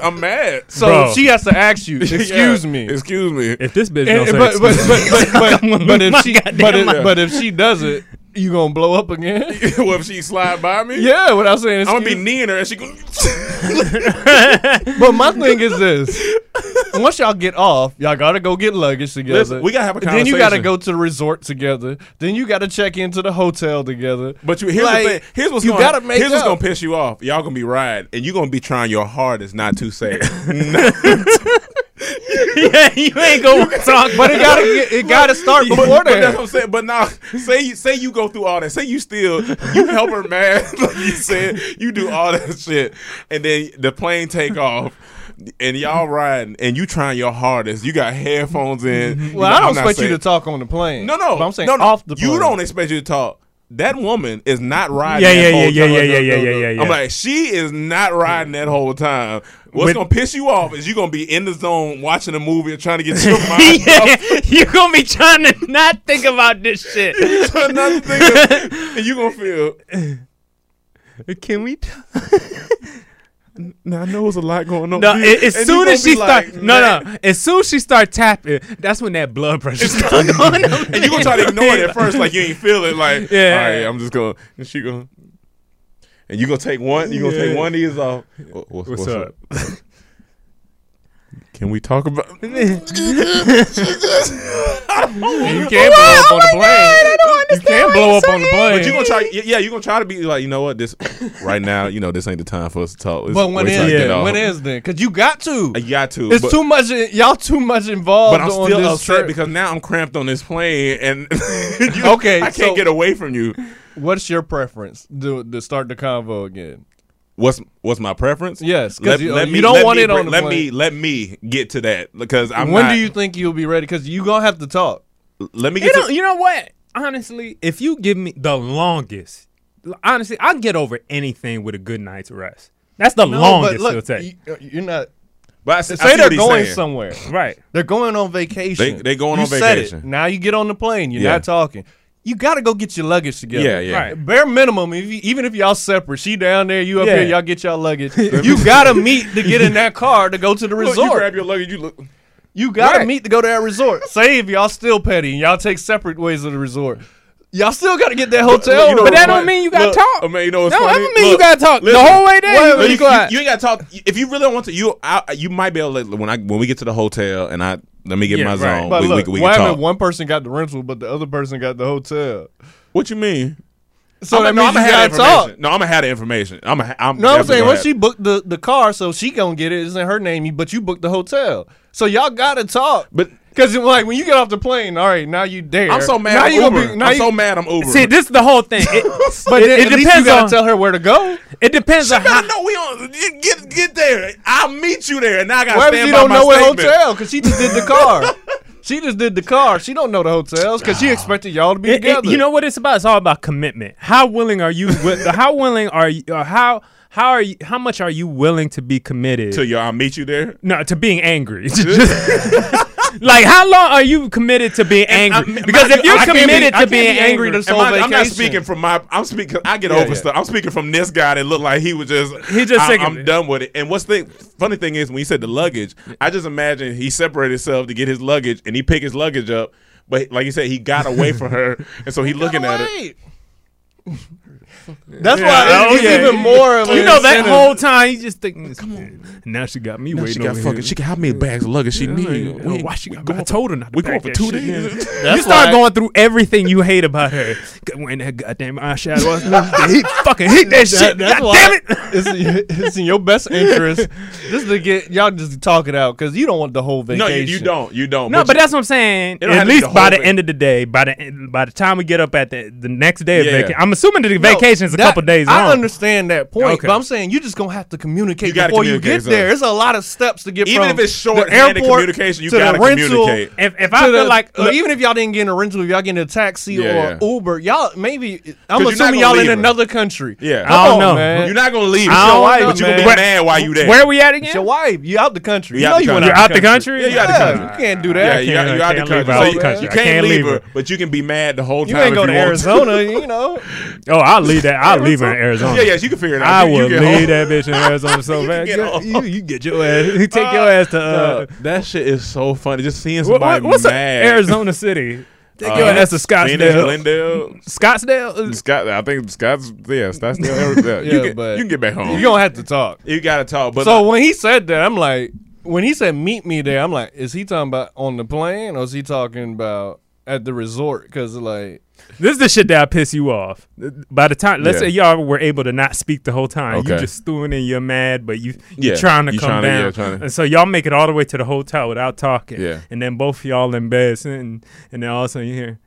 [SPEAKER 6] *laughs* I'm mad.
[SPEAKER 7] So
[SPEAKER 8] Bro.
[SPEAKER 7] she has to ask
[SPEAKER 6] *laughs*
[SPEAKER 7] you,
[SPEAKER 6] Yeah.
[SPEAKER 7] excuse me.
[SPEAKER 6] Excuse me.
[SPEAKER 8] If this
[SPEAKER 7] And-
[SPEAKER 8] bitch don't say
[SPEAKER 7] but, but,
[SPEAKER 8] excuse me,
[SPEAKER 7] but,
[SPEAKER 8] *laughs*
[SPEAKER 7] but, but, but if
[SPEAKER 8] my
[SPEAKER 7] she
[SPEAKER 8] goddamn
[SPEAKER 7] but if,
[SPEAKER 6] mind.
[SPEAKER 7] but if she does it, you gonna blow up again? *laughs*
[SPEAKER 6] *laughs* well, if she slide by me,
[SPEAKER 7] yeah, what I'm saying.
[SPEAKER 6] I'm gonna be
[SPEAKER 7] excuse-
[SPEAKER 6] kneeing her, and she go. *laughs*
[SPEAKER 7] But my thing is this: once y'all get off, y'all gotta go get luggage together.
[SPEAKER 6] Listen, we gotta have a
[SPEAKER 7] Then you gotta
[SPEAKER 6] conversation.
[SPEAKER 7] go to the resort together. Then you gotta check into the hotel together.
[SPEAKER 6] But you here's
[SPEAKER 7] Like,
[SPEAKER 6] the thing. Here's what's
[SPEAKER 7] you
[SPEAKER 6] gonna,
[SPEAKER 7] gotta make
[SPEAKER 6] here's what's
[SPEAKER 7] up.
[SPEAKER 6] gonna piss you off. Y'all gonna be riding, and you gonna be trying your hardest not to say.
[SPEAKER 7] *laughs*
[SPEAKER 8] yeah, you
[SPEAKER 6] *laughs*
[SPEAKER 8] ain't gonna talk.
[SPEAKER 7] But it gotta get, it gotta start
[SPEAKER 6] but,
[SPEAKER 7] before
[SPEAKER 6] but that's
[SPEAKER 7] that.
[SPEAKER 6] what I'm saying. But now, say you say you go through all that. Say you still you help her mad, *laughs* like you said. You do all that shit, and then the plane take off. And y'all riding, and you trying your hardest. You got headphones in. You
[SPEAKER 7] Mm-hmm. Well,
[SPEAKER 6] know,
[SPEAKER 7] I don't
[SPEAKER 6] I'm not
[SPEAKER 7] expect you
[SPEAKER 6] saying-
[SPEAKER 7] to talk on the plane.
[SPEAKER 6] No, no,
[SPEAKER 7] But I'm saying
[SPEAKER 6] no, no.
[SPEAKER 7] off the plane.
[SPEAKER 6] You don't expect you to talk. That woman is not riding.
[SPEAKER 8] Yeah,
[SPEAKER 6] that
[SPEAKER 8] yeah,
[SPEAKER 6] whole
[SPEAKER 8] yeah,
[SPEAKER 6] time.
[SPEAKER 8] yeah, yeah, yeah, yeah, yeah, yeah.
[SPEAKER 6] I'm like, she is not riding that whole time. What's
[SPEAKER 8] With-
[SPEAKER 6] gonna piss you off is you gonna be in the zone watching a movie and trying to get
[SPEAKER 8] *laughs*
[SPEAKER 6] your mind
[SPEAKER 8] yeah,
[SPEAKER 6] off.
[SPEAKER 8] *laughs* you gonna be trying to not think about this shit.
[SPEAKER 6] *laughs* Another thing,
[SPEAKER 8] *laughs*
[SPEAKER 6] and you gonna feel.
[SPEAKER 8] Can we? T- *laughs*
[SPEAKER 6] Now I know it's a lot going on.
[SPEAKER 8] no,
[SPEAKER 6] You-
[SPEAKER 8] a- as
[SPEAKER 6] and you
[SPEAKER 8] soon
[SPEAKER 6] gonna
[SPEAKER 8] as
[SPEAKER 6] be
[SPEAKER 8] she
[SPEAKER 6] like,
[SPEAKER 8] start, no,
[SPEAKER 6] "Man."
[SPEAKER 8] no, as soon as she start tapping, that's when that blood pressure start going *laughs* up.
[SPEAKER 6] And you gonna try to ignore it at first, like you ain't feel it.
[SPEAKER 7] *laughs*
[SPEAKER 6] Like,
[SPEAKER 8] Yeah.
[SPEAKER 6] all right, I'm just gonna. And she gonna. And you gonna take one. You gonna
[SPEAKER 8] Yeah.
[SPEAKER 6] take one of these off. What's, what's,
[SPEAKER 8] up?
[SPEAKER 6] Can we talk
[SPEAKER 7] *laughs*
[SPEAKER 6] about?
[SPEAKER 7] You can't blow
[SPEAKER 6] Oh
[SPEAKER 7] up on the plane. you can't blow up on the plane.
[SPEAKER 6] But you gonna try, yeah, you gonna try to be like, you know what, this right now, you know, this ain't the time for us to talk. It's-
[SPEAKER 7] But when
[SPEAKER 6] wait till I
[SPEAKER 7] is
[SPEAKER 6] get
[SPEAKER 7] yeah,
[SPEAKER 6] off.
[SPEAKER 7] when is then? Cause you got to.
[SPEAKER 6] I got to.
[SPEAKER 7] It's
[SPEAKER 6] but,
[SPEAKER 7] too much. Y'all too much involved.
[SPEAKER 6] But I'm
[SPEAKER 7] on
[SPEAKER 6] still
[SPEAKER 7] this
[SPEAKER 6] upset
[SPEAKER 7] trip.
[SPEAKER 6] because now I'm cramped on this plane, and *laughs* you-
[SPEAKER 7] Okay,
[SPEAKER 6] I can't
[SPEAKER 7] so-
[SPEAKER 6] get away from you.
[SPEAKER 7] What's your preference to, to start the convo again?
[SPEAKER 6] What's what's my preference?
[SPEAKER 7] Yes, 'cause
[SPEAKER 6] let,
[SPEAKER 7] you-
[SPEAKER 6] let
[SPEAKER 7] you
[SPEAKER 6] me,
[SPEAKER 7] don't
[SPEAKER 6] let
[SPEAKER 7] want
[SPEAKER 6] me,
[SPEAKER 7] it on
[SPEAKER 6] bring-
[SPEAKER 7] the
[SPEAKER 6] Let
[SPEAKER 7] plane.
[SPEAKER 6] me let me get to that because I'm.
[SPEAKER 7] when
[SPEAKER 6] not-
[SPEAKER 7] do you think you'll be ready? Because you gonna have to talk.
[SPEAKER 6] Let me
[SPEAKER 8] You
[SPEAKER 6] get
[SPEAKER 8] know,
[SPEAKER 6] to.
[SPEAKER 8] you know what? Honestly, if you give me the longest, honestly, I can get over anything with a good night's rest. That's the longest it'll take.
[SPEAKER 7] you, uh, you're not.
[SPEAKER 6] But I, s- I
[SPEAKER 7] Say
[SPEAKER 6] see
[SPEAKER 7] they're
[SPEAKER 6] what he's
[SPEAKER 7] going
[SPEAKER 6] saying.
[SPEAKER 7] *laughs* somewhere.
[SPEAKER 8] right.
[SPEAKER 7] They're going on vacation.
[SPEAKER 6] They- they going
[SPEAKER 7] You
[SPEAKER 6] on
[SPEAKER 7] said it.
[SPEAKER 6] vacation.
[SPEAKER 7] Now you get on the plane. You're
[SPEAKER 6] Yeah.
[SPEAKER 7] not talking. You got to go get your luggage together.
[SPEAKER 6] Yeah, yeah.
[SPEAKER 8] Right.
[SPEAKER 7] Bare minimum, if you, even if y'all separate, she down there, you up
[SPEAKER 8] Yeah.
[SPEAKER 7] here, y'all get y'all luggage. you gotta meet to get in that car to go to the
[SPEAKER 6] Look,
[SPEAKER 7] resort.
[SPEAKER 6] you grab your luggage. You look.
[SPEAKER 7] You gotta
[SPEAKER 8] Right.
[SPEAKER 7] meet to go to that resort. Say if y'all still petty and y'all take separate ways of the resort. Y'all still gotta get that hotel
[SPEAKER 6] you know
[SPEAKER 7] room.
[SPEAKER 8] But that
[SPEAKER 6] what?
[SPEAKER 8] don't mean you gotta
[SPEAKER 6] Look,
[SPEAKER 8] talk.
[SPEAKER 6] I mean, you know what's
[SPEAKER 8] No, that
[SPEAKER 6] funny?
[SPEAKER 8] don't mean you
[SPEAKER 6] Look,
[SPEAKER 8] gotta talk. The
[SPEAKER 6] listen,
[SPEAKER 8] whole way there, you
[SPEAKER 6] wait,
[SPEAKER 8] be
[SPEAKER 6] you,
[SPEAKER 8] quiet.
[SPEAKER 6] you- you ain't gotta talk. If you really don't want to, you I, you might be able to. When I when we get to the hotel and I let me get in
[SPEAKER 8] Yeah,
[SPEAKER 6] my
[SPEAKER 8] right.
[SPEAKER 6] zone,
[SPEAKER 7] But
[SPEAKER 6] we,
[SPEAKER 7] look,
[SPEAKER 6] we, we
[SPEAKER 7] what
[SPEAKER 6] can
[SPEAKER 7] happened?
[SPEAKER 6] talk.
[SPEAKER 7] if One person got the rental, but the other person got the hotel.
[SPEAKER 6] what you mean?
[SPEAKER 7] So that
[SPEAKER 6] no,
[SPEAKER 7] means
[SPEAKER 6] I'ma have
[SPEAKER 7] you gotta
[SPEAKER 6] the
[SPEAKER 7] talk.
[SPEAKER 6] information. No, I'm gonna have the information. I'm. A, I'm
[SPEAKER 7] No, I'm
[SPEAKER 6] definitely
[SPEAKER 7] saying
[SPEAKER 6] gonna
[SPEAKER 7] once
[SPEAKER 6] have-
[SPEAKER 7] she booked the, the car, so she gonna get it. It's in her name, but you booked the hotel, so y'all gotta talk.
[SPEAKER 6] But-
[SPEAKER 7] because like when you get off the plane, all right, now you there.
[SPEAKER 6] I'm so mad.
[SPEAKER 7] Now
[SPEAKER 6] I'm
[SPEAKER 7] you
[SPEAKER 6] Uber.
[SPEAKER 7] gonna be. Now
[SPEAKER 6] I'm
[SPEAKER 7] you,
[SPEAKER 6] so mad. I'm Uber.
[SPEAKER 8] See, this is the whole thing.
[SPEAKER 6] *laughs*
[SPEAKER 8] It,
[SPEAKER 7] But
[SPEAKER 8] it,
[SPEAKER 7] then at
[SPEAKER 8] it
[SPEAKER 7] least you
[SPEAKER 8] depends
[SPEAKER 7] gotta
[SPEAKER 8] on.
[SPEAKER 7] tell her where to go.
[SPEAKER 8] it depends on
[SPEAKER 6] She
[SPEAKER 8] how.
[SPEAKER 6] gotta know we on. you Get get there. I'll meet you there. And now I gotta
[SPEAKER 7] Why
[SPEAKER 6] stand
[SPEAKER 7] she
[SPEAKER 6] by
[SPEAKER 7] don't
[SPEAKER 6] my
[SPEAKER 7] know what
[SPEAKER 6] statement.
[SPEAKER 7] hotel? Because she just did the
[SPEAKER 6] *laughs*
[SPEAKER 7] car. she just did the car. She don't know the hotels because she expected y'all to be
[SPEAKER 8] It- it-
[SPEAKER 7] together.
[SPEAKER 8] you know what it's about? It's all about commitment. How willing are you? wi- *laughs* how willing are you? Or how how are you? How much are you willing to be committed?
[SPEAKER 6] To you, I'll meet you there.
[SPEAKER 8] no, to being
[SPEAKER 6] *laughs*
[SPEAKER 8] angry. *laughs* like how long are you committed to being angry?
[SPEAKER 6] I'm-
[SPEAKER 8] because
[SPEAKER 6] mind
[SPEAKER 8] if
[SPEAKER 6] you, I
[SPEAKER 8] you're
[SPEAKER 6] can't be-
[SPEAKER 8] committed
[SPEAKER 6] I
[SPEAKER 8] to
[SPEAKER 6] can't
[SPEAKER 8] being
[SPEAKER 6] be
[SPEAKER 8] angry,
[SPEAKER 7] this
[SPEAKER 6] And
[SPEAKER 7] whole
[SPEAKER 6] mind you, I'm not
[SPEAKER 7] vacation.
[SPEAKER 6] speaking from my. I'm speaking. 'cause I get
[SPEAKER 7] Yeah,
[SPEAKER 6] over
[SPEAKER 7] yeah.
[SPEAKER 6] stuff. I'm speaking from this guy that looked like he was just.
[SPEAKER 8] He just
[SPEAKER 6] I,
[SPEAKER 8] thinking
[SPEAKER 6] I'm
[SPEAKER 8] it.
[SPEAKER 6] done with it. And what's the funny thing is when you said the luggage, I just imagine he separated himself to get his luggage, and he picked his luggage
[SPEAKER 8] *laughs*
[SPEAKER 6] up. But like you said, he got away from her, and so he looking at it.
[SPEAKER 7] That's
[SPEAKER 8] Yeah,
[SPEAKER 7] why
[SPEAKER 8] oh,
[SPEAKER 7] it's, it's
[SPEAKER 8] yeah.
[SPEAKER 7] even more of
[SPEAKER 8] You
[SPEAKER 7] an
[SPEAKER 8] know that
[SPEAKER 7] incentive.
[SPEAKER 8] whole time you just think, come on. Now she got me
[SPEAKER 6] Now
[SPEAKER 8] waiting.
[SPEAKER 6] she got
[SPEAKER 8] over
[SPEAKER 6] fucking.
[SPEAKER 8] here.
[SPEAKER 6] She got how many bags of luggage she
[SPEAKER 8] Yeah,
[SPEAKER 6] need?
[SPEAKER 8] like,
[SPEAKER 6] We-
[SPEAKER 8] why she
[SPEAKER 6] we
[SPEAKER 8] got-
[SPEAKER 6] going
[SPEAKER 8] I told her not to
[SPEAKER 6] We going
[SPEAKER 8] pack
[SPEAKER 6] for
[SPEAKER 8] that
[SPEAKER 6] two
[SPEAKER 8] shit in. *laughs*
[SPEAKER 6] days.
[SPEAKER 7] That's
[SPEAKER 8] you start
[SPEAKER 7] why-
[SPEAKER 8] going through everything you hate about her. *laughs* When that goddamn eyeshadow,
[SPEAKER 6] *laughs*
[SPEAKER 8] I he fucking hate that shit.
[SPEAKER 7] that's
[SPEAKER 8] God
[SPEAKER 7] why
[SPEAKER 8] damn it!
[SPEAKER 7] *laughs* It's, it's in your best interest just to get y'all just talk it out because you don't want the whole vacation.
[SPEAKER 6] No, you, you don't. You don't.
[SPEAKER 8] No, but
[SPEAKER 6] you-
[SPEAKER 8] that's what I'm saying.
[SPEAKER 6] don't have
[SPEAKER 8] At
[SPEAKER 6] to be
[SPEAKER 8] least
[SPEAKER 6] the
[SPEAKER 8] by
[SPEAKER 6] whole
[SPEAKER 8] the
[SPEAKER 6] thing.
[SPEAKER 8] end of the day, by the by the time we get up at the the next day of
[SPEAKER 6] Yeah.
[SPEAKER 8] vacation, I'm assuming that the
[SPEAKER 7] No,
[SPEAKER 8] vacation is a
[SPEAKER 7] that-
[SPEAKER 8] couple days long.
[SPEAKER 7] I understand that point,
[SPEAKER 8] Okay.
[SPEAKER 7] but I'm saying you just gonna have to communicate
[SPEAKER 6] You gotta
[SPEAKER 7] before you
[SPEAKER 6] communicate
[SPEAKER 7] get there.
[SPEAKER 6] something.
[SPEAKER 7] It's a lot of steps to get
[SPEAKER 6] Even
[SPEAKER 7] from
[SPEAKER 6] if it's
[SPEAKER 7] the
[SPEAKER 6] short-handed
[SPEAKER 7] airport
[SPEAKER 6] communication, you
[SPEAKER 7] to the
[SPEAKER 6] gotta
[SPEAKER 7] rental
[SPEAKER 6] communicate.
[SPEAKER 8] If if
[SPEAKER 7] to
[SPEAKER 8] I
[SPEAKER 7] the-
[SPEAKER 8] feel like
[SPEAKER 7] look, even if y'all didn't get in a rental, if y'all get in a taxi
[SPEAKER 6] Yeah,
[SPEAKER 7] or Uber, y'all maybe I'm
[SPEAKER 6] 'Cause you're not
[SPEAKER 7] assuming
[SPEAKER 6] gonna
[SPEAKER 7] y'all in
[SPEAKER 6] leave her.
[SPEAKER 7] another country.
[SPEAKER 6] Yeah.
[SPEAKER 7] Come
[SPEAKER 8] I don't
[SPEAKER 7] on,
[SPEAKER 8] know.
[SPEAKER 7] man.
[SPEAKER 6] You're not gonna leave.
[SPEAKER 7] I
[SPEAKER 6] It's your
[SPEAKER 7] don't
[SPEAKER 6] wife,
[SPEAKER 7] know,
[SPEAKER 6] but you gonna be
[SPEAKER 7] man.
[SPEAKER 6] mad while you there.
[SPEAKER 8] where are we at
[SPEAKER 7] It's
[SPEAKER 8] again?
[SPEAKER 7] your wife. You out the country.
[SPEAKER 6] You
[SPEAKER 7] You
[SPEAKER 6] out
[SPEAKER 7] know
[SPEAKER 6] the
[SPEAKER 7] you went
[SPEAKER 6] country.
[SPEAKER 8] You're out the country.
[SPEAKER 6] Yeah, you out the
[SPEAKER 7] Yeah,
[SPEAKER 6] country.
[SPEAKER 7] you can't do
[SPEAKER 6] Yeah,
[SPEAKER 7] that.
[SPEAKER 6] you,
[SPEAKER 8] can't-
[SPEAKER 6] you
[SPEAKER 8] I
[SPEAKER 6] out the
[SPEAKER 8] can't leave
[SPEAKER 6] country.
[SPEAKER 8] her.
[SPEAKER 6] So
[SPEAKER 8] I
[SPEAKER 6] you,
[SPEAKER 8] can't
[SPEAKER 6] you can't leave her,
[SPEAKER 8] leave
[SPEAKER 6] but you can be mad the whole time.
[SPEAKER 7] You ain't
[SPEAKER 6] if
[SPEAKER 7] go to
[SPEAKER 6] want
[SPEAKER 7] Arizona, you know.
[SPEAKER 8] Oh, I'll leave that. I'll leave her in Arizona.
[SPEAKER 6] Yeah, yeah, you can figure it out.
[SPEAKER 8] I
[SPEAKER 6] You- you
[SPEAKER 8] will
[SPEAKER 6] get home.
[SPEAKER 8] leave that bitch in
[SPEAKER 7] *laughs*
[SPEAKER 8] Arizona so
[SPEAKER 6] You
[SPEAKER 8] bad.
[SPEAKER 6] get
[SPEAKER 8] Yeah,
[SPEAKER 6] off.
[SPEAKER 8] You, you get your ass. Take your ass to uh,
[SPEAKER 6] Duh, that shit is so funny. Just seeing
[SPEAKER 8] what,
[SPEAKER 6] somebody
[SPEAKER 8] what's a-
[SPEAKER 6] mad.
[SPEAKER 8] Arizona City. Take your
[SPEAKER 6] Uh,
[SPEAKER 8] ass to
[SPEAKER 6] Phoenix,
[SPEAKER 8] Scottsdale.
[SPEAKER 6] Glendale.
[SPEAKER 8] Scottsdale. is-
[SPEAKER 6] Scott, I think Scott's *laughs* yeah, Scott's still Arizona.
[SPEAKER 7] Yeah,
[SPEAKER 6] you, can,
[SPEAKER 7] but-
[SPEAKER 6] you can get back home.
[SPEAKER 7] You're gonna have to talk.
[SPEAKER 6] You gotta talk. But
[SPEAKER 7] So when he said that, I'm like, when he said meet me there, I'm like, is he talking about on the plane or is he talking about at the resort? Because like,
[SPEAKER 8] This is the shit that'll piss you off. By the time, let's
[SPEAKER 6] Yeah.
[SPEAKER 8] say y'all were able to not speak the whole time, you
[SPEAKER 6] Okay.
[SPEAKER 8] just stewing and you're mad, but you you're
[SPEAKER 6] Yeah,
[SPEAKER 8] trying to
[SPEAKER 6] you
[SPEAKER 8] come
[SPEAKER 6] tryna- yeah,
[SPEAKER 8] down,
[SPEAKER 6] tryna-
[SPEAKER 8] and so y'all make it all the way to the hotel without talking.
[SPEAKER 6] Yeah.
[SPEAKER 8] and then both of y'all in bed, sitting, and then all of a sudden you hear,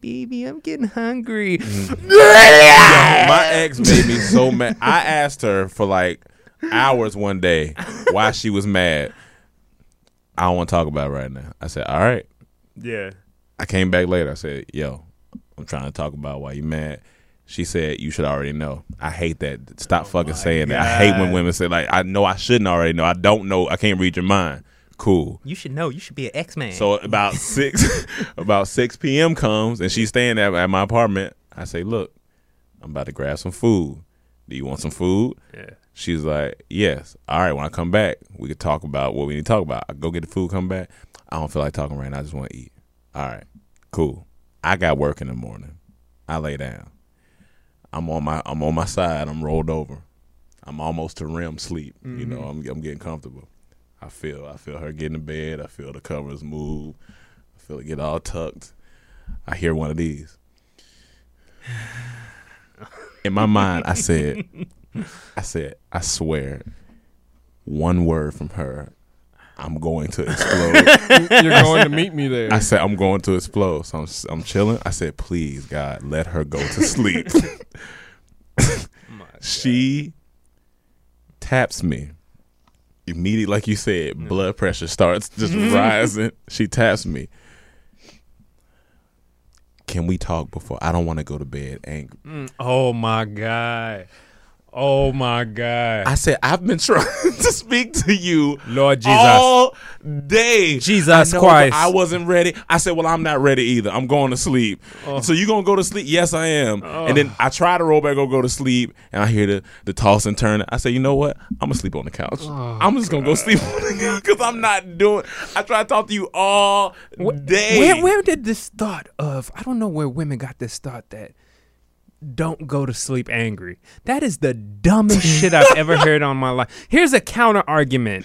[SPEAKER 8] "Baby, I'm getting hungry."
[SPEAKER 6] Mm-hmm. Yeah, *laughs* my ex made me so mad. I asked her for like hours one day why she was mad. I don't want to talk about it right now. I said, all right.
[SPEAKER 8] yeah,
[SPEAKER 6] I came back later. I said, yo, I'm trying to talk about why you mad. She said, you should already know. I hate that. Stop fucking saying that. I hate when women say, like, I know I shouldn't already know. I don't know. I can't read your mind. Cool.
[SPEAKER 8] you should know. You should be an X man.
[SPEAKER 6] So about six, *laughs* about six p.m. comes and she's staying at, at my apartment. I say, "Look, I'm about to grab some food. Do you want some food?" Yeah. She's like, "Yes." All right. When I come back, we could talk about what we need to talk about. I go get the food. Come back. I don't feel like talking right now. I just want to eat. All right. Cool. I got work in the morning. I lay down. I'm on my I'm on my side. I'm rolled over. I'm almost to REM sleep. You know, I'm I'm getting comfortable. I feel I feel her get in bed. I feel the covers move. I feel it get all tucked. I hear one of these. *sighs* In my mind, I said, I said, I swear, one word from her, I'm going to explode.
[SPEAKER 7] you're going to meet me there.
[SPEAKER 6] I said, I'm going to explode. So I'm, I'm chilling. I said, please, God, let her go to sleep. *laughs* she taps me immediately like you said blood pressure starts just rising she taps me can we talk before i don't want to go to bed angry
[SPEAKER 8] oh my god, oh my god,
[SPEAKER 6] i said i've been trying *laughs* to speak to you
[SPEAKER 8] Lord Jesus.
[SPEAKER 6] all day
[SPEAKER 8] Jesus
[SPEAKER 6] I know, but
[SPEAKER 8] Christ.
[SPEAKER 6] i wasn't ready i said well i'm not ready either i'm going to sleep
[SPEAKER 7] Oh.
[SPEAKER 6] so you gonna go to sleep yes i am and then i try to roll back or go to sleep and i hear the, the toss and turn i say you know what i'm gonna sleep on the couch
[SPEAKER 7] Oh,
[SPEAKER 6] i'm just gonna go sleep on the couch because i'm not doing i try to talk to you all day
[SPEAKER 8] Where where did this thought of I don't know where women got this thought that don't go to sleep angry. That is the dumbest
[SPEAKER 6] *laughs*
[SPEAKER 8] shit I've ever heard on my life. Here's a counter argument.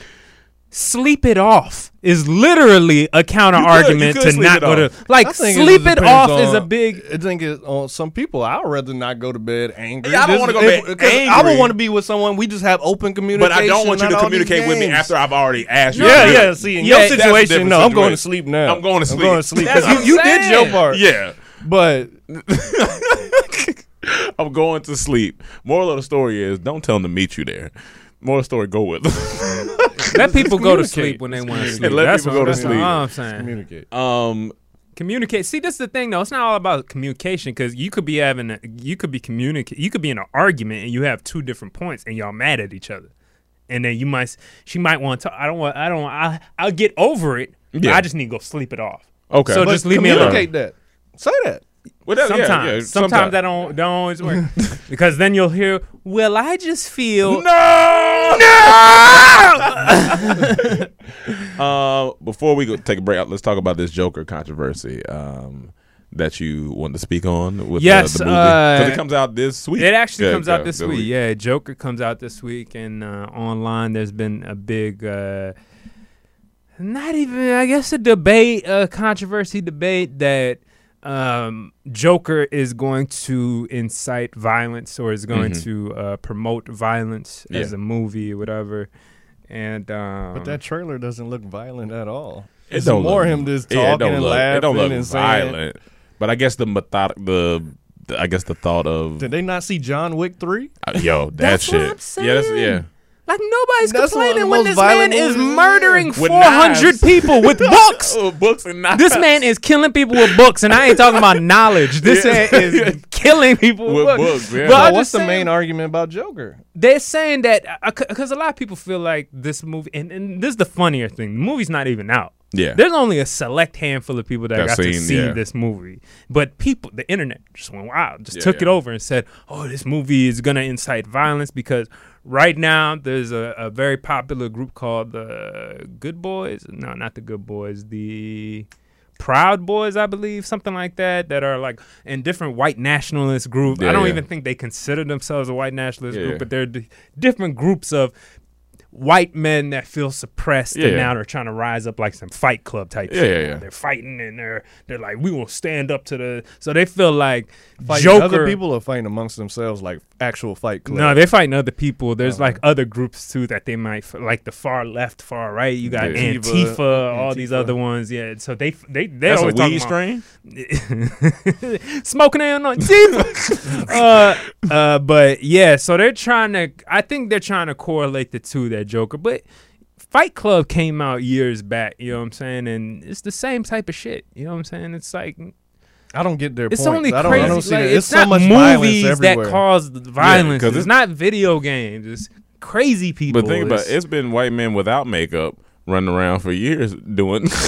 [SPEAKER 8] Sleep it off is literally a counter argument
[SPEAKER 6] could
[SPEAKER 8] to
[SPEAKER 6] sleep
[SPEAKER 8] not
[SPEAKER 6] it
[SPEAKER 8] go to
[SPEAKER 6] off.
[SPEAKER 8] like
[SPEAKER 7] I think
[SPEAKER 8] sleep it
[SPEAKER 7] depends
[SPEAKER 8] off is
[SPEAKER 7] on-
[SPEAKER 8] a big
[SPEAKER 7] I think it's on some people. I'd rather not go to bed angry.
[SPEAKER 6] Yeah, I don't
[SPEAKER 7] This-
[SPEAKER 6] wanna go to
[SPEAKER 7] if-
[SPEAKER 6] bed
[SPEAKER 7] 'cause I
[SPEAKER 6] angry.
[SPEAKER 7] would want to be with someone. We just have open communication.
[SPEAKER 6] but i don't want you
[SPEAKER 7] not
[SPEAKER 6] to
[SPEAKER 7] all these
[SPEAKER 6] communicate with me
[SPEAKER 7] games.
[SPEAKER 6] after i've already asked you
[SPEAKER 7] Yeah,
[SPEAKER 6] to do
[SPEAKER 7] yeah.
[SPEAKER 6] it.
[SPEAKER 7] See, in
[SPEAKER 6] Yeah,
[SPEAKER 7] your
[SPEAKER 6] that's a
[SPEAKER 7] situation,
[SPEAKER 6] different
[SPEAKER 7] no, I'm going to
[SPEAKER 6] situation.
[SPEAKER 7] sleep now.
[SPEAKER 6] I'm going to
[SPEAKER 7] I'm going to
[SPEAKER 6] sleep.
[SPEAKER 7] sleep
[SPEAKER 6] That's
[SPEAKER 7] 'cause
[SPEAKER 6] what
[SPEAKER 7] you, you
[SPEAKER 6] I'm
[SPEAKER 7] did your
[SPEAKER 8] saying.
[SPEAKER 6] *laughs*
[SPEAKER 7] part.
[SPEAKER 6] yeah
[SPEAKER 7] but
[SPEAKER 6] I'm going to sleep. Moral of the story is don't tell them to meet you there. Moral of the story, go with *laughs* them.
[SPEAKER 8] let people go to sleep
[SPEAKER 7] communicate.
[SPEAKER 8] when they want to
[SPEAKER 7] Just
[SPEAKER 8] sleep.
[SPEAKER 6] let
[SPEAKER 8] That's
[SPEAKER 6] people go
[SPEAKER 8] what-
[SPEAKER 6] to
[SPEAKER 8] that's
[SPEAKER 6] sleep.
[SPEAKER 8] all I'm saying.
[SPEAKER 7] communicate.
[SPEAKER 6] um,
[SPEAKER 8] Communicate. See, this is the thing though. It's not all about communication because you could be having, a, you could be communicate, you could be in an argument and you have two different points and y'all mad at each other, and then you might, s- she might want to. I don't want. I don't. I I'll get over it. but
[SPEAKER 6] Yeah.
[SPEAKER 8] I just need to go sleep it off.
[SPEAKER 6] Okay.
[SPEAKER 8] So
[SPEAKER 6] But
[SPEAKER 8] just leave me alone.
[SPEAKER 7] Communicate that. Say that.
[SPEAKER 6] well, that- yeah,
[SPEAKER 8] Sometimes,
[SPEAKER 6] yeah,
[SPEAKER 8] sometimes, that don't don't always work *laughs* because then you'll hear, "Well, I just feel."
[SPEAKER 6] *laughs* uh, No! no! uh, before we go take a break, let's talk about this Joker controversy. Um, that you want to speak on with
[SPEAKER 8] Yes,
[SPEAKER 6] uh, the movie? 'Cause
[SPEAKER 8] uh,
[SPEAKER 6] it comes out this week.
[SPEAKER 8] It actually
[SPEAKER 6] Yeah,
[SPEAKER 8] comes
[SPEAKER 6] yeah,
[SPEAKER 8] out this week. Yeah, Joker comes out this week, and uh, online there's been a big, uh, not even I guess a debate, a controversy debate that um, Joker is going to incite violence or is going to uh, promote violence
[SPEAKER 6] Mm-hmm.
[SPEAKER 8] as
[SPEAKER 6] Yeah.
[SPEAKER 8] a movie or whatever. And um,
[SPEAKER 7] But that trailer doesn't look violent at all.
[SPEAKER 6] It
[SPEAKER 7] It's
[SPEAKER 6] don't
[SPEAKER 7] more
[SPEAKER 6] look-
[SPEAKER 7] him just
[SPEAKER 6] yeah,
[SPEAKER 7] talking
[SPEAKER 6] it don't
[SPEAKER 7] and
[SPEAKER 6] look,
[SPEAKER 7] laughing
[SPEAKER 6] It don't look
[SPEAKER 7] and saying.
[SPEAKER 6] violent, but I guess the method, the, the- I guess the thought of
[SPEAKER 7] Did they not see John Wick three?
[SPEAKER 6] uh, yo that
[SPEAKER 8] That's
[SPEAKER 6] shit.
[SPEAKER 8] what I'm
[SPEAKER 6] Yeah, that's,
[SPEAKER 8] saying.
[SPEAKER 6] yeah.
[SPEAKER 8] like nobody's
[SPEAKER 7] That's one of the
[SPEAKER 8] complaining when
[SPEAKER 7] most
[SPEAKER 8] this man
[SPEAKER 7] violent
[SPEAKER 8] is
[SPEAKER 7] movies of the
[SPEAKER 8] murdering
[SPEAKER 6] With
[SPEAKER 8] 400
[SPEAKER 6] knives.
[SPEAKER 8] people
[SPEAKER 6] *laughs*
[SPEAKER 8] with books.
[SPEAKER 6] Oh, books and knives. *laughs*
[SPEAKER 8] This man is killing people with books, and I ain't talking about knowledge. This
[SPEAKER 6] Yeah.
[SPEAKER 8] man
[SPEAKER 6] *laughs*
[SPEAKER 8] is killing people with,
[SPEAKER 6] With
[SPEAKER 8] books.
[SPEAKER 6] books, yeah.
[SPEAKER 8] But
[SPEAKER 6] So
[SPEAKER 8] I'm
[SPEAKER 7] But
[SPEAKER 8] just
[SPEAKER 7] what's the
[SPEAKER 8] saying,
[SPEAKER 7] main argument about Joker?
[SPEAKER 8] They're saying that because a lot of people feel like this movie, and, and this is the funnier thing: the movie's not even out.
[SPEAKER 6] Yeah.
[SPEAKER 8] there's only a select handful of people that,
[SPEAKER 6] That
[SPEAKER 8] got to
[SPEAKER 6] seen,
[SPEAKER 8] see
[SPEAKER 6] yeah.
[SPEAKER 8] this movie, but people, the internet just went wild, just
[SPEAKER 6] Yeah,
[SPEAKER 8] took it
[SPEAKER 6] yeah.
[SPEAKER 8] over and said, "Oh, this movie is gonna incite violence because." Right now, there's a, a very popular group called the Good Boys. No, not the Good Boys. The Proud Boys, I believe, something like that, that are like in different white nationalist groups. I
[SPEAKER 6] Yeah,
[SPEAKER 8] don't
[SPEAKER 6] yeah.
[SPEAKER 8] even think they consider themselves a white nationalist
[SPEAKER 6] Yeah,
[SPEAKER 8] group,
[SPEAKER 6] yeah.
[SPEAKER 8] but they're d- different groups of white men that feel suppressed and
[SPEAKER 6] Yeah.
[SPEAKER 8] now they're trying to rise up like some fight club type
[SPEAKER 6] Yeah,
[SPEAKER 8] shit.
[SPEAKER 6] yeah,
[SPEAKER 8] now.
[SPEAKER 6] yeah.
[SPEAKER 8] They're fighting and they're they're like, we will stand up to the so they feel like
[SPEAKER 7] Fighting
[SPEAKER 8] Joker
[SPEAKER 7] Other people are fighting amongst themselves like actual fight club.
[SPEAKER 8] no, they're fighting other people. There's
[SPEAKER 6] Oh.
[SPEAKER 8] like other groups too that they might f- like the far left, far right. You got
[SPEAKER 6] Yeah.
[SPEAKER 8] Antifa,
[SPEAKER 7] Antifa,
[SPEAKER 8] all these other ones. Yeah, so they f- they they
[SPEAKER 6] That's a
[SPEAKER 8] always talking
[SPEAKER 6] weed
[SPEAKER 8] about-
[SPEAKER 6] strain.
[SPEAKER 8] *laughs* smoking in on
[SPEAKER 6] *laughs*
[SPEAKER 8] Antifa. uh, uh, but yeah, so they're trying to. I think they're trying to correlate the two. That Joker, but Fight Club came out years back. You know what I'm saying? And it's the same type of shit. You know what I'm saying? It's like
[SPEAKER 7] I don't get their
[SPEAKER 8] it's
[SPEAKER 7] point.
[SPEAKER 8] only
[SPEAKER 7] I don't,
[SPEAKER 8] crazy.
[SPEAKER 7] I don't see
[SPEAKER 8] like,
[SPEAKER 7] that.
[SPEAKER 8] it's,
[SPEAKER 7] It's, so
[SPEAKER 8] not
[SPEAKER 7] much violence
[SPEAKER 8] movies that
[SPEAKER 7] everywhere.
[SPEAKER 8] cause the violence.
[SPEAKER 6] 'cause
[SPEAKER 8] it's,
[SPEAKER 6] it's-
[SPEAKER 8] not video games. It's crazy people.
[SPEAKER 6] But think about it,
[SPEAKER 8] It's-
[SPEAKER 6] it's been white men without makeup running around for years doing. *laughs*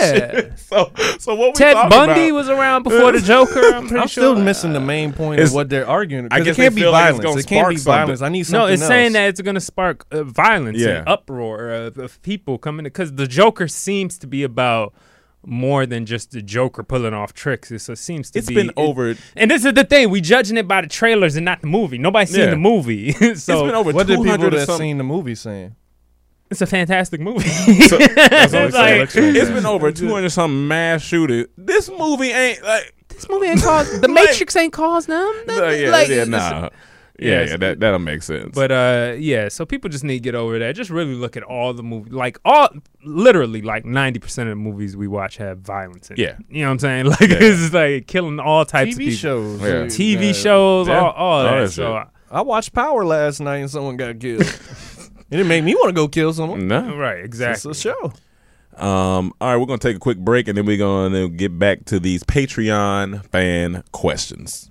[SPEAKER 8] Yeah.
[SPEAKER 6] so, so what we
[SPEAKER 8] Ted
[SPEAKER 6] talking
[SPEAKER 8] Bundy
[SPEAKER 6] about-
[SPEAKER 8] was around before the Joker. I'm pretty
[SPEAKER 7] I'm
[SPEAKER 8] sure.
[SPEAKER 7] still missing the main point of
[SPEAKER 6] It's-
[SPEAKER 7] what they're arguing.
[SPEAKER 6] I
[SPEAKER 7] 'cause
[SPEAKER 6] guess
[SPEAKER 7] it can't
[SPEAKER 6] they
[SPEAKER 7] be
[SPEAKER 6] feel like it's
[SPEAKER 7] violence.
[SPEAKER 6] gonna
[SPEAKER 7] it can't be
[SPEAKER 6] spark something.
[SPEAKER 7] violence. I need
[SPEAKER 8] No,
[SPEAKER 7] something
[SPEAKER 8] it's saying
[SPEAKER 7] else.
[SPEAKER 8] that it's going to spark uh, violence
[SPEAKER 6] Yeah.
[SPEAKER 8] and uproar of, of people coming because the Joker seems to be about more than just the Joker pulling off tricks. It's- It seems to
[SPEAKER 6] It's
[SPEAKER 8] be
[SPEAKER 6] been
[SPEAKER 8] it-
[SPEAKER 6] over.
[SPEAKER 8] and this is the thing: we judging it by the trailers and not the movie. Nobody's seen
[SPEAKER 6] Yeah.
[SPEAKER 8] the movie, *laughs* so
[SPEAKER 6] it's been over
[SPEAKER 7] What did
[SPEAKER 6] two
[SPEAKER 7] people
[SPEAKER 6] hundred or
[SPEAKER 7] that
[SPEAKER 6] something.
[SPEAKER 7] seen the movie saying?
[SPEAKER 8] it's a fantastic movie. *laughs*
[SPEAKER 6] So- *laughs* that's what I'm
[SPEAKER 8] It's
[SPEAKER 6] saying.
[SPEAKER 8] like-
[SPEAKER 6] it's been over two hundred something mass shooters. This movie ain't like.
[SPEAKER 8] this movie ain't caused. The
[SPEAKER 6] *laughs* Like-
[SPEAKER 8] Matrix ain't caused them.
[SPEAKER 6] No, yeah,
[SPEAKER 8] Like,
[SPEAKER 6] yeah,
[SPEAKER 8] it's-
[SPEAKER 6] nah.
[SPEAKER 8] yeah,
[SPEAKER 6] Yeah,
[SPEAKER 8] it's-
[SPEAKER 6] yeah, that that'll make sense.
[SPEAKER 8] But uh, yeah, so people just need to get over that. Just really look at all the movies. Like all, literally, like ninety percent of the movies we watch have violence in. it.
[SPEAKER 6] Yeah.
[SPEAKER 8] you know what I'm saying. *laughs* Like it's just like killing all types of
[SPEAKER 7] TV
[SPEAKER 8] people.
[SPEAKER 7] shows.
[SPEAKER 6] Yeah.
[SPEAKER 7] uh,
[SPEAKER 8] TV
[SPEAKER 7] uh,
[SPEAKER 8] shows,
[SPEAKER 6] Yeah.
[SPEAKER 8] all, all
[SPEAKER 6] All
[SPEAKER 8] that.
[SPEAKER 6] that
[SPEAKER 8] so
[SPEAKER 7] I watched Power last night and someone got killed. *laughs* it made me want to go kill someone.
[SPEAKER 6] no.
[SPEAKER 8] uh, right,
[SPEAKER 7] It's
[SPEAKER 8] exactly.
[SPEAKER 7] a show.
[SPEAKER 6] Um. All right, we're gonna take a quick break, and then we're gonna get back to these Patreon fan questions.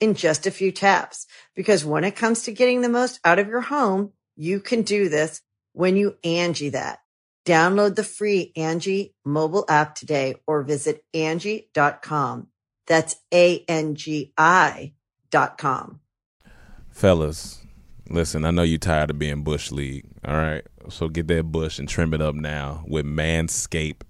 [SPEAKER 9] in just a few taps. Because when it comes to getting the most out of your home, you can do this when you Angie that. Download the free Angie mobile app today or visit Angie.com. That's A-N-G-I dot com.
[SPEAKER 6] fellas, listen, I know you tired of being Bush League, all right? So get that bush and trim it up now with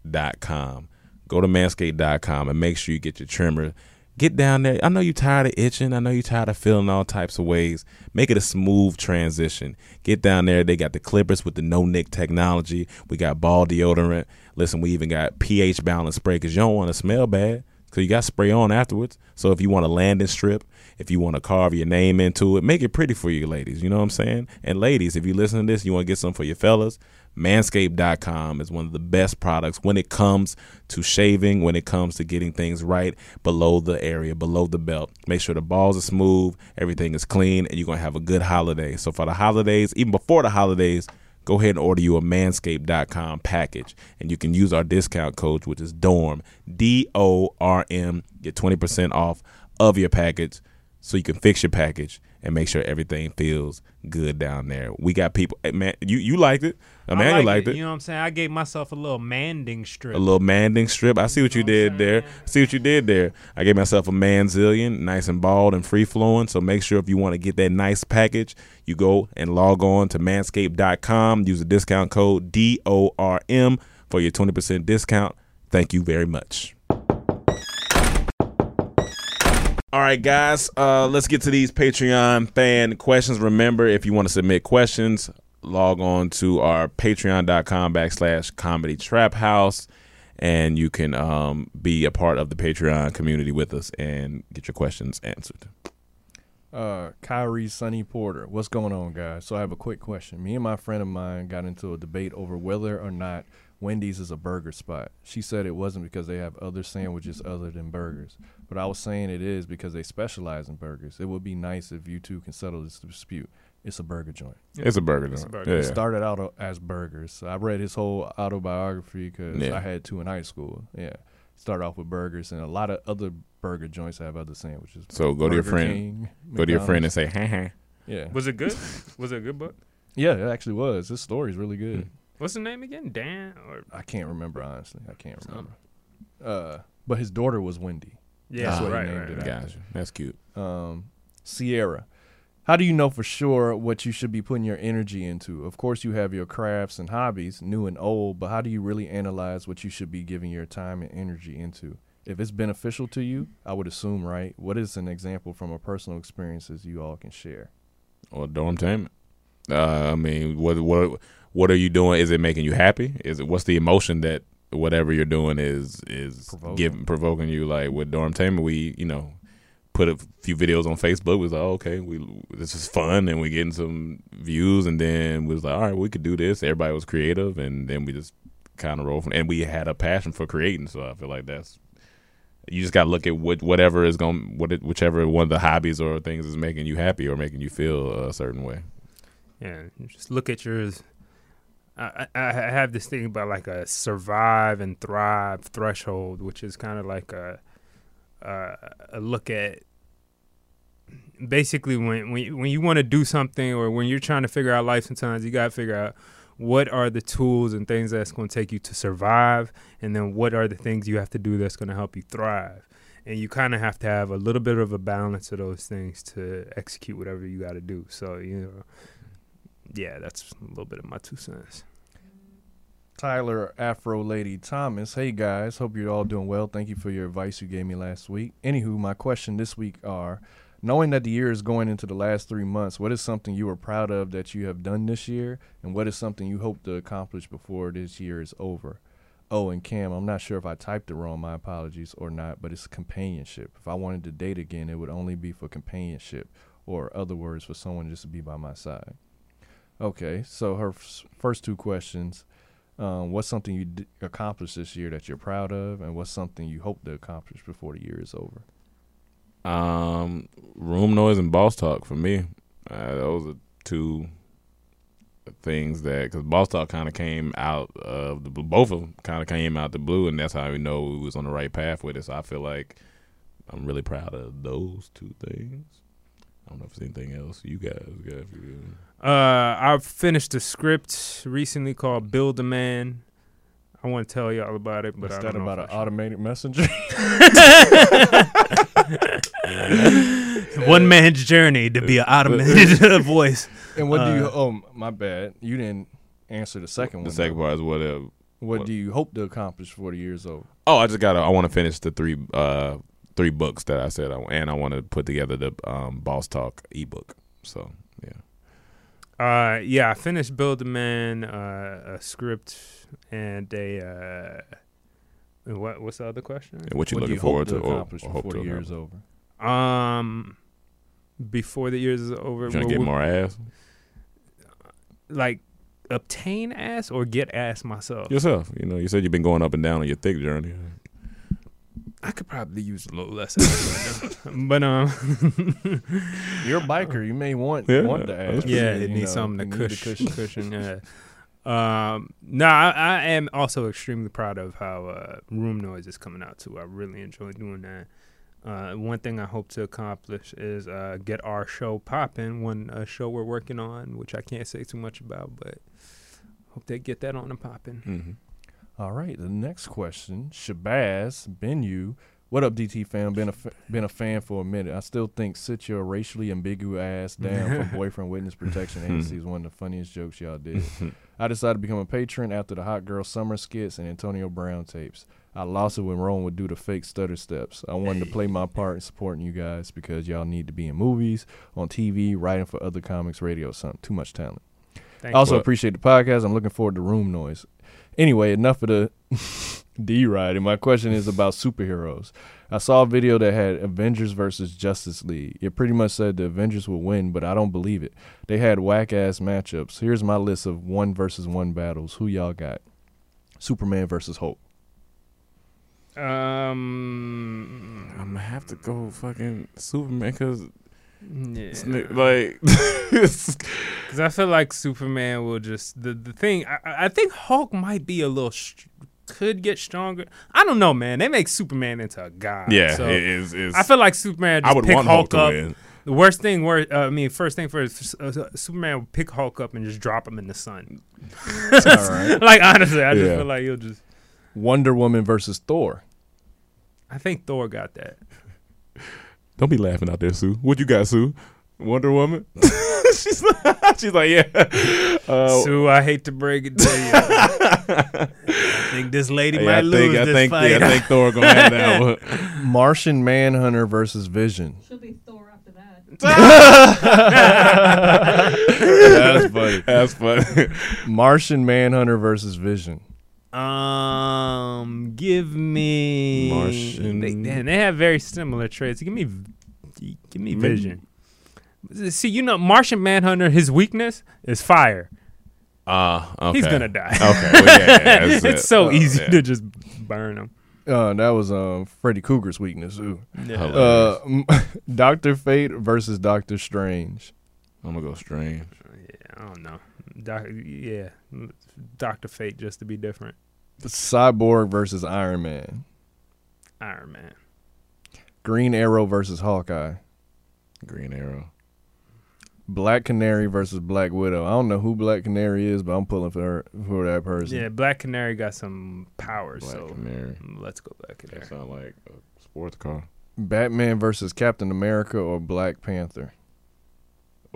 [SPEAKER 6] manscaped.com. Go to manscaped.com and make sure you get your trimmer. Get down there. I know you tired of itching. I know you tired of feeling all types of ways. Make it a smooth transition. Get down there. They got the clippers with the no nick technology. We got ball deodorant. Listen, we even got pH balance spray because you don't want to smell bad. So you got spray on afterwards. So if you want a landing strip, if you want to carve your name into it, make it pretty for you ladies. You know what I'm saying? And ladies, if you listen to this, you want to get some for your fellas. Manscaped.com is one of the best products when it comes to shaving, when it comes to getting things right below the area, below the belt. Make sure the balls are smooth, everything is clean, and you're going to have a good holiday. So for the holidays, even before the holidays, go ahead and order you a manscaped.com package and you can use our discount code which is dorm d-o-r-m get 20% off of your package so you can fix your package and make sure everything feels good down there we got people eh, man you you liked it
[SPEAKER 8] I
[SPEAKER 6] Emmanuel
[SPEAKER 8] like
[SPEAKER 6] liked it,
[SPEAKER 8] You know what I'm saying? I gave myself a little manding strip.
[SPEAKER 6] a little *laughs* manding strip. I see what you did there. See what you did there. I gave myself a manzillion, nice and bald and free flowing. So make sure if you want to get that nice package, you go and log on to manscaped.com. Use the discount code DORM for your 20% discount. Thank you very much. All right, guys, uh, let's get to these Patreon fan questions. Remember, if you want to submit questions, log on to our patreon.com backslash comedy trap house and you can um, be a part of the Patreon community with us and get your questions answered.
[SPEAKER 7] Uh, Kyrie Sonny Porter, what's going on, guys? So I have a quick question. Me and my friend of mine got into a debate over whether or not Wendy's is a burger spot. She said it wasn't because they have other sandwiches other than burgers, but I was saying it is because they specialize in burgers. It would be nice if you two can settle this dispute. It's a burger joint.
[SPEAKER 6] It's a burger. It's
[SPEAKER 8] a burger.
[SPEAKER 7] It started out o- as burgers. So I read his whole autobiography because
[SPEAKER 6] Yeah.
[SPEAKER 7] I had two in high school. Yeah, started off with burgers and a lot of other burger joints have other sandwiches.
[SPEAKER 6] So go to your
[SPEAKER 7] Burger
[SPEAKER 6] friend-
[SPEAKER 7] King,
[SPEAKER 6] Go to your friend and
[SPEAKER 7] McDonald's.
[SPEAKER 6] say, ha ha.
[SPEAKER 7] Yeah,
[SPEAKER 8] Was
[SPEAKER 6] *laughs*
[SPEAKER 8] it good? was it a good book?
[SPEAKER 7] yeah, it actually was. This story is really good.
[SPEAKER 8] What's the name again? Dan or
[SPEAKER 7] I can't remember honestly. I can't remember. Uh, but his daughter was Wendy.
[SPEAKER 8] yeah,
[SPEAKER 7] That's what he
[SPEAKER 8] right,
[SPEAKER 7] named
[SPEAKER 8] right,
[SPEAKER 7] it
[SPEAKER 8] right.
[SPEAKER 6] Gotcha. That's cute.
[SPEAKER 7] Sierra. How do you know for sure what you should be putting your energy into? Of course, you have your crafts and hobbies, new and old, but how do you really analyze what you should be giving your time and energy into? If it's beneficial to you, I would assume, right? What is an example from a personal experiences you all can share?
[SPEAKER 6] Or dormtainment. Uh, I mean, what what what are you doing? Is it making you happy? Is it what's the emotion that whatever you're doing is is
[SPEAKER 7] Provoking.
[SPEAKER 6] giving provoking you? Like with dormtainment, we you know put a few videos on Facebook. We was like, oh, okay, we this is fun, and we getting some views, and then we was like, all right, we could do this. Everybody was creative, and then we just kind of rolled from. And we had a passion for creating, so I feel like that's you just got to look at what whatever is going what it, whichever one of the hobbies or things is making you happy or making you feel a certain way.
[SPEAKER 8] Yeah, just look at yours. I, I I have this thing about like a survive and thrive threshold, which is kind of like a, a a look at basically when when you- when you want to do something or when you're trying to figure out life. Sometimes you gotta figure out what are the tools and things that's going to take you to survive, and then what are the things you have to do that's going to help you thrive. And you kind of have to have a little bit of a balance of those things to execute whatever you got to do. So you know yeah, that's a little bit of my two cents.
[SPEAKER 7] Tyler Afro Lady Thomas. Hey guys, hope you're all doing well. Thank you for your advice you gave me last week. Anywho, my question this week are knowing that the year is going into the last three months, what is something you are proud of that you have done this year? And what is something you hope to accomplish before this year is over? Oh, and Cam, I'm not sure if I typed it wrong, my apologies, or not, but it's companionship. If I wanted to date again, it would only be for companionship, or other words, for someone just to be by my side. Okay, so her f- first two questions um, what's something you d- accomplished this year that you're proud of, and what's something you hope to accomplish before the year is over?
[SPEAKER 6] Um, room noise and boss talk for me. Uh, those are two things that because boss talk kind of came out of the blue. Both of them kind of came out the blue, and that's how we know we was on the right path with it. So I feel like I'm really proud of those two things. I don't know if there's anything else you guys got. If you
[SPEAKER 8] Uh, I finished a script recently called Build a Man. I want to tell y'all about it, but
[SPEAKER 7] Is
[SPEAKER 8] I
[SPEAKER 7] that
[SPEAKER 8] don't know
[SPEAKER 7] about an
[SPEAKER 8] if I
[SPEAKER 7] automated messenger? *laughs*
[SPEAKER 8] should. one man's journey to be an automated *laughs* voice.
[SPEAKER 7] and what do you? Oh, my bad. You didn't answer the second
[SPEAKER 6] Uh, the
[SPEAKER 7] one.
[SPEAKER 6] second
[SPEAKER 7] though.
[SPEAKER 6] part is whatever.
[SPEAKER 7] What do you hope to accomplish before the year is over?
[SPEAKER 6] Oh, I just gotta. I want to finish the three uh three books that I said, I, and I want to put together the um boss talk ebook. So yeah.
[SPEAKER 8] Uh, yeah, I finished Build a Man, uh, a script, and a And What What's the other question?
[SPEAKER 6] And what you
[SPEAKER 7] What
[SPEAKER 6] looking
[SPEAKER 7] do you hope
[SPEAKER 6] forward to, or,
[SPEAKER 7] accomplish
[SPEAKER 6] or hope
[SPEAKER 7] before
[SPEAKER 6] to
[SPEAKER 7] the year is
[SPEAKER 6] accomplish?
[SPEAKER 7] over?
[SPEAKER 8] Um, before the years is over,
[SPEAKER 6] You trying
[SPEAKER 8] will
[SPEAKER 6] to get
[SPEAKER 8] we-
[SPEAKER 6] more ass
[SPEAKER 8] like obtain ass or get ass myself.
[SPEAKER 6] yourself? You know, you said you've been going up and down on your thick journey.
[SPEAKER 8] I could probably use a little less, ass right now. *laughs* but um,
[SPEAKER 7] You're a biker. You may want
[SPEAKER 6] Yeah,
[SPEAKER 7] want to ask.
[SPEAKER 6] that's
[SPEAKER 8] yeah,
[SPEAKER 7] you
[SPEAKER 8] it needs
[SPEAKER 7] know,
[SPEAKER 8] something to
[SPEAKER 7] you need a
[SPEAKER 8] cushion. *laughs*
[SPEAKER 7] *laughs*
[SPEAKER 8] cushion, yeah. Um, no, I, I am also extremely proud of how uh, room noise is coming out too. I really enjoy doing that. Uh, one thing I hope to accomplish is uh, get our show popping. One uh, show we're working on, which I can't say too much about, but hope they get that on and popping.
[SPEAKER 7] Mm.
[SPEAKER 6] Mm-hmm.
[SPEAKER 7] All right, the next question, Shabazz Benu. What up, DT fam? Been a fa- been a fan for a minute. I still think sit your racially ambiguous ass down from Boyfriend Witness Protection Agency is one of the funniest jokes y'all did. I decided to become a patron after the Hot Girl Summer skits and Antonio Brown tapes. I lost it when Rome would do the fake stutter steps. I wanted to play my part in supporting you guys because y'all need to be in movies, on TV, writing for other comics, radio, something. Too much talent.
[SPEAKER 8] Thank
[SPEAKER 7] I also
[SPEAKER 6] But-
[SPEAKER 7] appreciate the podcast. I'm looking forward to room noise. Anyway, enough of the *laughs* D ride. And my question is about superheroes. I saw a video that had Avengers versus Justice League. It pretty much said the Avengers would win, but I don't believe it. They had whack ass matchups. Here's my list of one versus one battles. Who y'all got? Superman versus Hulk.
[SPEAKER 8] you. Um,
[SPEAKER 6] I'm gonna have to go fucking Superman because
[SPEAKER 8] yeah.
[SPEAKER 6] like
[SPEAKER 8] Because I feel like Superman will just the the thing. I- I, I think Hulk might be a little str- could get stronger. I don't know, man. They make Superman into a
[SPEAKER 6] *laughs*
[SPEAKER 8] god.
[SPEAKER 6] yeah,
[SPEAKER 8] so
[SPEAKER 6] it is. It's,
[SPEAKER 8] I feel like Superman. Just
[SPEAKER 6] I would
[SPEAKER 8] pick
[SPEAKER 6] want Hulk
[SPEAKER 8] Hulk,
[SPEAKER 6] to
[SPEAKER 8] up.
[SPEAKER 6] win.
[SPEAKER 8] The worst thing, where uh, I mean, first thing first, uh, uh, Superman would pick Hulk up and just drop him in
[SPEAKER 6] *laughs*
[SPEAKER 8] the sun.
[SPEAKER 7] All right.
[SPEAKER 8] *laughs* like honestly, I just
[SPEAKER 6] Yeah.
[SPEAKER 8] feel like he'll just.
[SPEAKER 7] Wonder Woman versus Thor.
[SPEAKER 8] I think Thor got that.
[SPEAKER 6] Don't be laughing out there, Sue. What you got, Sue? Wonder Woman. *laughs* she's like, she's like, yeah. Uh,
[SPEAKER 8] Sue, I hate to break it to you. I
[SPEAKER 6] *laughs*
[SPEAKER 8] think this lady
[SPEAKER 6] hey,
[SPEAKER 8] might
[SPEAKER 6] I
[SPEAKER 8] lose
[SPEAKER 6] think, I
[SPEAKER 8] this
[SPEAKER 6] think,
[SPEAKER 8] fight.
[SPEAKER 6] yeah, I think Thor gonna have that one.
[SPEAKER 8] *laughs*
[SPEAKER 7] Martian Manhunter versus Vision.
[SPEAKER 5] She'll be Thor after that.
[SPEAKER 6] That's funny. That's funny. *laughs*
[SPEAKER 7] Martian Manhunter versus Vision.
[SPEAKER 8] Um, give me
[SPEAKER 6] Martian.
[SPEAKER 8] They, damn, they have very similar traits. Give me, v- give me Vision. See, you know, Martian Manhunter. His weakness is fire.
[SPEAKER 6] Ah, uh, okay.
[SPEAKER 8] He's gonna die.
[SPEAKER 6] Okay, well, yeah, yeah,
[SPEAKER 8] *laughs*
[SPEAKER 6] yeah, that's
[SPEAKER 8] it's
[SPEAKER 6] it.
[SPEAKER 8] so
[SPEAKER 6] Uh,
[SPEAKER 8] easy
[SPEAKER 6] yeah.
[SPEAKER 8] to just burn him.
[SPEAKER 7] Uh, that was um, Freddy Cougar's weakness. Ooh.
[SPEAKER 6] Hilarious.
[SPEAKER 7] Uh, *laughs* Doctor Fate versus Doctor Strange.
[SPEAKER 6] I'm gonna go strange.
[SPEAKER 8] I don't know. Doc, yeah, Doctor Fate just to be different.
[SPEAKER 7] Cyborg versus Iron Man.
[SPEAKER 8] Iron Man.
[SPEAKER 7] Green Arrow versus Hawkeye.
[SPEAKER 6] Green Arrow.
[SPEAKER 7] Black Canary versus Black Widow. I don't know who Black Canary is, but I'm pulling for her, for that person.
[SPEAKER 8] Yeah, Black Canary got some powers.
[SPEAKER 6] Black
[SPEAKER 8] so
[SPEAKER 6] Canary.
[SPEAKER 8] let's go Black Canary.
[SPEAKER 6] That sound like a sports car.
[SPEAKER 7] Batman versus Captain America or Black Panther.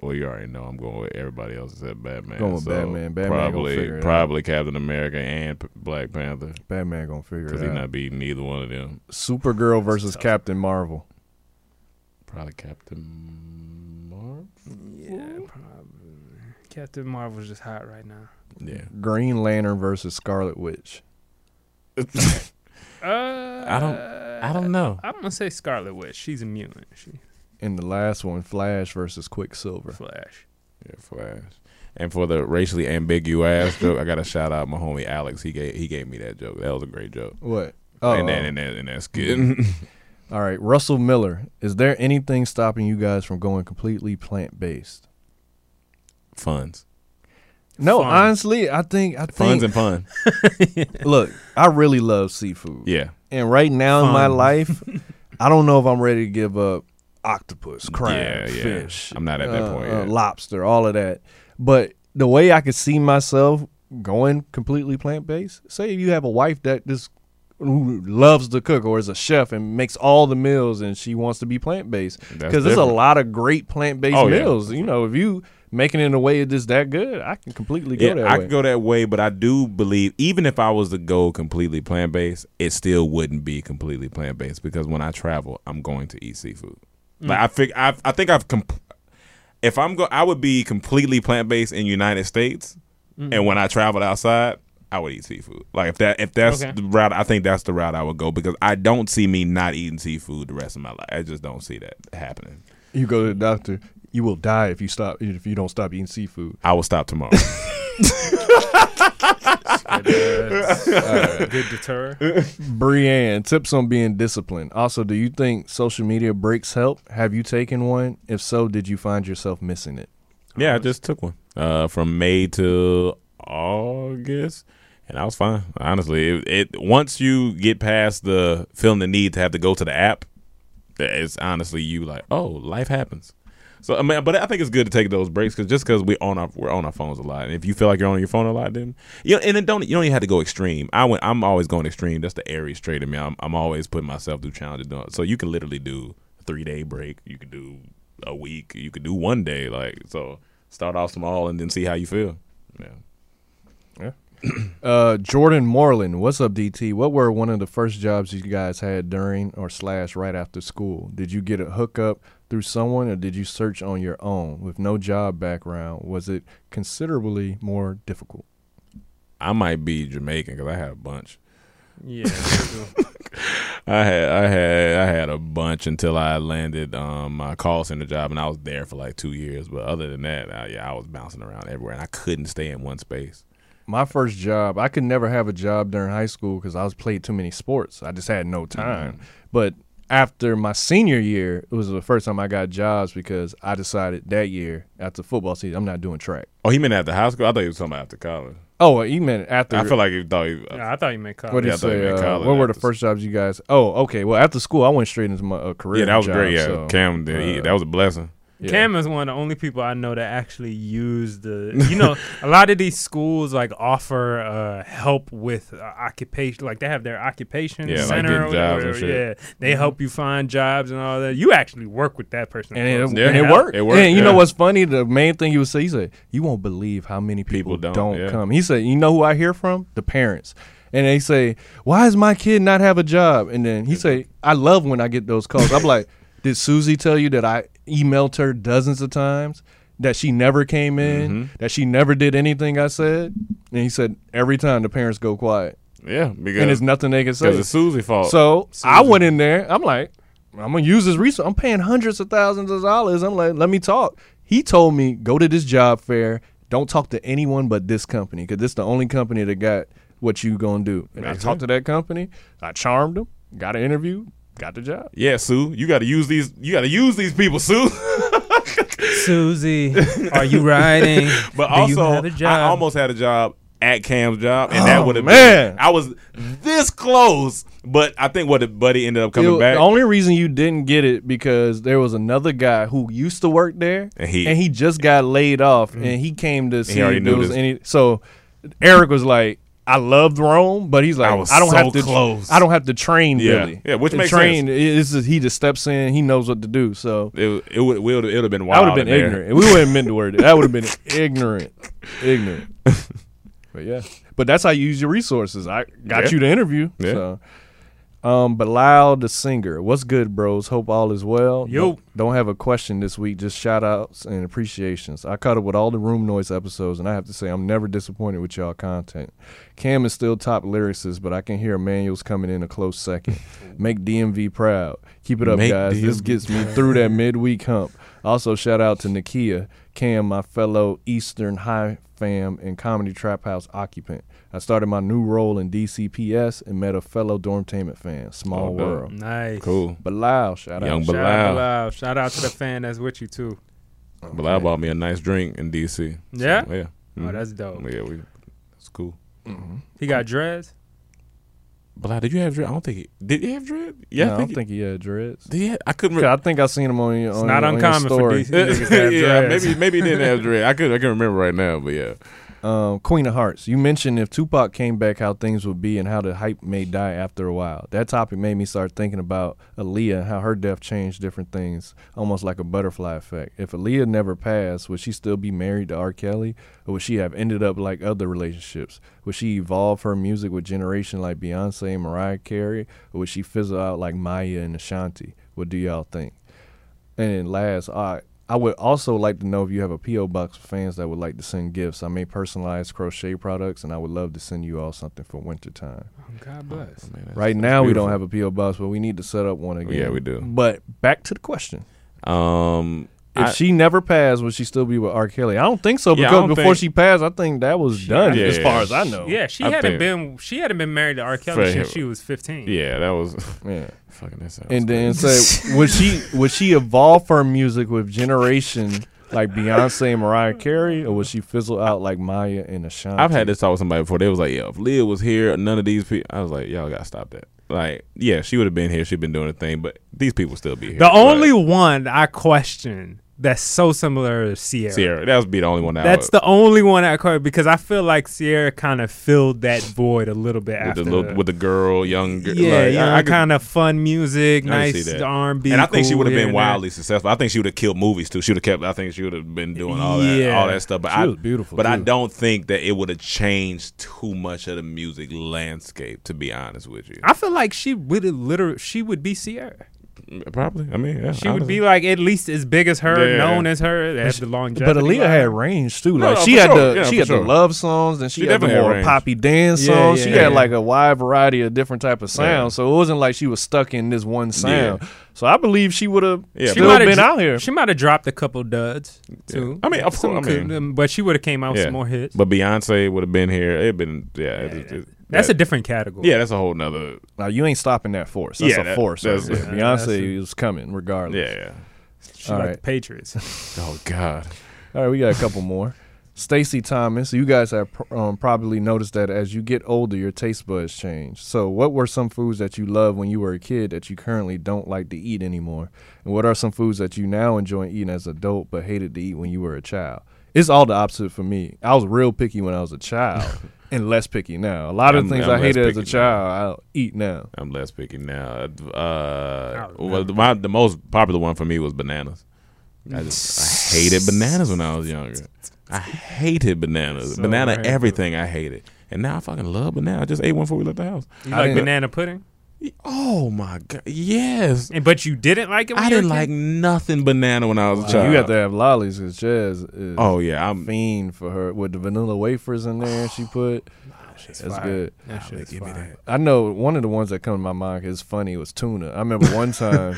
[SPEAKER 6] Well, you already know I'm going with everybody else except Batman.
[SPEAKER 7] Going with
[SPEAKER 6] so
[SPEAKER 7] Batman. Batman gonna figure
[SPEAKER 6] probably,
[SPEAKER 7] it
[SPEAKER 6] probably Captain America and P- Black Panther
[SPEAKER 7] Batman gonna figure
[SPEAKER 6] because
[SPEAKER 7] it
[SPEAKER 6] he's
[SPEAKER 7] out.
[SPEAKER 6] not beating neither one of them.
[SPEAKER 7] Supergirl versus Captain Marvel.
[SPEAKER 6] Probably Captain Marvel.
[SPEAKER 8] Yeah, probably. Captain Marvel's just hot right now.
[SPEAKER 6] Yeah,
[SPEAKER 7] Green Lantern versus Scarlet Witch.
[SPEAKER 8] Uh,
[SPEAKER 6] *laughs* I don't- I don't know.
[SPEAKER 8] I'm gonna say Scarlet Witch. She's a mutant. She
[SPEAKER 7] And the last one, Flash versus Quicksilver.
[SPEAKER 8] Flash.
[SPEAKER 6] Yeah, Flash. And for the racially ambiguous joke, I got to shout out my homie Alex. He gave he gave me that joke. That was a great joke.
[SPEAKER 7] What?
[SPEAKER 6] and that and that and that's
[SPEAKER 7] *laughs*
[SPEAKER 6] good.
[SPEAKER 7] All right, Russell Miller. Is there anything stopping you guys from going completely plant based?
[SPEAKER 6] Funds,
[SPEAKER 7] No,
[SPEAKER 8] Fun.
[SPEAKER 7] honestly, I think I
[SPEAKER 6] funds, and
[SPEAKER 7] think.
[SPEAKER 6] fun.
[SPEAKER 7] look, I really love seafood.
[SPEAKER 6] Yeah,
[SPEAKER 7] and right now in my
[SPEAKER 8] Fun.
[SPEAKER 6] *laughs*
[SPEAKER 7] life, I don't know if I'm ready to give up octopus,
[SPEAKER 6] Yeah,
[SPEAKER 7] crab,
[SPEAKER 6] yeah.
[SPEAKER 7] fish.
[SPEAKER 6] I'm not at that
[SPEAKER 7] uh,
[SPEAKER 6] point
[SPEAKER 7] uh,
[SPEAKER 6] yet.
[SPEAKER 7] lobster, all of that. But the way I could see myself going completely plant based. Say if you have a wife that just who loves to cook or is a chef and makes all the meals and she wants to be plant based
[SPEAKER 6] That's
[SPEAKER 7] because there's a
[SPEAKER 6] different.
[SPEAKER 7] lot of great plant based
[SPEAKER 6] Oh, yeah.
[SPEAKER 7] meals. You know, if you making it in a way it is that good, I can completely go
[SPEAKER 6] yeah.
[SPEAKER 7] that
[SPEAKER 6] I
[SPEAKER 7] way.
[SPEAKER 6] could go that way, but I do believe even if I was to go completely plant based, it still wouldn't be completely plant based because when I travel, I'm going to eat seafood.
[SPEAKER 7] Mm.
[SPEAKER 6] Like I fig- I I think I've comp- if
[SPEAKER 7] Mm.
[SPEAKER 6] I'm go I would be completely plant based in United States, and when I traveled outside, I would eat seafood. Like if that if that's
[SPEAKER 8] Okay.
[SPEAKER 6] the route, I think that's the route I would go because I don't see me not eating seafood the rest of my life. I just don't see that happening.
[SPEAKER 7] You go to the doctor. You will die if you stop if you don't stop eating seafood.
[SPEAKER 6] I will stop tomorrow.
[SPEAKER 7] *laughs* *laughs*
[SPEAKER 8] Uh, Good deter.
[SPEAKER 7] Brianne, tips on being disciplined. Also, do you think social media breaks help? Have you taken one? If so, did you find yourself missing it?
[SPEAKER 6] yeah, I just took one uh, from May to August, and I was fine. Honestly, it, it once you get past the feeling the need to have to go to the app, it's honestly you like, oh, life happens. So I mean, but I think it's good to take those breaks because just because we on our we're on our phones a lot, and if you feel like you're on your phone a lot, then you know, and then don't you don't even have to go extreme. I went, I'm always going extreme. That's the Aries trait in me. I'm, I'm always putting myself through challenges. doing- So you can literally do a three day break. You can do a week. You could do one day. Like so, start off small and then see how you feel. Yeah.
[SPEAKER 7] Uh, Jordan Moreland, what's up, DT? What were one of the first jobs you guys had during or slash right after school? Did you get a hookup through someone, or did you search on your own with no job background? Was it considerably more difficult?
[SPEAKER 6] I might be Jamaican because I had a bunch.
[SPEAKER 8] Yeah.
[SPEAKER 6] I had I had I had a bunch until I landed um, my call center job, and I was there for like two years. But other than that, I, yeah, I was bouncing around everywhere, and I couldn't stay in one space.
[SPEAKER 7] My first job, I could never have a job during high school because I was played too many sports. I just had
[SPEAKER 6] Hmm.
[SPEAKER 7] no time. But after my senior year, it was the first time I got jobs because I decided that year after football season, I'm not doing track.
[SPEAKER 6] Oh, he meant after high school. I thought he was talking about after college.
[SPEAKER 7] Oh, you meant after?
[SPEAKER 6] I feel like he thought he.
[SPEAKER 8] Yeah, I thought you meant college.
[SPEAKER 7] What do
[SPEAKER 6] Yeah,
[SPEAKER 7] you
[SPEAKER 6] I thought you
[SPEAKER 7] say?
[SPEAKER 6] meant
[SPEAKER 7] uh,
[SPEAKER 6] college
[SPEAKER 7] what were the
[SPEAKER 6] after
[SPEAKER 7] first jobs you guys? Oh, okay. Well, after school, I went straight into my uh, career.
[SPEAKER 6] yeah, that was
[SPEAKER 7] job,
[SPEAKER 6] great. Yeah,
[SPEAKER 7] so,
[SPEAKER 6] Cam did. he,
[SPEAKER 7] uh,
[SPEAKER 6] that was a blessing.
[SPEAKER 7] yeah.
[SPEAKER 8] Cam is one of the only people I know that actually use the. You know, a lot of these schools like offer uh, help with uh, occupation. Like they have their occupation
[SPEAKER 6] Yeah, like
[SPEAKER 8] center.
[SPEAKER 6] getting
[SPEAKER 8] or
[SPEAKER 6] jobs and
[SPEAKER 8] whatever.
[SPEAKER 6] shit.
[SPEAKER 8] Yeah, they help you find jobs and all that. You actually work with that person.
[SPEAKER 7] And it,
[SPEAKER 6] Yeah.
[SPEAKER 7] and it
[SPEAKER 6] Yeah.
[SPEAKER 7] worked.
[SPEAKER 6] It worked,
[SPEAKER 7] And you know
[SPEAKER 6] yeah.
[SPEAKER 7] what's funny? The main thing he would say, he said, "You won't believe how many people,
[SPEAKER 6] People don't, yeah.
[SPEAKER 7] come." He said, "You know who I hear from? The parents." And they say, "Why does my kid not have a job?" And then he say, "I love when I get those calls." I'm like, *laughs* "Did Susie tell you that I emailed her dozens of times that she never came in,
[SPEAKER 6] Mm-hmm.
[SPEAKER 7] that she never did anything I said?" And he said, "Every time the parents go quiet."
[SPEAKER 6] Yeah, because
[SPEAKER 7] and there's nothing they can say.
[SPEAKER 6] because it's Susie's fault.
[SPEAKER 7] So I went in there. I'm like, I'm gonna use this resource. I'm paying hundreds of thousands of dollars. I'm like, let me talk. He told me go to this job fair. Don't talk to anyone but this company because this the only company that got what you gonna do. And I talked to that company. I charmed them. Got an interview. Got the job.
[SPEAKER 6] yeah, Sue, you got to use these. You got to use these people, Sue. *laughs*
[SPEAKER 8] Susie, *laughs* are you riding?
[SPEAKER 6] But
[SPEAKER 8] Do you
[SPEAKER 6] also,
[SPEAKER 8] have a job?
[SPEAKER 6] I almost had a job at Cam's job, and that would have
[SPEAKER 7] Oh, man.
[SPEAKER 6] been. I was this close, but I think what if Buddy ended up coming
[SPEAKER 7] It-
[SPEAKER 6] back.
[SPEAKER 7] The only reason you didn't get it because there was another guy who used to work there,
[SPEAKER 6] And he- Mm-hmm.
[SPEAKER 7] just got laid off, and he came to see
[SPEAKER 6] already
[SPEAKER 7] if there
[SPEAKER 6] knew
[SPEAKER 7] was
[SPEAKER 6] this.
[SPEAKER 7] any. So Eric was like, "I loved Rome, but he's like,
[SPEAKER 6] I
[SPEAKER 7] I,
[SPEAKER 6] was
[SPEAKER 7] don't
[SPEAKER 6] so
[SPEAKER 7] have to.
[SPEAKER 6] close."
[SPEAKER 7] I don't have to train
[SPEAKER 6] Yeah.
[SPEAKER 7] really.
[SPEAKER 6] Yeah, which
[SPEAKER 7] The
[SPEAKER 6] makes
[SPEAKER 7] train, It's just, he just steps in. He knows what to do. So
[SPEAKER 6] it it would it would have been
[SPEAKER 7] I
[SPEAKER 6] wild.
[SPEAKER 7] would have been
[SPEAKER 6] in there.
[SPEAKER 7] ignorant. We wouldn't have meant the word. That would have been ignorant,
[SPEAKER 6] *laughs*
[SPEAKER 7] ignorant. but yeah, but that's how you use your resources. I got
[SPEAKER 6] Yeah.
[SPEAKER 7] you the interview.
[SPEAKER 6] Yeah.
[SPEAKER 7] So. Um, but Lyle the singer, what's good, bros? Hope all is well.
[SPEAKER 8] Yo.
[SPEAKER 7] Don't, don't have a question this week. Just shout outs and appreciations. I caught up with all the Room Noise episodes, and I have to say I'm never disappointed with y'all content. Cam is still top lyricist, but I can hear Emmanuel's coming in a
[SPEAKER 6] *laughs*
[SPEAKER 7] close second. Make DMV proud. Keep it up,
[SPEAKER 6] Make
[SPEAKER 7] guys. This
[SPEAKER 6] DMV
[SPEAKER 7] gets me through that midweek hump. Also, shout out to Nakia, Cam, my fellow Eastern High fam and Comedy Trap House occupant. I started my new role in DCPS and met a fellow Dormtainment fan. Small
[SPEAKER 6] Oh, dope.
[SPEAKER 7] world.
[SPEAKER 8] nice.
[SPEAKER 6] Cool.
[SPEAKER 7] But Lyle, shout
[SPEAKER 6] Young
[SPEAKER 7] out.
[SPEAKER 8] Shout out, to
[SPEAKER 6] Bilal.
[SPEAKER 8] Bilal. Shout out to the fan that's with you too.
[SPEAKER 6] Bilal bought me a nice drink in DC. So,
[SPEAKER 8] Yeah?
[SPEAKER 6] yeah.
[SPEAKER 8] Oh, that's dope.
[SPEAKER 6] Yeah, we. That's cool.
[SPEAKER 8] He got dreads.
[SPEAKER 6] Bilal, did you have dread? I don't think he did. He have dread? Yeah,
[SPEAKER 7] No, I
[SPEAKER 6] I
[SPEAKER 7] don't
[SPEAKER 6] think.
[SPEAKER 7] think he had dreads.
[SPEAKER 6] he, did he have- I couldn't.
[SPEAKER 7] Okay, I
[SPEAKER 6] Re-
[SPEAKER 7] think I seen him on, your-
[SPEAKER 8] It's
[SPEAKER 7] on
[SPEAKER 8] not
[SPEAKER 7] your- on your
[SPEAKER 8] uncommon for
[SPEAKER 7] story.
[SPEAKER 6] *laughs*
[SPEAKER 8] DC niggas to have
[SPEAKER 6] yeah,
[SPEAKER 8] dreads.
[SPEAKER 6] maybe maybe he didn't have dread. I could I can remember right now, but yeah.
[SPEAKER 7] Um, Queen of Hearts, you mentioned if Tupac came back, how things would be and how the hype may die after a while. That topic made me start thinking about Aaliyah and how her death changed different things, almost like a butterfly effect. If Aaliyah never passed, would she still be married to R. Kelly? Or would she have ended up like other relationships? Would she evolve her music with generation like Beyonce and Mariah Carey? Or would she fizzle out like Maya and Ashanti? What do y'all think? And last, I I would also like to know if you have a PO box for fans that would like to send gifts. I make personalized crochet products, and I would love to send you all something for wintertime.
[SPEAKER 8] God bless.
[SPEAKER 7] Right now, we don't have a PO box, but we need to set up one again.
[SPEAKER 6] Oh, Yeah, we do.
[SPEAKER 7] But back to the question:
[SPEAKER 6] Um,
[SPEAKER 7] If
[SPEAKER 6] I-
[SPEAKER 7] she never passed, would she still be with R. Kelly? I don't think so
[SPEAKER 6] Yeah, I
[SPEAKER 7] because
[SPEAKER 6] don't
[SPEAKER 7] before
[SPEAKER 6] think-
[SPEAKER 7] she passed, I think that was done
[SPEAKER 6] Yeah,
[SPEAKER 7] as
[SPEAKER 6] yeah,
[SPEAKER 7] far
[SPEAKER 6] yeah.
[SPEAKER 7] as I know.
[SPEAKER 8] Yeah, she
[SPEAKER 6] I think-
[SPEAKER 8] hadn't been she hadn't been married to R.
[SPEAKER 6] For
[SPEAKER 8] Kelly
[SPEAKER 6] him.
[SPEAKER 8] since she was fifteen.
[SPEAKER 6] yeah, that was
[SPEAKER 7] Yeah.
[SPEAKER 6] *laughs* fucking that's
[SPEAKER 7] and then say *laughs* would she would she evolve her music with generation like Beyonce and Mariah Carey, or would she fizzle out like Maya and Ashanti?
[SPEAKER 6] I've had this talk with somebody before. They was like, "Yo, if Leah was here, none of these people." I was like, "Y'all gotta stop that." Like, yeah, she would have been here. She'd been doing her thing, but these people still be here.
[SPEAKER 8] The
[SPEAKER 6] Like,
[SPEAKER 8] only one I question that's so similar is Sierra.
[SPEAKER 6] Sierra, that would be the only one. That
[SPEAKER 8] That's
[SPEAKER 6] I
[SPEAKER 8] the only one I question because I feel like Sierra kind of filled that void a little bit
[SPEAKER 6] would,
[SPEAKER 8] after
[SPEAKER 6] with the little, with the girl, young girl.
[SPEAKER 8] yeah,
[SPEAKER 6] like,
[SPEAKER 8] you
[SPEAKER 6] I-
[SPEAKER 8] know,
[SPEAKER 6] I could-
[SPEAKER 8] kind of fun music,
[SPEAKER 6] I can
[SPEAKER 8] nice
[SPEAKER 6] see that.
[SPEAKER 8] R&B.
[SPEAKER 6] And I think she
[SPEAKER 8] cool
[SPEAKER 6] would have
[SPEAKER 8] here
[SPEAKER 6] been
[SPEAKER 8] and there.
[SPEAKER 6] wildly successful. I think she would have killed movies too. She would have kept. I think she would have been doing all that,
[SPEAKER 8] Yeah.
[SPEAKER 6] all that stuff. But
[SPEAKER 7] She
[SPEAKER 6] I
[SPEAKER 7] was beautiful,
[SPEAKER 6] But I
[SPEAKER 7] too.
[SPEAKER 6] don't think that it would have changed too much of the music landscape. To be honest with you,
[SPEAKER 8] I feel like she would literally she would be Sierra.
[SPEAKER 6] probably. I mean, yeah,
[SPEAKER 8] She would be like at least as big as her,
[SPEAKER 6] Yeah.
[SPEAKER 8] known as her, have the longevity.
[SPEAKER 7] But Aaliyah had range too.
[SPEAKER 6] No,
[SPEAKER 7] Like
[SPEAKER 6] no,
[SPEAKER 7] she
[SPEAKER 6] for
[SPEAKER 7] had
[SPEAKER 6] sure.
[SPEAKER 7] the
[SPEAKER 6] Yeah,
[SPEAKER 7] she
[SPEAKER 6] for
[SPEAKER 7] had
[SPEAKER 6] sure.
[SPEAKER 7] the love songs, then she,
[SPEAKER 6] She
[SPEAKER 7] had the
[SPEAKER 6] definitely had
[SPEAKER 7] more
[SPEAKER 6] range.
[SPEAKER 7] poppy dance
[SPEAKER 8] Yeah,
[SPEAKER 7] songs.
[SPEAKER 8] yeah,
[SPEAKER 7] she
[SPEAKER 8] yeah.
[SPEAKER 7] had like a wide variety of different type of sounds. So it wasn't like she was stuck in this one sound. So I believe she would have
[SPEAKER 6] Yeah,
[SPEAKER 7] still
[SPEAKER 8] might
[SPEAKER 6] might've
[SPEAKER 7] been
[SPEAKER 8] have
[SPEAKER 7] out here.
[SPEAKER 8] She might have dropped a couple duds too.
[SPEAKER 6] I mean, of
[SPEAKER 8] Some
[SPEAKER 6] course, I
[SPEAKER 8] could-
[SPEAKER 6] mean-
[SPEAKER 8] um, but she would have came out with some more hits.
[SPEAKER 6] But Beyonce would have been here. It'd been yeah. it- it- it-
[SPEAKER 8] that's
[SPEAKER 6] that-
[SPEAKER 8] a different category.
[SPEAKER 6] yeah. That's a whole nother.
[SPEAKER 7] now you ain't stopping that force. That's
[SPEAKER 6] Yeah,
[SPEAKER 7] a
[SPEAKER 6] that-
[SPEAKER 7] force.
[SPEAKER 6] that's-
[SPEAKER 7] right
[SPEAKER 6] yeah,
[SPEAKER 7] there.
[SPEAKER 8] that's
[SPEAKER 7] Beyonce is coming regardless.
[SPEAKER 6] Yeah, yeah.
[SPEAKER 8] she
[SPEAKER 7] all
[SPEAKER 8] like
[SPEAKER 7] right.
[SPEAKER 8] the Patriots.
[SPEAKER 6] *laughs* Oh God.
[SPEAKER 7] All right, we got a couple more. Stacy Thomas, you guys have pr- um, probably noticed that as you get older, your taste buds change. So, what were some foods that you loved when you were a kid that you currently don't like to eat anymore? And what are some foods that you now enjoy eating as an adult but hated to eat when you were a child? It's all the opposite for me. I was real picky when I was a child
[SPEAKER 6] *laughs*
[SPEAKER 7] and less picky now. A lot of
[SPEAKER 6] I'm-
[SPEAKER 7] things
[SPEAKER 6] I'm
[SPEAKER 7] I hated
[SPEAKER 6] less
[SPEAKER 7] as a
[SPEAKER 6] picky now.
[SPEAKER 7] child, I'll eat now.
[SPEAKER 6] I'm less picky now. Uh, well, the, my, the most popular one for me was bananas. I just I hated bananas when I was younger. I hated bananas. Banana
[SPEAKER 8] right.
[SPEAKER 6] everything I hated, and now I fucking love banana. I just ate one before we left the house.
[SPEAKER 8] You
[SPEAKER 7] I
[SPEAKER 8] like
[SPEAKER 7] didn't-
[SPEAKER 8] banana pudding,
[SPEAKER 6] Oh my god! Yes,
[SPEAKER 8] and but you didn't like it. When
[SPEAKER 6] I
[SPEAKER 8] you were
[SPEAKER 6] didn't
[SPEAKER 8] a
[SPEAKER 6] like
[SPEAKER 8] kid?
[SPEAKER 6] nothing banana when I was a
[SPEAKER 7] So
[SPEAKER 6] child.
[SPEAKER 7] you have to have lollies because Jazz is
[SPEAKER 6] Oh yeah, I'm.
[SPEAKER 7] fiend for her with the vanilla wafers in there
[SPEAKER 8] *sighs*
[SPEAKER 7] she put. That's
[SPEAKER 8] fire.
[SPEAKER 7] good.
[SPEAKER 8] That shit is
[SPEAKER 6] Give me
[SPEAKER 8] fire.
[SPEAKER 6] that.
[SPEAKER 7] I know one of the ones that come to my mind is funny was tuna. I remember
[SPEAKER 8] *laughs*
[SPEAKER 7] one time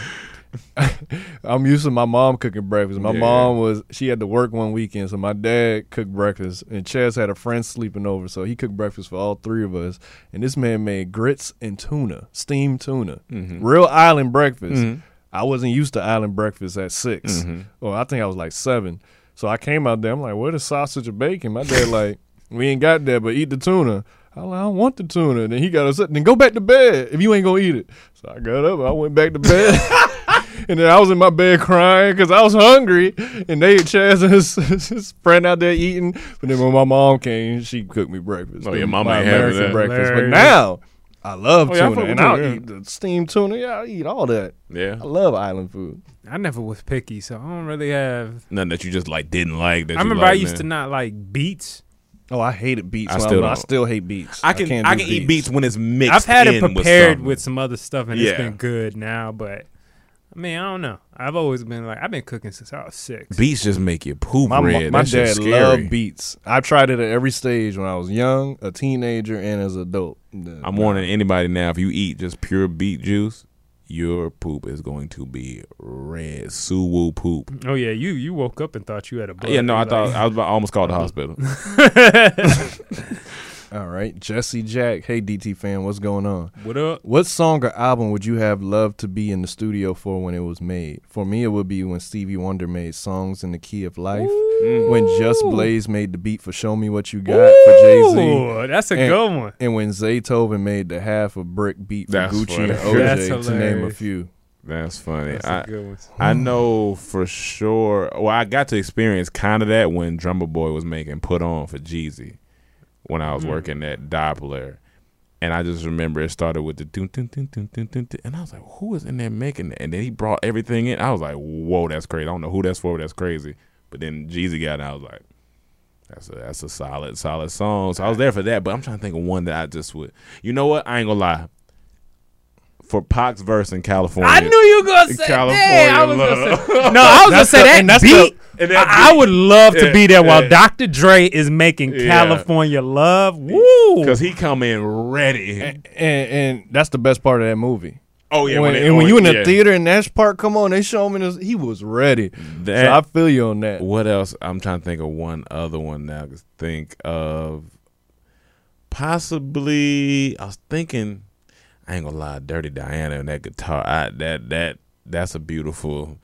[SPEAKER 7] *laughs* I'm used to my mom cooking breakfast. My
[SPEAKER 6] Yeah.
[SPEAKER 7] mom was she had to work one weekend, so my dad cooked breakfast and Chaz had a friend sleeping over, so he cooked breakfast for all three of us. And this man made grits and tuna, steamed tuna. Real island breakfast. I wasn't used to island breakfast at 6 Or I think I was like seven. So I came out there, I'm like, where the sausage and bacon? My dad like, we ain't got that, but eat the tuna. I was like, I don't want the tuna. And then he got upset. Then go back to bed if you ain't gonna eat it. So I got up and I went back to bed. And then I was in my bed crying because I was hungry. And they, Chaz and his, *laughs* his friend out there eating. But then when my mom came, she cooked me breakfast.
[SPEAKER 6] Oh, yeah,
[SPEAKER 7] The-
[SPEAKER 6] mama
[SPEAKER 7] my
[SPEAKER 6] ain't having
[SPEAKER 7] American
[SPEAKER 6] that.
[SPEAKER 7] breakfast. But
[SPEAKER 8] Hilarious.
[SPEAKER 7] now I love
[SPEAKER 6] Oh, yeah, I
[SPEAKER 7] tuna.
[SPEAKER 6] fuck with
[SPEAKER 7] and I'll
[SPEAKER 6] tuna, yeah.
[SPEAKER 7] eat the steamed tuna. Yeah, I'll eat all that.
[SPEAKER 6] Yeah,
[SPEAKER 7] I love island food.
[SPEAKER 8] I never was picky, so I don't really have.
[SPEAKER 6] nothing that you just like didn't like. That you
[SPEAKER 8] I remember I
[SPEAKER 6] like,
[SPEAKER 8] used
[SPEAKER 6] man.
[SPEAKER 8] to not like beets.
[SPEAKER 7] Oh, I hated beets.
[SPEAKER 6] I
[SPEAKER 7] I,
[SPEAKER 6] still
[SPEAKER 7] still, I
[SPEAKER 6] don't.
[SPEAKER 7] still hate beets.
[SPEAKER 6] I can I can,
[SPEAKER 7] can't do
[SPEAKER 6] eat beets when it's mixed.
[SPEAKER 8] I've had it
[SPEAKER 6] in with
[SPEAKER 8] prepared
[SPEAKER 6] something.
[SPEAKER 8] with, some other stuff, and
[SPEAKER 6] Yeah.
[SPEAKER 8] it's been good now. But I mean, I don't know. I've always been like I've been cooking since I was six.
[SPEAKER 6] beets just make you poop
[SPEAKER 7] My,
[SPEAKER 6] red.
[SPEAKER 7] my
[SPEAKER 6] That shit's
[SPEAKER 7] dad
[SPEAKER 6] scary.
[SPEAKER 7] loved beets. I tried it at every stage when I was young, a teenager, and as an adult.
[SPEAKER 6] I'm warning anybody now. If you eat just pure beet juice, your poop is going to be red, suwoo poop.
[SPEAKER 8] oh yeah, you you woke up and thought you had a bug.
[SPEAKER 6] yeah, no, I
[SPEAKER 8] Like,
[SPEAKER 6] thought I was about, I almost *laughs* called the hospital.
[SPEAKER 7] All right, Jesse Jack. Hey, DT fan, what's going on?
[SPEAKER 8] what up?
[SPEAKER 7] What song or album would you have loved to be in the studio for when it was made? For me, it would be when Stevie Wonder made Songs in the Key of Life, when Just Blaze made the beat for Show Me What You Got for Jay Z.
[SPEAKER 8] Ooh, that's a
[SPEAKER 7] and-
[SPEAKER 8] good one.
[SPEAKER 7] And when Zaytoven made the half of brick beat for
[SPEAKER 6] That's
[SPEAKER 7] Gucci
[SPEAKER 6] funny.
[SPEAKER 7] and
[SPEAKER 8] That's
[SPEAKER 7] OJ, to name a
[SPEAKER 8] hilarious.
[SPEAKER 7] few.
[SPEAKER 6] That's funny.
[SPEAKER 8] That's
[SPEAKER 6] I,
[SPEAKER 8] a good one.
[SPEAKER 6] I know for sure. Well, I got to experience kind of that when Drummer Boy was making "Put On" for Jeezy when I was
[SPEAKER 8] Hmm.
[SPEAKER 6] working at Doppler, and I just remember it started with the dun, dun, dun, dun, dun, dun, dun, and I was like, "Who was in there making that?" And then he brought everything in. I was like, "Whoa, that's crazy!" I don't know who that's for. But that's crazy. But then Jeezy got, it, and I was like, "That's a that's a solid solid song." So I was there for that. But I'm trying to think of one that I just would. You know what? I ain't gonna lie. for Pac's verse in California.
[SPEAKER 8] I knew you were gonna say
[SPEAKER 6] California
[SPEAKER 8] that. I was
[SPEAKER 6] love.
[SPEAKER 8] gonna say, *laughs*
[SPEAKER 6] *laughs*
[SPEAKER 8] no, I was gonna
[SPEAKER 7] That's
[SPEAKER 8] say
[SPEAKER 7] the-
[SPEAKER 8] that
[SPEAKER 7] and that's
[SPEAKER 8] beat.
[SPEAKER 6] the- and that
[SPEAKER 8] I, I
[SPEAKER 6] beat.
[SPEAKER 8] would love to
[SPEAKER 6] Yeah,
[SPEAKER 8] be there while
[SPEAKER 6] yeah.
[SPEAKER 8] Dr. Dre is making
[SPEAKER 6] Yeah.
[SPEAKER 8] California love. Woo!
[SPEAKER 6] because he come in ready.
[SPEAKER 7] and, and that's the best part of that movie.
[SPEAKER 6] Oh yeah,
[SPEAKER 7] when,
[SPEAKER 6] they-
[SPEAKER 7] and when
[SPEAKER 6] oh,
[SPEAKER 7] you in the
[SPEAKER 6] yeah.
[SPEAKER 7] theater and that's part, come on, they show him in his, he was ready.
[SPEAKER 6] That-
[SPEAKER 7] so I feel you on that.
[SPEAKER 6] What else? I'm trying to think of one other one now. I can Think of possibly. I was thinking. I ain't gonna lie, Dirty Diana and that guitar. I, that that that's a beautiful.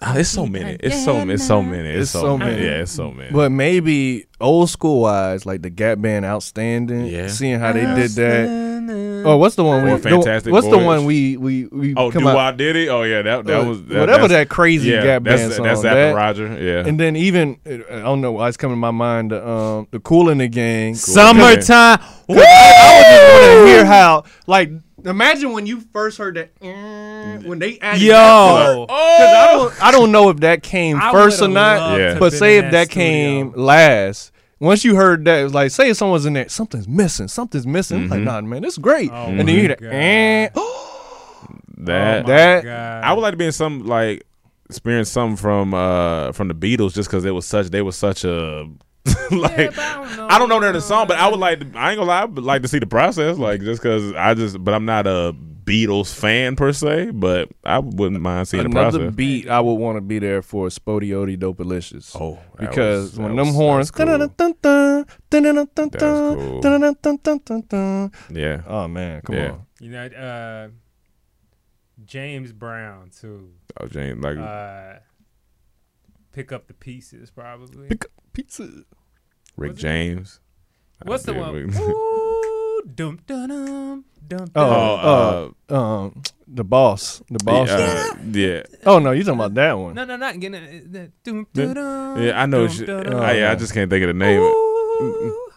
[SPEAKER 6] Ah, it's so many. It's so it's so many. It's, so, many. Yeah, it's so many.
[SPEAKER 7] But maybe old school wise, like the Gap Band Outstanding,
[SPEAKER 6] Yeah.
[SPEAKER 7] seeing how they did that. Oh, what's the one?
[SPEAKER 6] Or
[SPEAKER 7] we, the-
[SPEAKER 6] Fantastic
[SPEAKER 7] what's the
[SPEAKER 6] Voyage.
[SPEAKER 7] one we we we
[SPEAKER 6] oh,
[SPEAKER 7] come
[SPEAKER 6] do
[SPEAKER 7] out?
[SPEAKER 6] I did it? Oh yeah, that that
[SPEAKER 7] Uh,
[SPEAKER 6] was
[SPEAKER 7] whatever
[SPEAKER 6] that's-
[SPEAKER 7] that crazy
[SPEAKER 6] that's,
[SPEAKER 7] Gap Band
[SPEAKER 6] That's
[SPEAKER 7] song,
[SPEAKER 6] after
[SPEAKER 7] that-
[SPEAKER 6] Roger. Yeah,
[SPEAKER 7] And then even uh, I don't know why it's coming to my mind. The, um, the Cool in the Gang.
[SPEAKER 8] Summertime. Woo!
[SPEAKER 7] I just want to hear how like imagine when you first heard that eh, when they added
[SPEAKER 8] Yo.
[SPEAKER 7] that part. 'Cause I don't I don't know if that came
[SPEAKER 8] I
[SPEAKER 7] first or
[SPEAKER 8] would've
[SPEAKER 7] not,
[SPEAKER 8] loved
[SPEAKER 6] Yeah. to
[SPEAKER 7] but
[SPEAKER 8] been
[SPEAKER 7] say
[SPEAKER 8] in
[SPEAKER 7] if that,
[SPEAKER 8] that studio. Oh
[SPEAKER 7] came last. Once you heard that, it was like say if someone's in there, something's missing, something's missing.
[SPEAKER 6] Mm-hmm.
[SPEAKER 7] I'm Like nah, man, this is great.
[SPEAKER 8] Oh
[SPEAKER 7] and then you hear that, eh,
[SPEAKER 6] that
[SPEAKER 7] that
[SPEAKER 6] I would like to be in some like experience something from uh from the Beatles just because it was such they were such a *laughs* like I, don't know, none of the song, but I would like to, I ain't gonna lie, I would like to see the process like just because I just but I'm not a Beatles fan per se, but I wouldn't mind seeing the
[SPEAKER 7] another
[SPEAKER 6] process.
[SPEAKER 7] beat I would want to be there for is Spodiody Dopalicious.
[SPEAKER 6] Oh, that
[SPEAKER 7] because
[SPEAKER 6] was-
[SPEAKER 7] when
[SPEAKER 6] that
[SPEAKER 7] them
[SPEAKER 6] was-
[SPEAKER 7] horns,
[SPEAKER 6] that was cool.
[SPEAKER 7] dun-dun-dun-dun, dun-dun-dun-dun,
[SPEAKER 6] That was cool.
[SPEAKER 7] dun-dun-dun-dun-dun.
[SPEAKER 6] yeah,
[SPEAKER 7] Oh man, come
[SPEAKER 6] Yeah.
[SPEAKER 7] on.
[SPEAKER 8] You know, uh, James Brown too.
[SPEAKER 6] oh, James, like
[SPEAKER 8] Uh, pick up the pieces, probably.
[SPEAKER 7] Pizza.
[SPEAKER 6] Rick James.
[SPEAKER 8] What's the
[SPEAKER 6] Yeah,
[SPEAKER 8] one?
[SPEAKER 6] we-
[SPEAKER 8] Ooh, dum dum dum dum.
[SPEAKER 7] Oh,
[SPEAKER 8] dum.
[SPEAKER 6] Oh,
[SPEAKER 7] uh, um, the boss, the
[SPEAKER 6] Yeah,
[SPEAKER 7] boss.
[SPEAKER 6] uh, yeah,
[SPEAKER 7] Oh no, you talking about that one?
[SPEAKER 8] No, no, not getting it. Uh, Dum, dum, dum,
[SPEAKER 6] yeah. I know.
[SPEAKER 8] dum,
[SPEAKER 6] she-
[SPEAKER 8] dum,
[SPEAKER 6] I-
[SPEAKER 8] dum.
[SPEAKER 6] yeah, I just can't think of the name.
[SPEAKER 8] Ooh.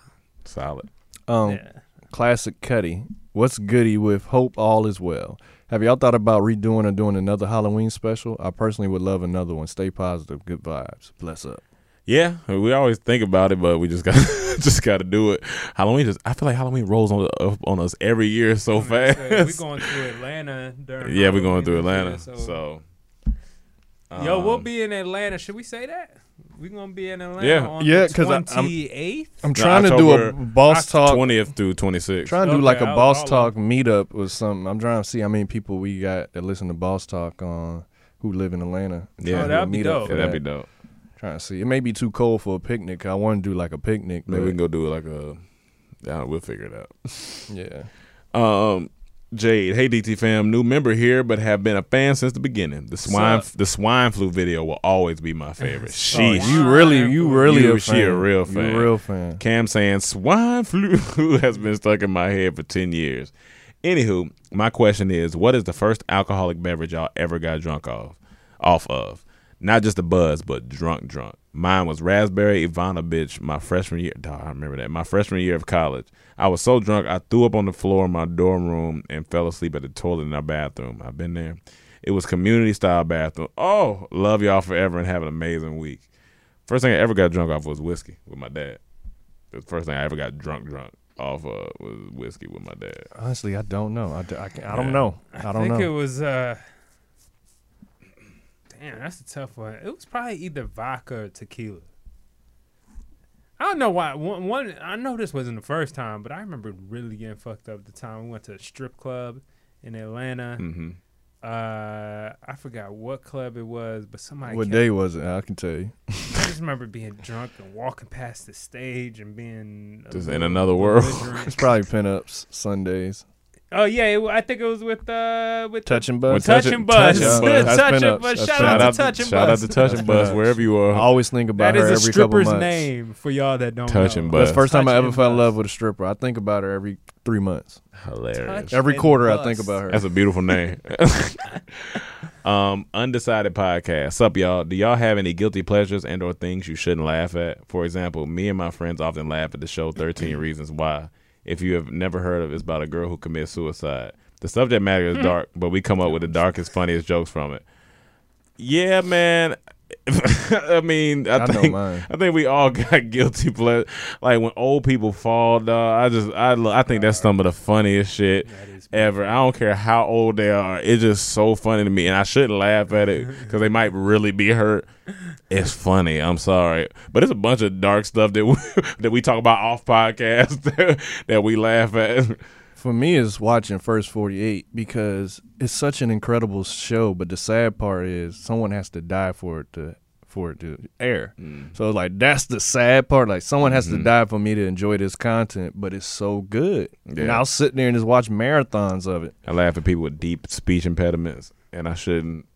[SPEAKER 6] Solid.
[SPEAKER 7] Um,
[SPEAKER 8] Yeah.
[SPEAKER 7] classic Cuddy. What's goody with hope all is well? Have y'all thought about redoing or doing another Halloween special? I personally would love another one. Stay positive. Good vibes. Bless up.
[SPEAKER 6] Yeah, we always think about it, but we just got *laughs* just got to do it. Halloween just I feel like Halloween rolls on up on us every year so fast.
[SPEAKER 8] Hey,
[SPEAKER 6] *laughs*
[SPEAKER 8] we going through Atlanta during.
[SPEAKER 6] yeah, we're going
[SPEAKER 8] Halloween
[SPEAKER 6] through
[SPEAKER 8] this year,
[SPEAKER 6] Atlanta, so um,
[SPEAKER 8] yo, we'll be in Atlanta. Should we say that? We gonna be in Atlanta.
[SPEAKER 6] Yeah.
[SPEAKER 8] on
[SPEAKER 7] Yeah,
[SPEAKER 8] the
[SPEAKER 7] 'cause I- I'm-
[SPEAKER 8] twenty eighth.
[SPEAKER 7] I'm trying to do a
[SPEAKER 6] October-
[SPEAKER 7] boss talk.
[SPEAKER 6] twentieth through twenty sixth.
[SPEAKER 7] Trying to do
[SPEAKER 8] Okay,
[SPEAKER 7] like a
[SPEAKER 8] I'll-
[SPEAKER 7] boss
[SPEAKER 8] I'll-
[SPEAKER 7] talk meetup or something. I'm trying to see how many people we got that listen to boss talk on who live in Atlanta. I'm
[SPEAKER 6] Yeah.
[SPEAKER 7] trying to
[SPEAKER 6] Oh,
[SPEAKER 7] do a
[SPEAKER 8] that'd be
[SPEAKER 7] meetup
[SPEAKER 8] dope.
[SPEAKER 7] for
[SPEAKER 6] Yeah, that'd
[SPEAKER 7] that.
[SPEAKER 6] be dope.
[SPEAKER 7] Trying to see. It may be too cold for a picnic. I want to do like a picnic.
[SPEAKER 6] Maybe we
[SPEAKER 7] but-
[SPEAKER 6] can go do like a. Yeah, we'll figure it out.
[SPEAKER 7] Yeah.
[SPEAKER 6] *laughs* Um, Jade, hey DT fam, new member here, but have been a fan since the beginning. The swine,
[SPEAKER 8] up?
[SPEAKER 6] the swine flu video will always be my favorite.
[SPEAKER 7] Oh,
[SPEAKER 6] Sheesh.
[SPEAKER 7] you really, you really
[SPEAKER 6] You-
[SPEAKER 7] a
[SPEAKER 6] she
[SPEAKER 7] fan.
[SPEAKER 6] a real
[SPEAKER 7] You
[SPEAKER 6] fan.
[SPEAKER 7] real fan.
[SPEAKER 6] Cam saying swine flu *laughs* has been stuck in my head for 10 years. Anywho, my question is what is the first alcoholic beverage y'all ever got drunk off off of? Not just a buzz, but drunk drunk. Mine was raspberry Ivana bitch my freshman year. Dog, I remember that. My freshman year of college. I was so drunk I threw up on the floor in my dorm room and fell asleep at the toilet in our bathroom. I've been there. It was community style bathroom. Oh, love y'all forever and have an amazing week. First thing I ever got drunk off was whiskey with my dad. The first thing I ever got drunk drunk off of was whiskey with my dad.
[SPEAKER 7] Honestly, I don't know. I, d- I, can, I
[SPEAKER 6] Yeah.
[SPEAKER 7] don't know. I
[SPEAKER 8] I
[SPEAKER 7] don't
[SPEAKER 8] think it
[SPEAKER 7] know.
[SPEAKER 8] was uh Damn, that's a tough one. It was probably either vodka or tequila. I don't know why. One, one, I know this wasn't the first time, but I remember really getting fucked up at the time. We went to a strip club in Atlanta.
[SPEAKER 6] Mm-hmm.
[SPEAKER 8] Uh, I forgot what club it was, but somebody.
[SPEAKER 7] What
[SPEAKER 8] kept-
[SPEAKER 7] day was it? I can tell you.
[SPEAKER 8] I just remember being drunk and walking past the stage and being a
[SPEAKER 6] Just in
[SPEAKER 8] little
[SPEAKER 6] another world.
[SPEAKER 8] belligerent.
[SPEAKER 7] It's probably pin ups Sundays.
[SPEAKER 8] oh yeah, it, I think it was with uh with the-
[SPEAKER 7] Touch and buzz.
[SPEAKER 6] With Touch
[SPEAKER 8] Touch and
[SPEAKER 6] and
[SPEAKER 8] Buzz.
[SPEAKER 6] Touch and
[SPEAKER 7] Buzz. That's
[SPEAKER 8] Touch
[SPEAKER 7] been
[SPEAKER 8] and
[SPEAKER 7] up.
[SPEAKER 8] Buzz.
[SPEAKER 7] That's
[SPEAKER 8] Shout
[SPEAKER 7] been
[SPEAKER 8] out
[SPEAKER 7] up.
[SPEAKER 8] to Touch and
[SPEAKER 6] shout out
[SPEAKER 8] Buzz.
[SPEAKER 6] to Touch and Buzz wherever you
[SPEAKER 7] I
[SPEAKER 6] are.
[SPEAKER 7] always think about
[SPEAKER 8] That is
[SPEAKER 7] her
[SPEAKER 8] a
[SPEAKER 7] every couple
[SPEAKER 8] stripper's
[SPEAKER 7] months.
[SPEAKER 8] name for y'all that don't
[SPEAKER 6] Touch
[SPEAKER 8] know.
[SPEAKER 6] and
[SPEAKER 7] That's
[SPEAKER 6] Buzz.
[SPEAKER 7] the first time I
[SPEAKER 8] Touch
[SPEAKER 7] ever
[SPEAKER 8] and
[SPEAKER 7] fell in
[SPEAKER 8] buzz.
[SPEAKER 7] love with a stripper. I think about her every three months.
[SPEAKER 6] Hilarious.
[SPEAKER 8] Touch.
[SPEAKER 7] Every
[SPEAKER 8] And
[SPEAKER 7] quarter, I
[SPEAKER 8] bus.
[SPEAKER 7] think about her.
[SPEAKER 6] That's a beautiful name. um, undecided podcast. Sup, y'all? Do y'all have any guilty pleasures and or things you shouldn't laugh at? For example, me and my friends often laugh at the show Thirteen Reasons Why. If you have never heard of, it, it's about a girl who commits suicide. The subject
[SPEAKER 8] Hmm.
[SPEAKER 6] matter is dark, but we come up with the darkest, funniest jokes from it. Yeah, man. *laughs* I mean, I,
[SPEAKER 7] I know
[SPEAKER 6] think
[SPEAKER 7] mine.
[SPEAKER 6] I think we all *laughs* got guilty ple Like when old people fall, dog. I just I lo- I think that's some of the funniest shit ever. I don't care how old they are. It's just so funny to me, and I shouldn't laugh at it because they might really be hurt. It's funny. I'm sorry, but it's a bunch of dark stuff that we, *laughs* that we talk about off podcast *laughs* that we laugh at.
[SPEAKER 7] For me, it's watching First 48 because it's such an incredible show. But the sad part is someone has to die for it to for it to air.
[SPEAKER 6] Mm.
[SPEAKER 7] So like that's the sad part. Like someone has
[SPEAKER 6] Mm-hmm.
[SPEAKER 7] to die for me to enjoy this content, but it's so good. And
[SPEAKER 6] Yeah.
[SPEAKER 7] I'll sit there and just watch marathons of it.
[SPEAKER 6] I laugh at people with deep speech impediments, and I shouldn't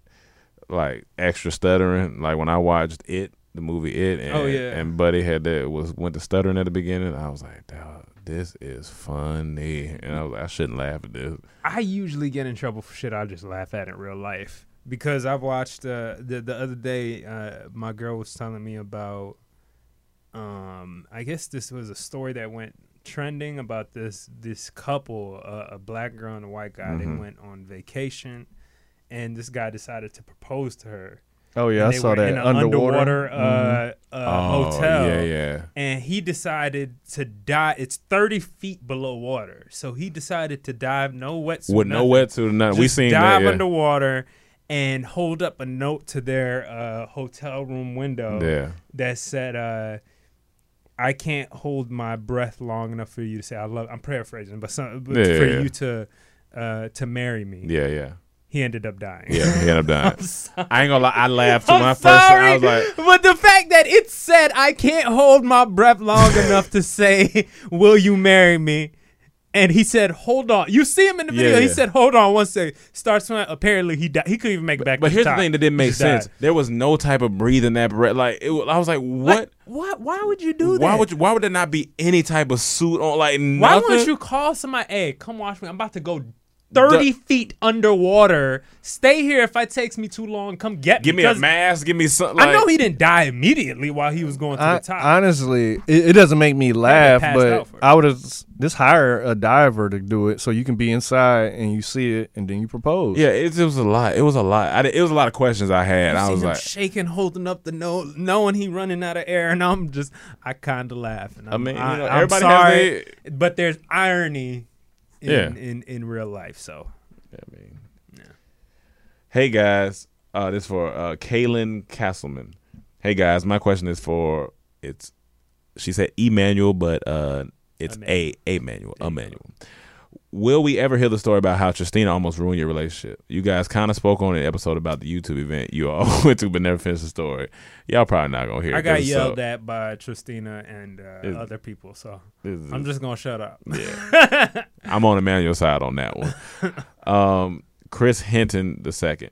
[SPEAKER 6] like extra stuttering. Like when I watched it, the movie It, and,
[SPEAKER 8] Oh, yeah.
[SPEAKER 6] and Buddy had that was went to stuttering at the beginning. I was like, "Dawg, this is funny, and I was like, I shouldn't laugh at this.
[SPEAKER 8] I usually get in trouble for shit I just laugh at in real life because I've watched uh, the the other day. Uh, my girl was telling me about. Um, I guess this was a story that went trending about this this couple, uh, a black girl and a white guy.
[SPEAKER 7] Mm-hmm.
[SPEAKER 8] They went on vacation, and this guy decided to propose to her.
[SPEAKER 7] Oh yeah,
[SPEAKER 8] And
[SPEAKER 7] I
[SPEAKER 8] they
[SPEAKER 7] saw
[SPEAKER 8] were
[SPEAKER 7] that
[SPEAKER 8] in a
[SPEAKER 7] underwater. Mm-hmm. Oh,
[SPEAKER 8] underwater, uh, uh, hotel.
[SPEAKER 6] Oh, yeah, yeah.
[SPEAKER 8] And he decided to dive. It's thirty feet below water, so he decided to dive no wetsuit.
[SPEAKER 6] With no
[SPEAKER 8] nothing.
[SPEAKER 6] wetsuit or nothing. We
[SPEAKER 8] Just
[SPEAKER 6] seen
[SPEAKER 8] dive
[SPEAKER 6] that. Yeah.
[SPEAKER 8] underwater and hold up a note to their uh, hotel room window
[SPEAKER 6] Yeah.
[SPEAKER 8] that said, uh, "I can't hold my breath long enough for you to say I love." I'm paraphrasing, but, some, but
[SPEAKER 6] Yeah,
[SPEAKER 8] for
[SPEAKER 6] yeah, yeah.
[SPEAKER 8] you to uh, to marry me.
[SPEAKER 6] yeah, yeah,
[SPEAKER 8] He ended up dying.
[SPEAKER 6] yeah.
[SPEAKER 8] *laughs*
[SPEAKER 6] He ended up dying.
[SPEAKER 8] sorry.
[SPEAKER 6] I ain't gonna lie. I laughed to
[SPEAKER 8] I'm
[SPEAKER 6] my first.
[SPEAKER 8] sorry,
[SPEAKER 6] I was like,
[SPEAKER 8] but the fact that it said I can't hold my breath long enough to say, *laughs* "Will you marry me?" And he said, "Hold on." You see him in the
[SPEAKER 6] Yeah,
[SPEAKER 8] video. He
[SPEAKER 6] yeah.
[SPEAKER 8] said, "Hold on." One second. Starts swimming. Apparently, he died. He couldn't even make it *laughs* back.
[SPEAKER 6] But
[SPEAKER 8] to
[SPEAKER 6] here's
[SPEAKER 8] the,
[SPEAKER 6] the
[SPEAKER 8] top.
[SPEAKER 6] thing that didn't
[SPEAKER 8] He
[SPEAKER 6] make
[SPEAKER 8] just
[SPEAKER 6] sense.
[SPEAKER 8] died.
[SPEAKER 6] There was no type of breathing apparatus. Like it, wa- I was like, what?
[SPEAKER 8] Like, what? Why would you do that?
[SPEAKER 6] Why would you, why would there not be any type of suit on? Like nothing.
[SPEAKER 8] Why wouldn't you call somebody? Hey, come watch me. I'm about to go. 30 feet underwater. Stay here if it takes me too long. Come get me.
[SPEAKER 6] give me a
[SPEAKER 8] 'Cause
[SPEAKER 6] mask? Give me something.
[SPEAKER 8] I
[SPEAKER 6] Like,
[SPEAKER 8] know he didn't die immediately while he was going to
[SPEAKER 7] I,
[SPEAKER 8] the top.
[SPEAKER 7] honestly, it, it doesn't make me laugh,
[SPEAKER 8] passed
[SPEAKER 7] but
[SPEAKER 8] out first.
[SPEAKER 7] I would have just hire a diver to do it so you can be inside and you see it and then you propose.
[SPEAKER 6] Yeah, it, it was a lot. It was a lot. I, did- it was a lot of questions I had. I
[SPEAKER 8] see
[SPEAKER 6] was
[SPEAKER 8] him
[SPEAKER 6] like,
[SPEAKER 8] shaking, holding up the note, knowing he running out of air, and I'm just, I kind of laugh. And I'm, I
[SPEAKER 6] mean,
[SPEAKER 8] mean,
[SPEAKER 6] you
[SPEAKER 8] I,
[SPEAKER 6] know,
[SPEAKER 8] am
[SPEAKER 6] everybody has
[SPEAKER 8] sorry, but there's irony in,
[SPEAKER 6] Yeah.
[SPEAKER 8] in in real life. So
[SPEAKER 6] Hey guys, uh, this for uh, Kaylin Castleman. Hey guys, my question is for it's. She said Emmanuel, but uh, it's a a manual a manual. Will we ever hear the story about how Tristina almost ruined your relationship? You guys kind of spoke on an episode about the YouTube event you all *laughs* went to, but never finished the story. Y'all probably not gonna hear.
[SPEAKER 8] I got yelled
[SPEAKER 6] yelled at.
[SPEAKER 8] at by Tristina and uh, other people. So
[SPEAKER 6] is-
[SPEAKER 8] I'm just gonna shut up.
[SPEAKER 6] I'm on Emmanuel's side on that one.
[SPEAKER 7] *laughs*
[SPEAKER 6] Um, Chris Hinton the second.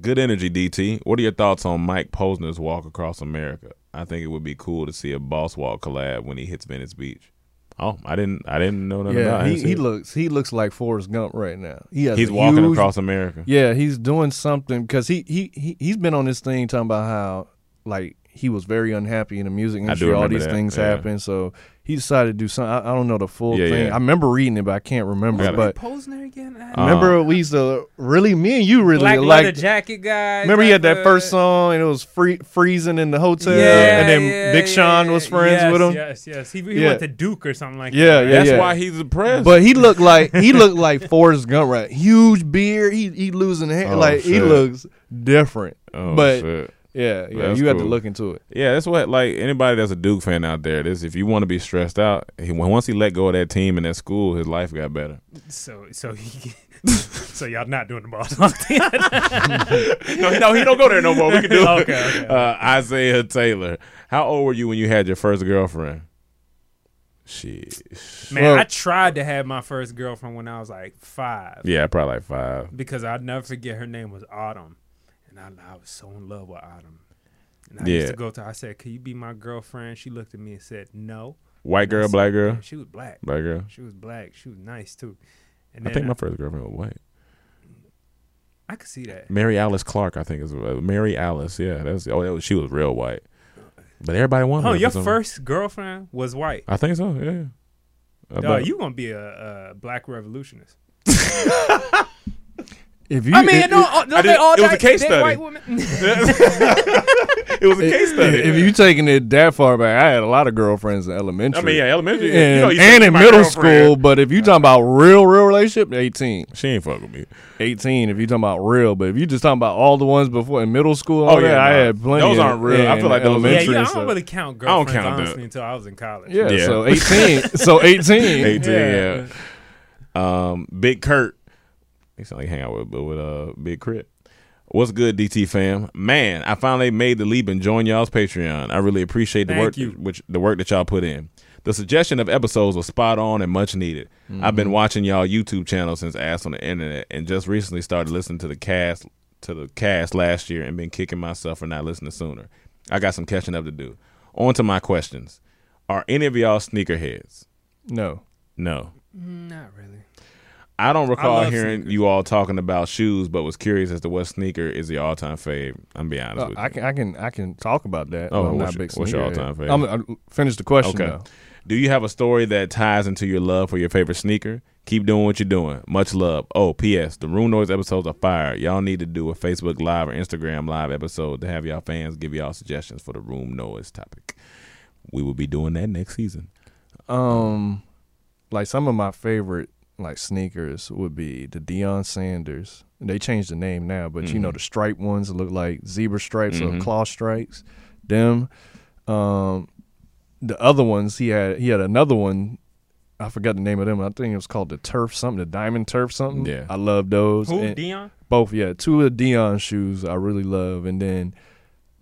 [SPEAKER 6] Good energy, DT. What are your thoughts on Mike Posner's Walk Across America? I think it would be cool to see a Boss Walk collab when he hits Venice Beach. Oh, I didn't, I didn't know nothing about. it. I
[SPEAKER 7] Yeah,
[SPEAKER 6] didn't
[SPEAKER 7] he,
[SPEAKER 6] see
[SPEAKER 7] he
[SPEAKER 6] it.
[SPEAKER 7] looks he looks like Forrest Gump right now. He has
[SPEAKER 6] He's
[SPEAKER 7] a
[SPEAKER 6] walking
[SPEAKER 7] huge-
[SPEAKER 6] across America.
[SPEAKER 7] Yeah, he's doing something because he, he he he's been on this thing talking about how like he was very unhappy in the music
[SPEAKER 6] do
[SPEAKER 7] industry. All
[SPEAKER 6] remember
[SPEAKER 7] these
[SPEAKER 6] that,
[SPEAKER 7] things
[SPEAKER 6] yeah.
[SPEAKER 7] happen, so he decided to do something. I, I don't know the full
[SPEAKER 6] Yeah,
[SPEAKER 7] thing.
[SPEAKER 6] yeah.
[SPEAKER 7] I remember reading it, but I can't remember.
[SPEAKER 6] Gotta-
[SPEAKER 7] but
[SPEAKER 8] *laughs* Posner again, I-
[SPEAKER 7] remember we used to really me and you really
[SPEAKER 8] black leather
[SPEAKER 7] like.
[SPEAKER 8] jacket guy.
[SPEAKER 7] Remember he had that first
[SPEAKER 8] song.
[SPEAKER 7] song and it was free, freezing in the hotel,
[SPEAKER 8] Yeah,
[SPEAKER 7] and then
[SPEAKER 8] yeah,
[SPEAKER 7] Big
[SPEAKER 8] yeah,
[SPEAKER 7] Sean
[SPEAKER 8] yeah.
[SPEAKER 7] was friends
[SPEAKER 8] Yes,
[SPEAKER 7] with him.
[SPEAKER 8] Yes, yes. He, he
[SPEAKER 7] Yeah.
[SPEAKER 8] went to Duke or something like
[SPEAKER 7] Yeah,
[SPEAKER 8] that. right?
[SPEAKER 7] yeah,
[SPEAKER 6] That's
[SPEAKER 7] yeah.
[SPEAKER 6] why he's depressed.
[SPEAKER 7] But he looked like *laughs* he looked like Forrest Gump, right? Huge beard. He he losing hair.
[SPEAKER 6] Oh,
[SPEAKER 7] like he
[SPEAKER 6] shit.
[SPEAKER 7] looks different.
[SPEAKER 6] oh,
[SPEAKER 7] but
[SPEAKER 6] shit.
[SPEAKER 7] yeah, yeah,
[SPEAKER 6] That's
[SPEAKER 7] you have to
[SPEAKER 6] cool.
[SPEAKER 7] look into it.
[SPEAKER 6] Yeah, that's what like anybody that's a Duke fan out there. This if you want to be stressed out, he, once he let go of that team and that school, his life got better.
[SPEAKER 8] So so he, *laughs* so y'all not doing the Boston thing.
[SPEAKER 6] *laughs* no, no, he don't go there no more. We can do it.
[SPEAKER 8] *laughs* Okay, okay.
[SPEAKER 6] Uh, Isaiah Taylor. How old were you when you had your first girlfriend? Shit.
[SPEAKER 8] Man,
[SPEAKER 7] Well-
[SPEAKER 8] I tried to have my first girlfriend when I was like five
[SPEAKER 6] Yeah, probably like five.
[SPEAKER 8] because I'd never forget her name was Autumn, and I, I was so in love with Autumn. And I
[SPEAKER 6] Yeah.
[SPEAKER 8] used to go to. her, I said, "Can you be my girlfriend?" She looked at me and said, "No."
[SPEAKER 6] White girl, black girl,
[SPEAKER 8] And she was black.
[SPEAKER 6] black girl.
[SPEAKER 8] She was black. She was nice too. And
[SPEAKER 6] I
[SPEAKER 8] then I,
[SPEAKER 6] think my first girlfriend was white.
[SPEAKER 8] I could see that.
[SPEAKER 6] Mary Alice Clark, I think is uh, Mary Alice. Yeah, that's oh, that was, she was real white. But everybody wanted.
[SPEAKER 8] Oh,
[SPEAKER 6] her for
[SPEAKER 8] your
[SPEAKER 6] some-
[SPEAKER 8] first girlfriend was white.
[SPEAKER 6] I think so. Yeah. I
[SPEAKER 8] Dog,
[SPEAKER 6] thought-
[SPEAKER 8] you gonna be a, a black revolutionist?
[SPEAKER 7] If you,
[SPEAKER 8] I mean,
[SPEAKER 7] if-
[SPEAKER 8] no, uh, don't
[SPEAKER 6] I
[SPEAKER 8] they
[SPEAKER 6] did-
[SPEAKER 8] all
[SPEAKER 6] it was a
[SPEAKER 8] date-
[SPEAKER 6] case
[SPEAKER 8] date
[SPEAKER 6] study.
[SPEAKER 8] White *laughs* women?
[SPEAKER 6] It was a case study.
[SPEAKER 7] If you taking it that far back, I had a lot of girlfriends in
[SPEAKER 6] I
[SPEAKER 7] elementary.
[SPEAKER 6] mean, yeah, elementary,
[SPEAKER 7] and,
[SPEAKER 6] you know, you
[SPEAKER 7] and
[SPEAKER 6] said
[SPEAKER 7] in
[SPEAKER 6] my
[SPEAKER 7] middle
[SPEAKER 6] girlfriend.
[SPEAKER 7] school. But if you talking about real, real relationship, eighteen.
[SPEAKER 6] she ain't fuck with me.
[SPEAKER 7] 18 if you talking about real but if you just talking about all the ones before in middle school and all
[SPEAKER 6] Oh, yeah,
[SPEAKER 7] that, i
[SPEAKER 6] nah.
[SPEAKER 7] had plenty
[SPEAKER 6] Those
[SPEAKER 7] of-
[SPEAKER 6] aren't real. I
[SPEAKER 7] yeah,
[SPEAKER 6] feel like those are-
[SPEAKER 8] yeah,
[SPEAKER 7] elementary
[SPEAKER 8] you
[SPEAKER 7] and
[SPEAKER 8] know, I don't
[SPEAKER 7] stuff.
[SPEAKER 8] really count
[SPEAKER 6] don't
[SPEAKER 8] girlfriends
[SPEAKER 6] count that.
[SPEAKER 8] honestly until I was in college.
[SPEAKER 7] yeah,
[SPEAKER 6] Yeah.
[SPEAKER 7] so 18
[SPEAKER 6] *laughs*
[SPEAKER 7] so 18
[SPEAKER 6] 18, yeah.
[SPEAKER 8] Yeah.
[SPEAKER 6] Um, Big Kurt. He sound like he hang out with but with uh Big Crit. What's good, DT fam? Man, I finally made the leap and joined y'all's Patreon. I really appreciate the
[SPEAKER 8] Thank
[SPEAKER 6] work
[SPEAKER 8] you.
[SPEAKER 6] which the work that y'all put in. The suggestion of episodes was spot on and much needed. I've
[SPEAKER 8] Mm-hmm.
[SPEAKER 6] been watching y'all YouTube channel since ass on the internet and just recently started listening to the cast to the cast last year and been kicking myself for not listening sooner. I got some catching up to do. On to my questions. Are any of y'all sneakerheads?
[SPEAKER 7] no
[SPEAKER 6] No.
[SPEAKER 8] Not really.
[SPEAKER 6] I don't recall
[SPEAKER 8] love
[SPEAKER 6] hearing
[SPEAKER 8] sneakers.
[SPEAKER 6] you all talking about shoes, but was curious as to what sneaker is your all time fave. I'm being honest
[SPEAKER 7] Uh,
[SPEAKER 6] with you.
[SPEAKER 7] I can I can I can talk about that.
[SPEAKER 6] Oh,
[SPEAKER 7] but
[SPEAKER 6] what's
[SPEAKER 7] I'm not a
[SPEAKER 6] your-
[SPEAKER 7] big
[SPEAKER 6] what's your
[SPEAKER 7] sneakerhead.
[SPEAKER 6] all-time favorite?
[SPEAKER 7] I'm, I'm finish the question
[SPEAKER 6] Okay.
[SPEAKER 7] though.
[SPEAKER 6] Do you have a story that ties into your love for your favorite sneaker? Keep doing what you're doing. Much love. Oh, P.S. The Room Noise episodes are fire. Y'all need to do a Facebook Live or Instagram Live episode to have y'all fans give y'all suggestions for the Room Noise topic. We will be doing that next season.
[SPEAKER 7] Um, like some of my favorite like sneakers would be the Deion Sanders. They changed the name now, but you know the striped ones that look like zebra stripes or claw stripes. Them, um, the other ones he had he had another one. I forgot the name of them. I think it was called the turf something, the diamond turf something.
[SPEAKER 6] Yeah.
[SPEAKER 7] I love those.
[SPEAKER 8] Who?
[SPEAKER 7] And-
[SPEAKER 8] Dion?
[SPEAKER 7] both, yeah. Two of Dion's shoes I really love, and then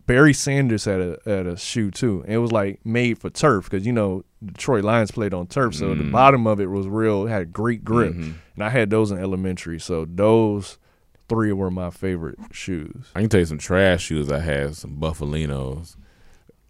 [SPEAKER 7] Barry Sanders had a had a shoe too. And it was like made for turf because you know Detroit Lions played on turf, so
[SPEAKER 6] Mm.
[SPEAKER 7] the bottom of it was real had great grip.
[SPEAKER 6] Mm-hmm.
[SPEAKER 7] And I had those in elementary, so those three were my favorite shoes.
[SPEAKER 6] I can tell you some trash shoes I had, some Buffalinos.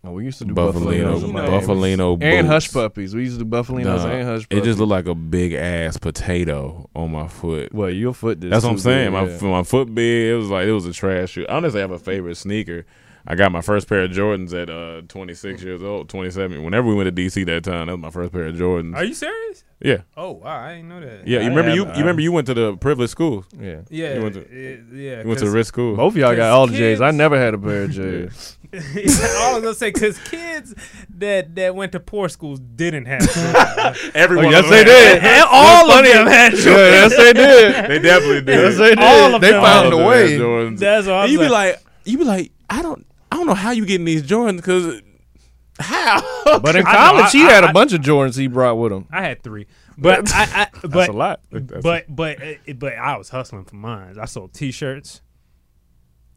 [SPEAKER 7] And we used to do
[SPEAKER 6] Buffalino-
[SPEAKER 7] buffalinos, in my
[SPEAKER 6] Buffalino
[SPEAKER 7] and
[SPEAKER 6] boots.
[SPEAKER 7] hush puppies. We used to do buffalinos
[SPEAKER 6] Nah,
[SPEAKER 7] and hush.
[SPEAKER 6] it
[SPEAKER 7] Puppies.
[SPEAKER 6] just looked like a big ass potato on my foot.
[SPEAKER 7] well, your foot. did
[SPEAKER 6] That's what I'm
[SPEAKER 7] too,
[SPEAKER 6] saying.
[SPEAKER 7] yeah.
[SPEAKER 6] My my foot big. It was like it was a trash shoe. I honestly have a favorite sneaker. I got my first pair of Jordans at uh, 26 years old, 27. Whenever we went to DC that time, that was my first pair of Jordans.
[SPEAKER 8] Are you serious?
[SPEAKER 6] yeah,
[SPEAKER 8] Oh wow, I didn't know that.
[SPEAKER 6] yeah. You
[SPEAKER 7] I
[SPEAKER 6] remember
[SPEAKER 7] have-
[SPEAKER 6] you?
[SPEAKER 7] I-
[SPEAKER 6] You remember you went to the privileged schools?
[SPEAKER 7] yeah.
[SPEAKER 8] yeah,
[SPEAKER 6] You went to-
[SPEAKER 8] it- yeah.
[SPEAKER 6] You went to
[SPEAKER 8] 'cause-
[SPEAKER 6] rich school.
[SPEAKER 7] Both of y'all got
[SPEAKER 8] Because
[SPEAKER 7] all the J's. I
[SPEAKER 8] kids-
[SPEAKER 7] never had a pair of J's.
[SPEAKER 8] *laughs* I was gonna say because kids that that went to poor schools didn't have.
[SPEAKER 7] *laughs*
[SPEAKER 8] Jordans.
[SPEAKER 6] *laughs* Everyone.
[SPEAKER 7] Oh, yes, they did.
[SPEAKER 6] *laughs*
[SPEAKER 7] all of them had Jordans. yes, they did.
[SPEAKER 6] They definitely did.
[SPEAKER 7] *laughs* Yes, they did.
[SPEAKER 8] All of
[SPEAKER 7] they
[SPEAKER 8] them.
[SPEAKER 7] found
[SPEAKER 6] All
[SPEAKER 7] a
[SPEAKER 6] of them had
[SPEAKER 7] way.
[SPEAKER 6] Jordans.
[SPEAKER 8] That's what
[SPEAKER 6] And
[SPEAKER 8] I was
[SPEAKER 6] you be
[SPEAKER 8] like.
[SPEAKER 6] like, you be like, I don't, I don't know how you getting these Jordans because how?
[SPEAKER 7] But in
[SPEAKER 8] I know,
[SPEAKER 7] college,
[SPEAKER 8] I-
[SPEAKER 7] he
[SPEAKER 8] I-
[SPEAKER 7] had a
[SPEAKER 8] I-
[SPEAKER 7] bunch of Jordans he brought with him.
[SPEAKER 8] I had three,
[SPEAKER 7] *laughs*
[SPEAKER 8] but I, I but
[SPEAKER 7] That's a lot.
[SPEAKER 8] But but uh, but I was hustling for mine. I sold T-shirts.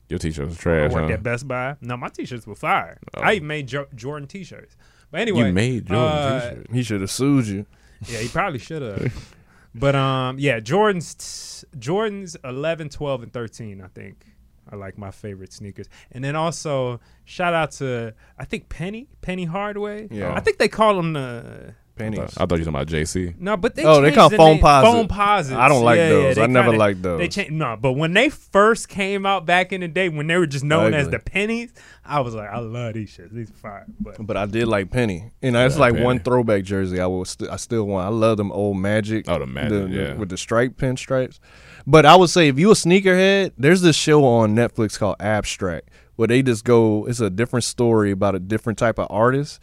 [SPEAKER 6] Your t-shirt was
[SPEAKER 8] I
[SPEAKER 6] trash.
[SPEAKER 8] worked
[SPEAKER 6] huh? Oh.
[SPEAKER 8] at Best Buy. No, my T-shirts were fire. I even made jo- Jordan T-shirts. But anyway,
[SPEAKER 6] You made Jordan
[SPEAKER 8] uh,
[SPEAKER 6] t-shirt.
[SPEAKER 7] He should have sued you.
[SPEAKER 8] Yeah, he probably should have. but um, yeah, Jordan's Jordan's 11, 12, and 13, I think, are like my favorite sneakers. And then also shout out to I think Penny Penny Hardway.
[SPEAKER 7] Yeah.
[SPEAKER 8] I think they call him the.
[SPEAKER 7] Pennies.
[SPEAKER 6] I thought you were talking about JC.
[SPEAKER 8] No, but they
[SPEAKER 7] Oh, they
[SPEAKER 8] changed
[SPEAKER 7] call
[SPEAKER 8] the
[SPEAKER 7] foam
[SPEAKER 8] name-
[SPEAKER 7] posit.
[SPEAKER 8] Foam posits.
[SPEAKER 7] I don't like
[SPEAKER 8] Yeah, yeah,
[SPEAKER 7] those.
[SPEAKER 8] they
[SPEAKER 7] I never
[SPEAKER 8] kinda-
[SPEAKER 7] liked those.
[SPEAKER 8] They changed. No, but when they first came out back in the day, when they were just known as
[SPEAKER 7] Ugly.
[SPEAKER 8] the pennies, I was like, I love these shits. These are fire. But
[SPEAKER 7] But I did like Penny, and that's like
[SPEAKER 6] Penny.
[SPEAKER 7] one throwback jersey I will. St- I still want. I love them old Magic.
[SPEAKER 6] Oh, the Magic, yeah.
[SPEAKER 7] with the stripe pinstripes. But I would say if you a sneakerhead, there's this show on Netflix called Abstract where they just go. It's a different story about a different type of artist.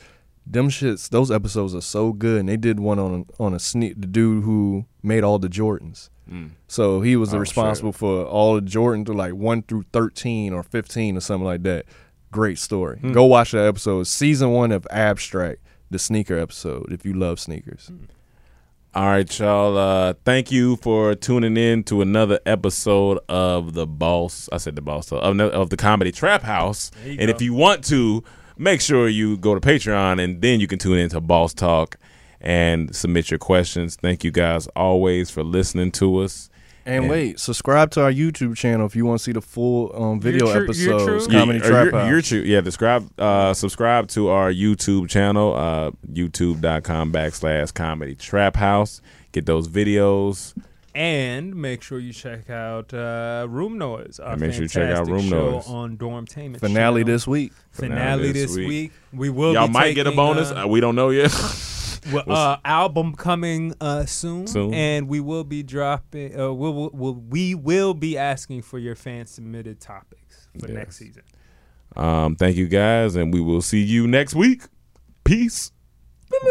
[SPEAKER 7] Them shits, those episodes are so good, and they did one on on a sneak the dude who made all the Jordans.
[SPEAKER 6] Mm.
[SPEAKER 7] So he
[SPEAKER 6] Oh,
[SPEAKER 7] was responsible for all of Jordan through like one through thirteen or fifteen or something like that. Great story.
[SPEAKER 6] Hmm.
[SPEAKER 7] Go watch that episode. It's Season one of Abstract, the sneaker episode. If you love sneakers,
[SPEAKER 6] All right, y'all. Uh, thank you for tuning in to another episode of the Boss. I said the Boss uh, of, of the Comedy Trap House. And if you want to, make sure you go to Patreon, and then you can tune into Boss Talk and submit your questions. Thank you guys always for listening to us.
[SPEAKER 7] and wait, subscribe to our YouTube channel if you want to see the full um, video
[SPEAKER 8] Your tru- your
[SPEAKER 7] episodes.
[SPEAKER 8] true-
[SPEAKER 7] Comedy
[SPEAKER 6] Or
[SPEAKER 7] Trap
[SPEAKER 6] your-
[SPEAKER 7] House.
[SPEAKER 6] your chu- yeah, describe, uh, subscribe to our YouTube channel, uh, youtube.com backslash comedy trap house. Get those videos.
[SPEAKER 8] and make sure you check out uh, Room Noise. Our
[SPEAKER 6] And make sure you check out
[SPEAKER 8] fantastic
[SPEAKER 6] Room
[SPEAKER 8] show
[SPEAKER 6] Noise.
[SPEAKER 8] on Dormtainment.
[SPEAKER 7] Finale
[SPEAKER 8] channel.
[SPEAKER 7] this week.
[SPEAKER 8] finale this week. We will
[SPEAKER 6] Y'all
[SPEAKER 8] be
[SPEAKER 6] might get a
[SPEAKER 8] taking,
[SPEAKER 6] bonus.
[SPEAKER 8] uh,
[SPEAKER 6] Uh, we don't know yet. *laughs*
[SPEAKER 8] Well, uh, album coming uh, soon,
[SPEAKER 6] Soon.
[SPEAKER 8] and we will be dropping. Uh, we'll, we'll, we'll, we will be asking for your fan submitted topics for next season.
[SPEAKER 6] Um, thank you guys, and we will see you next week. Peace. *laughs*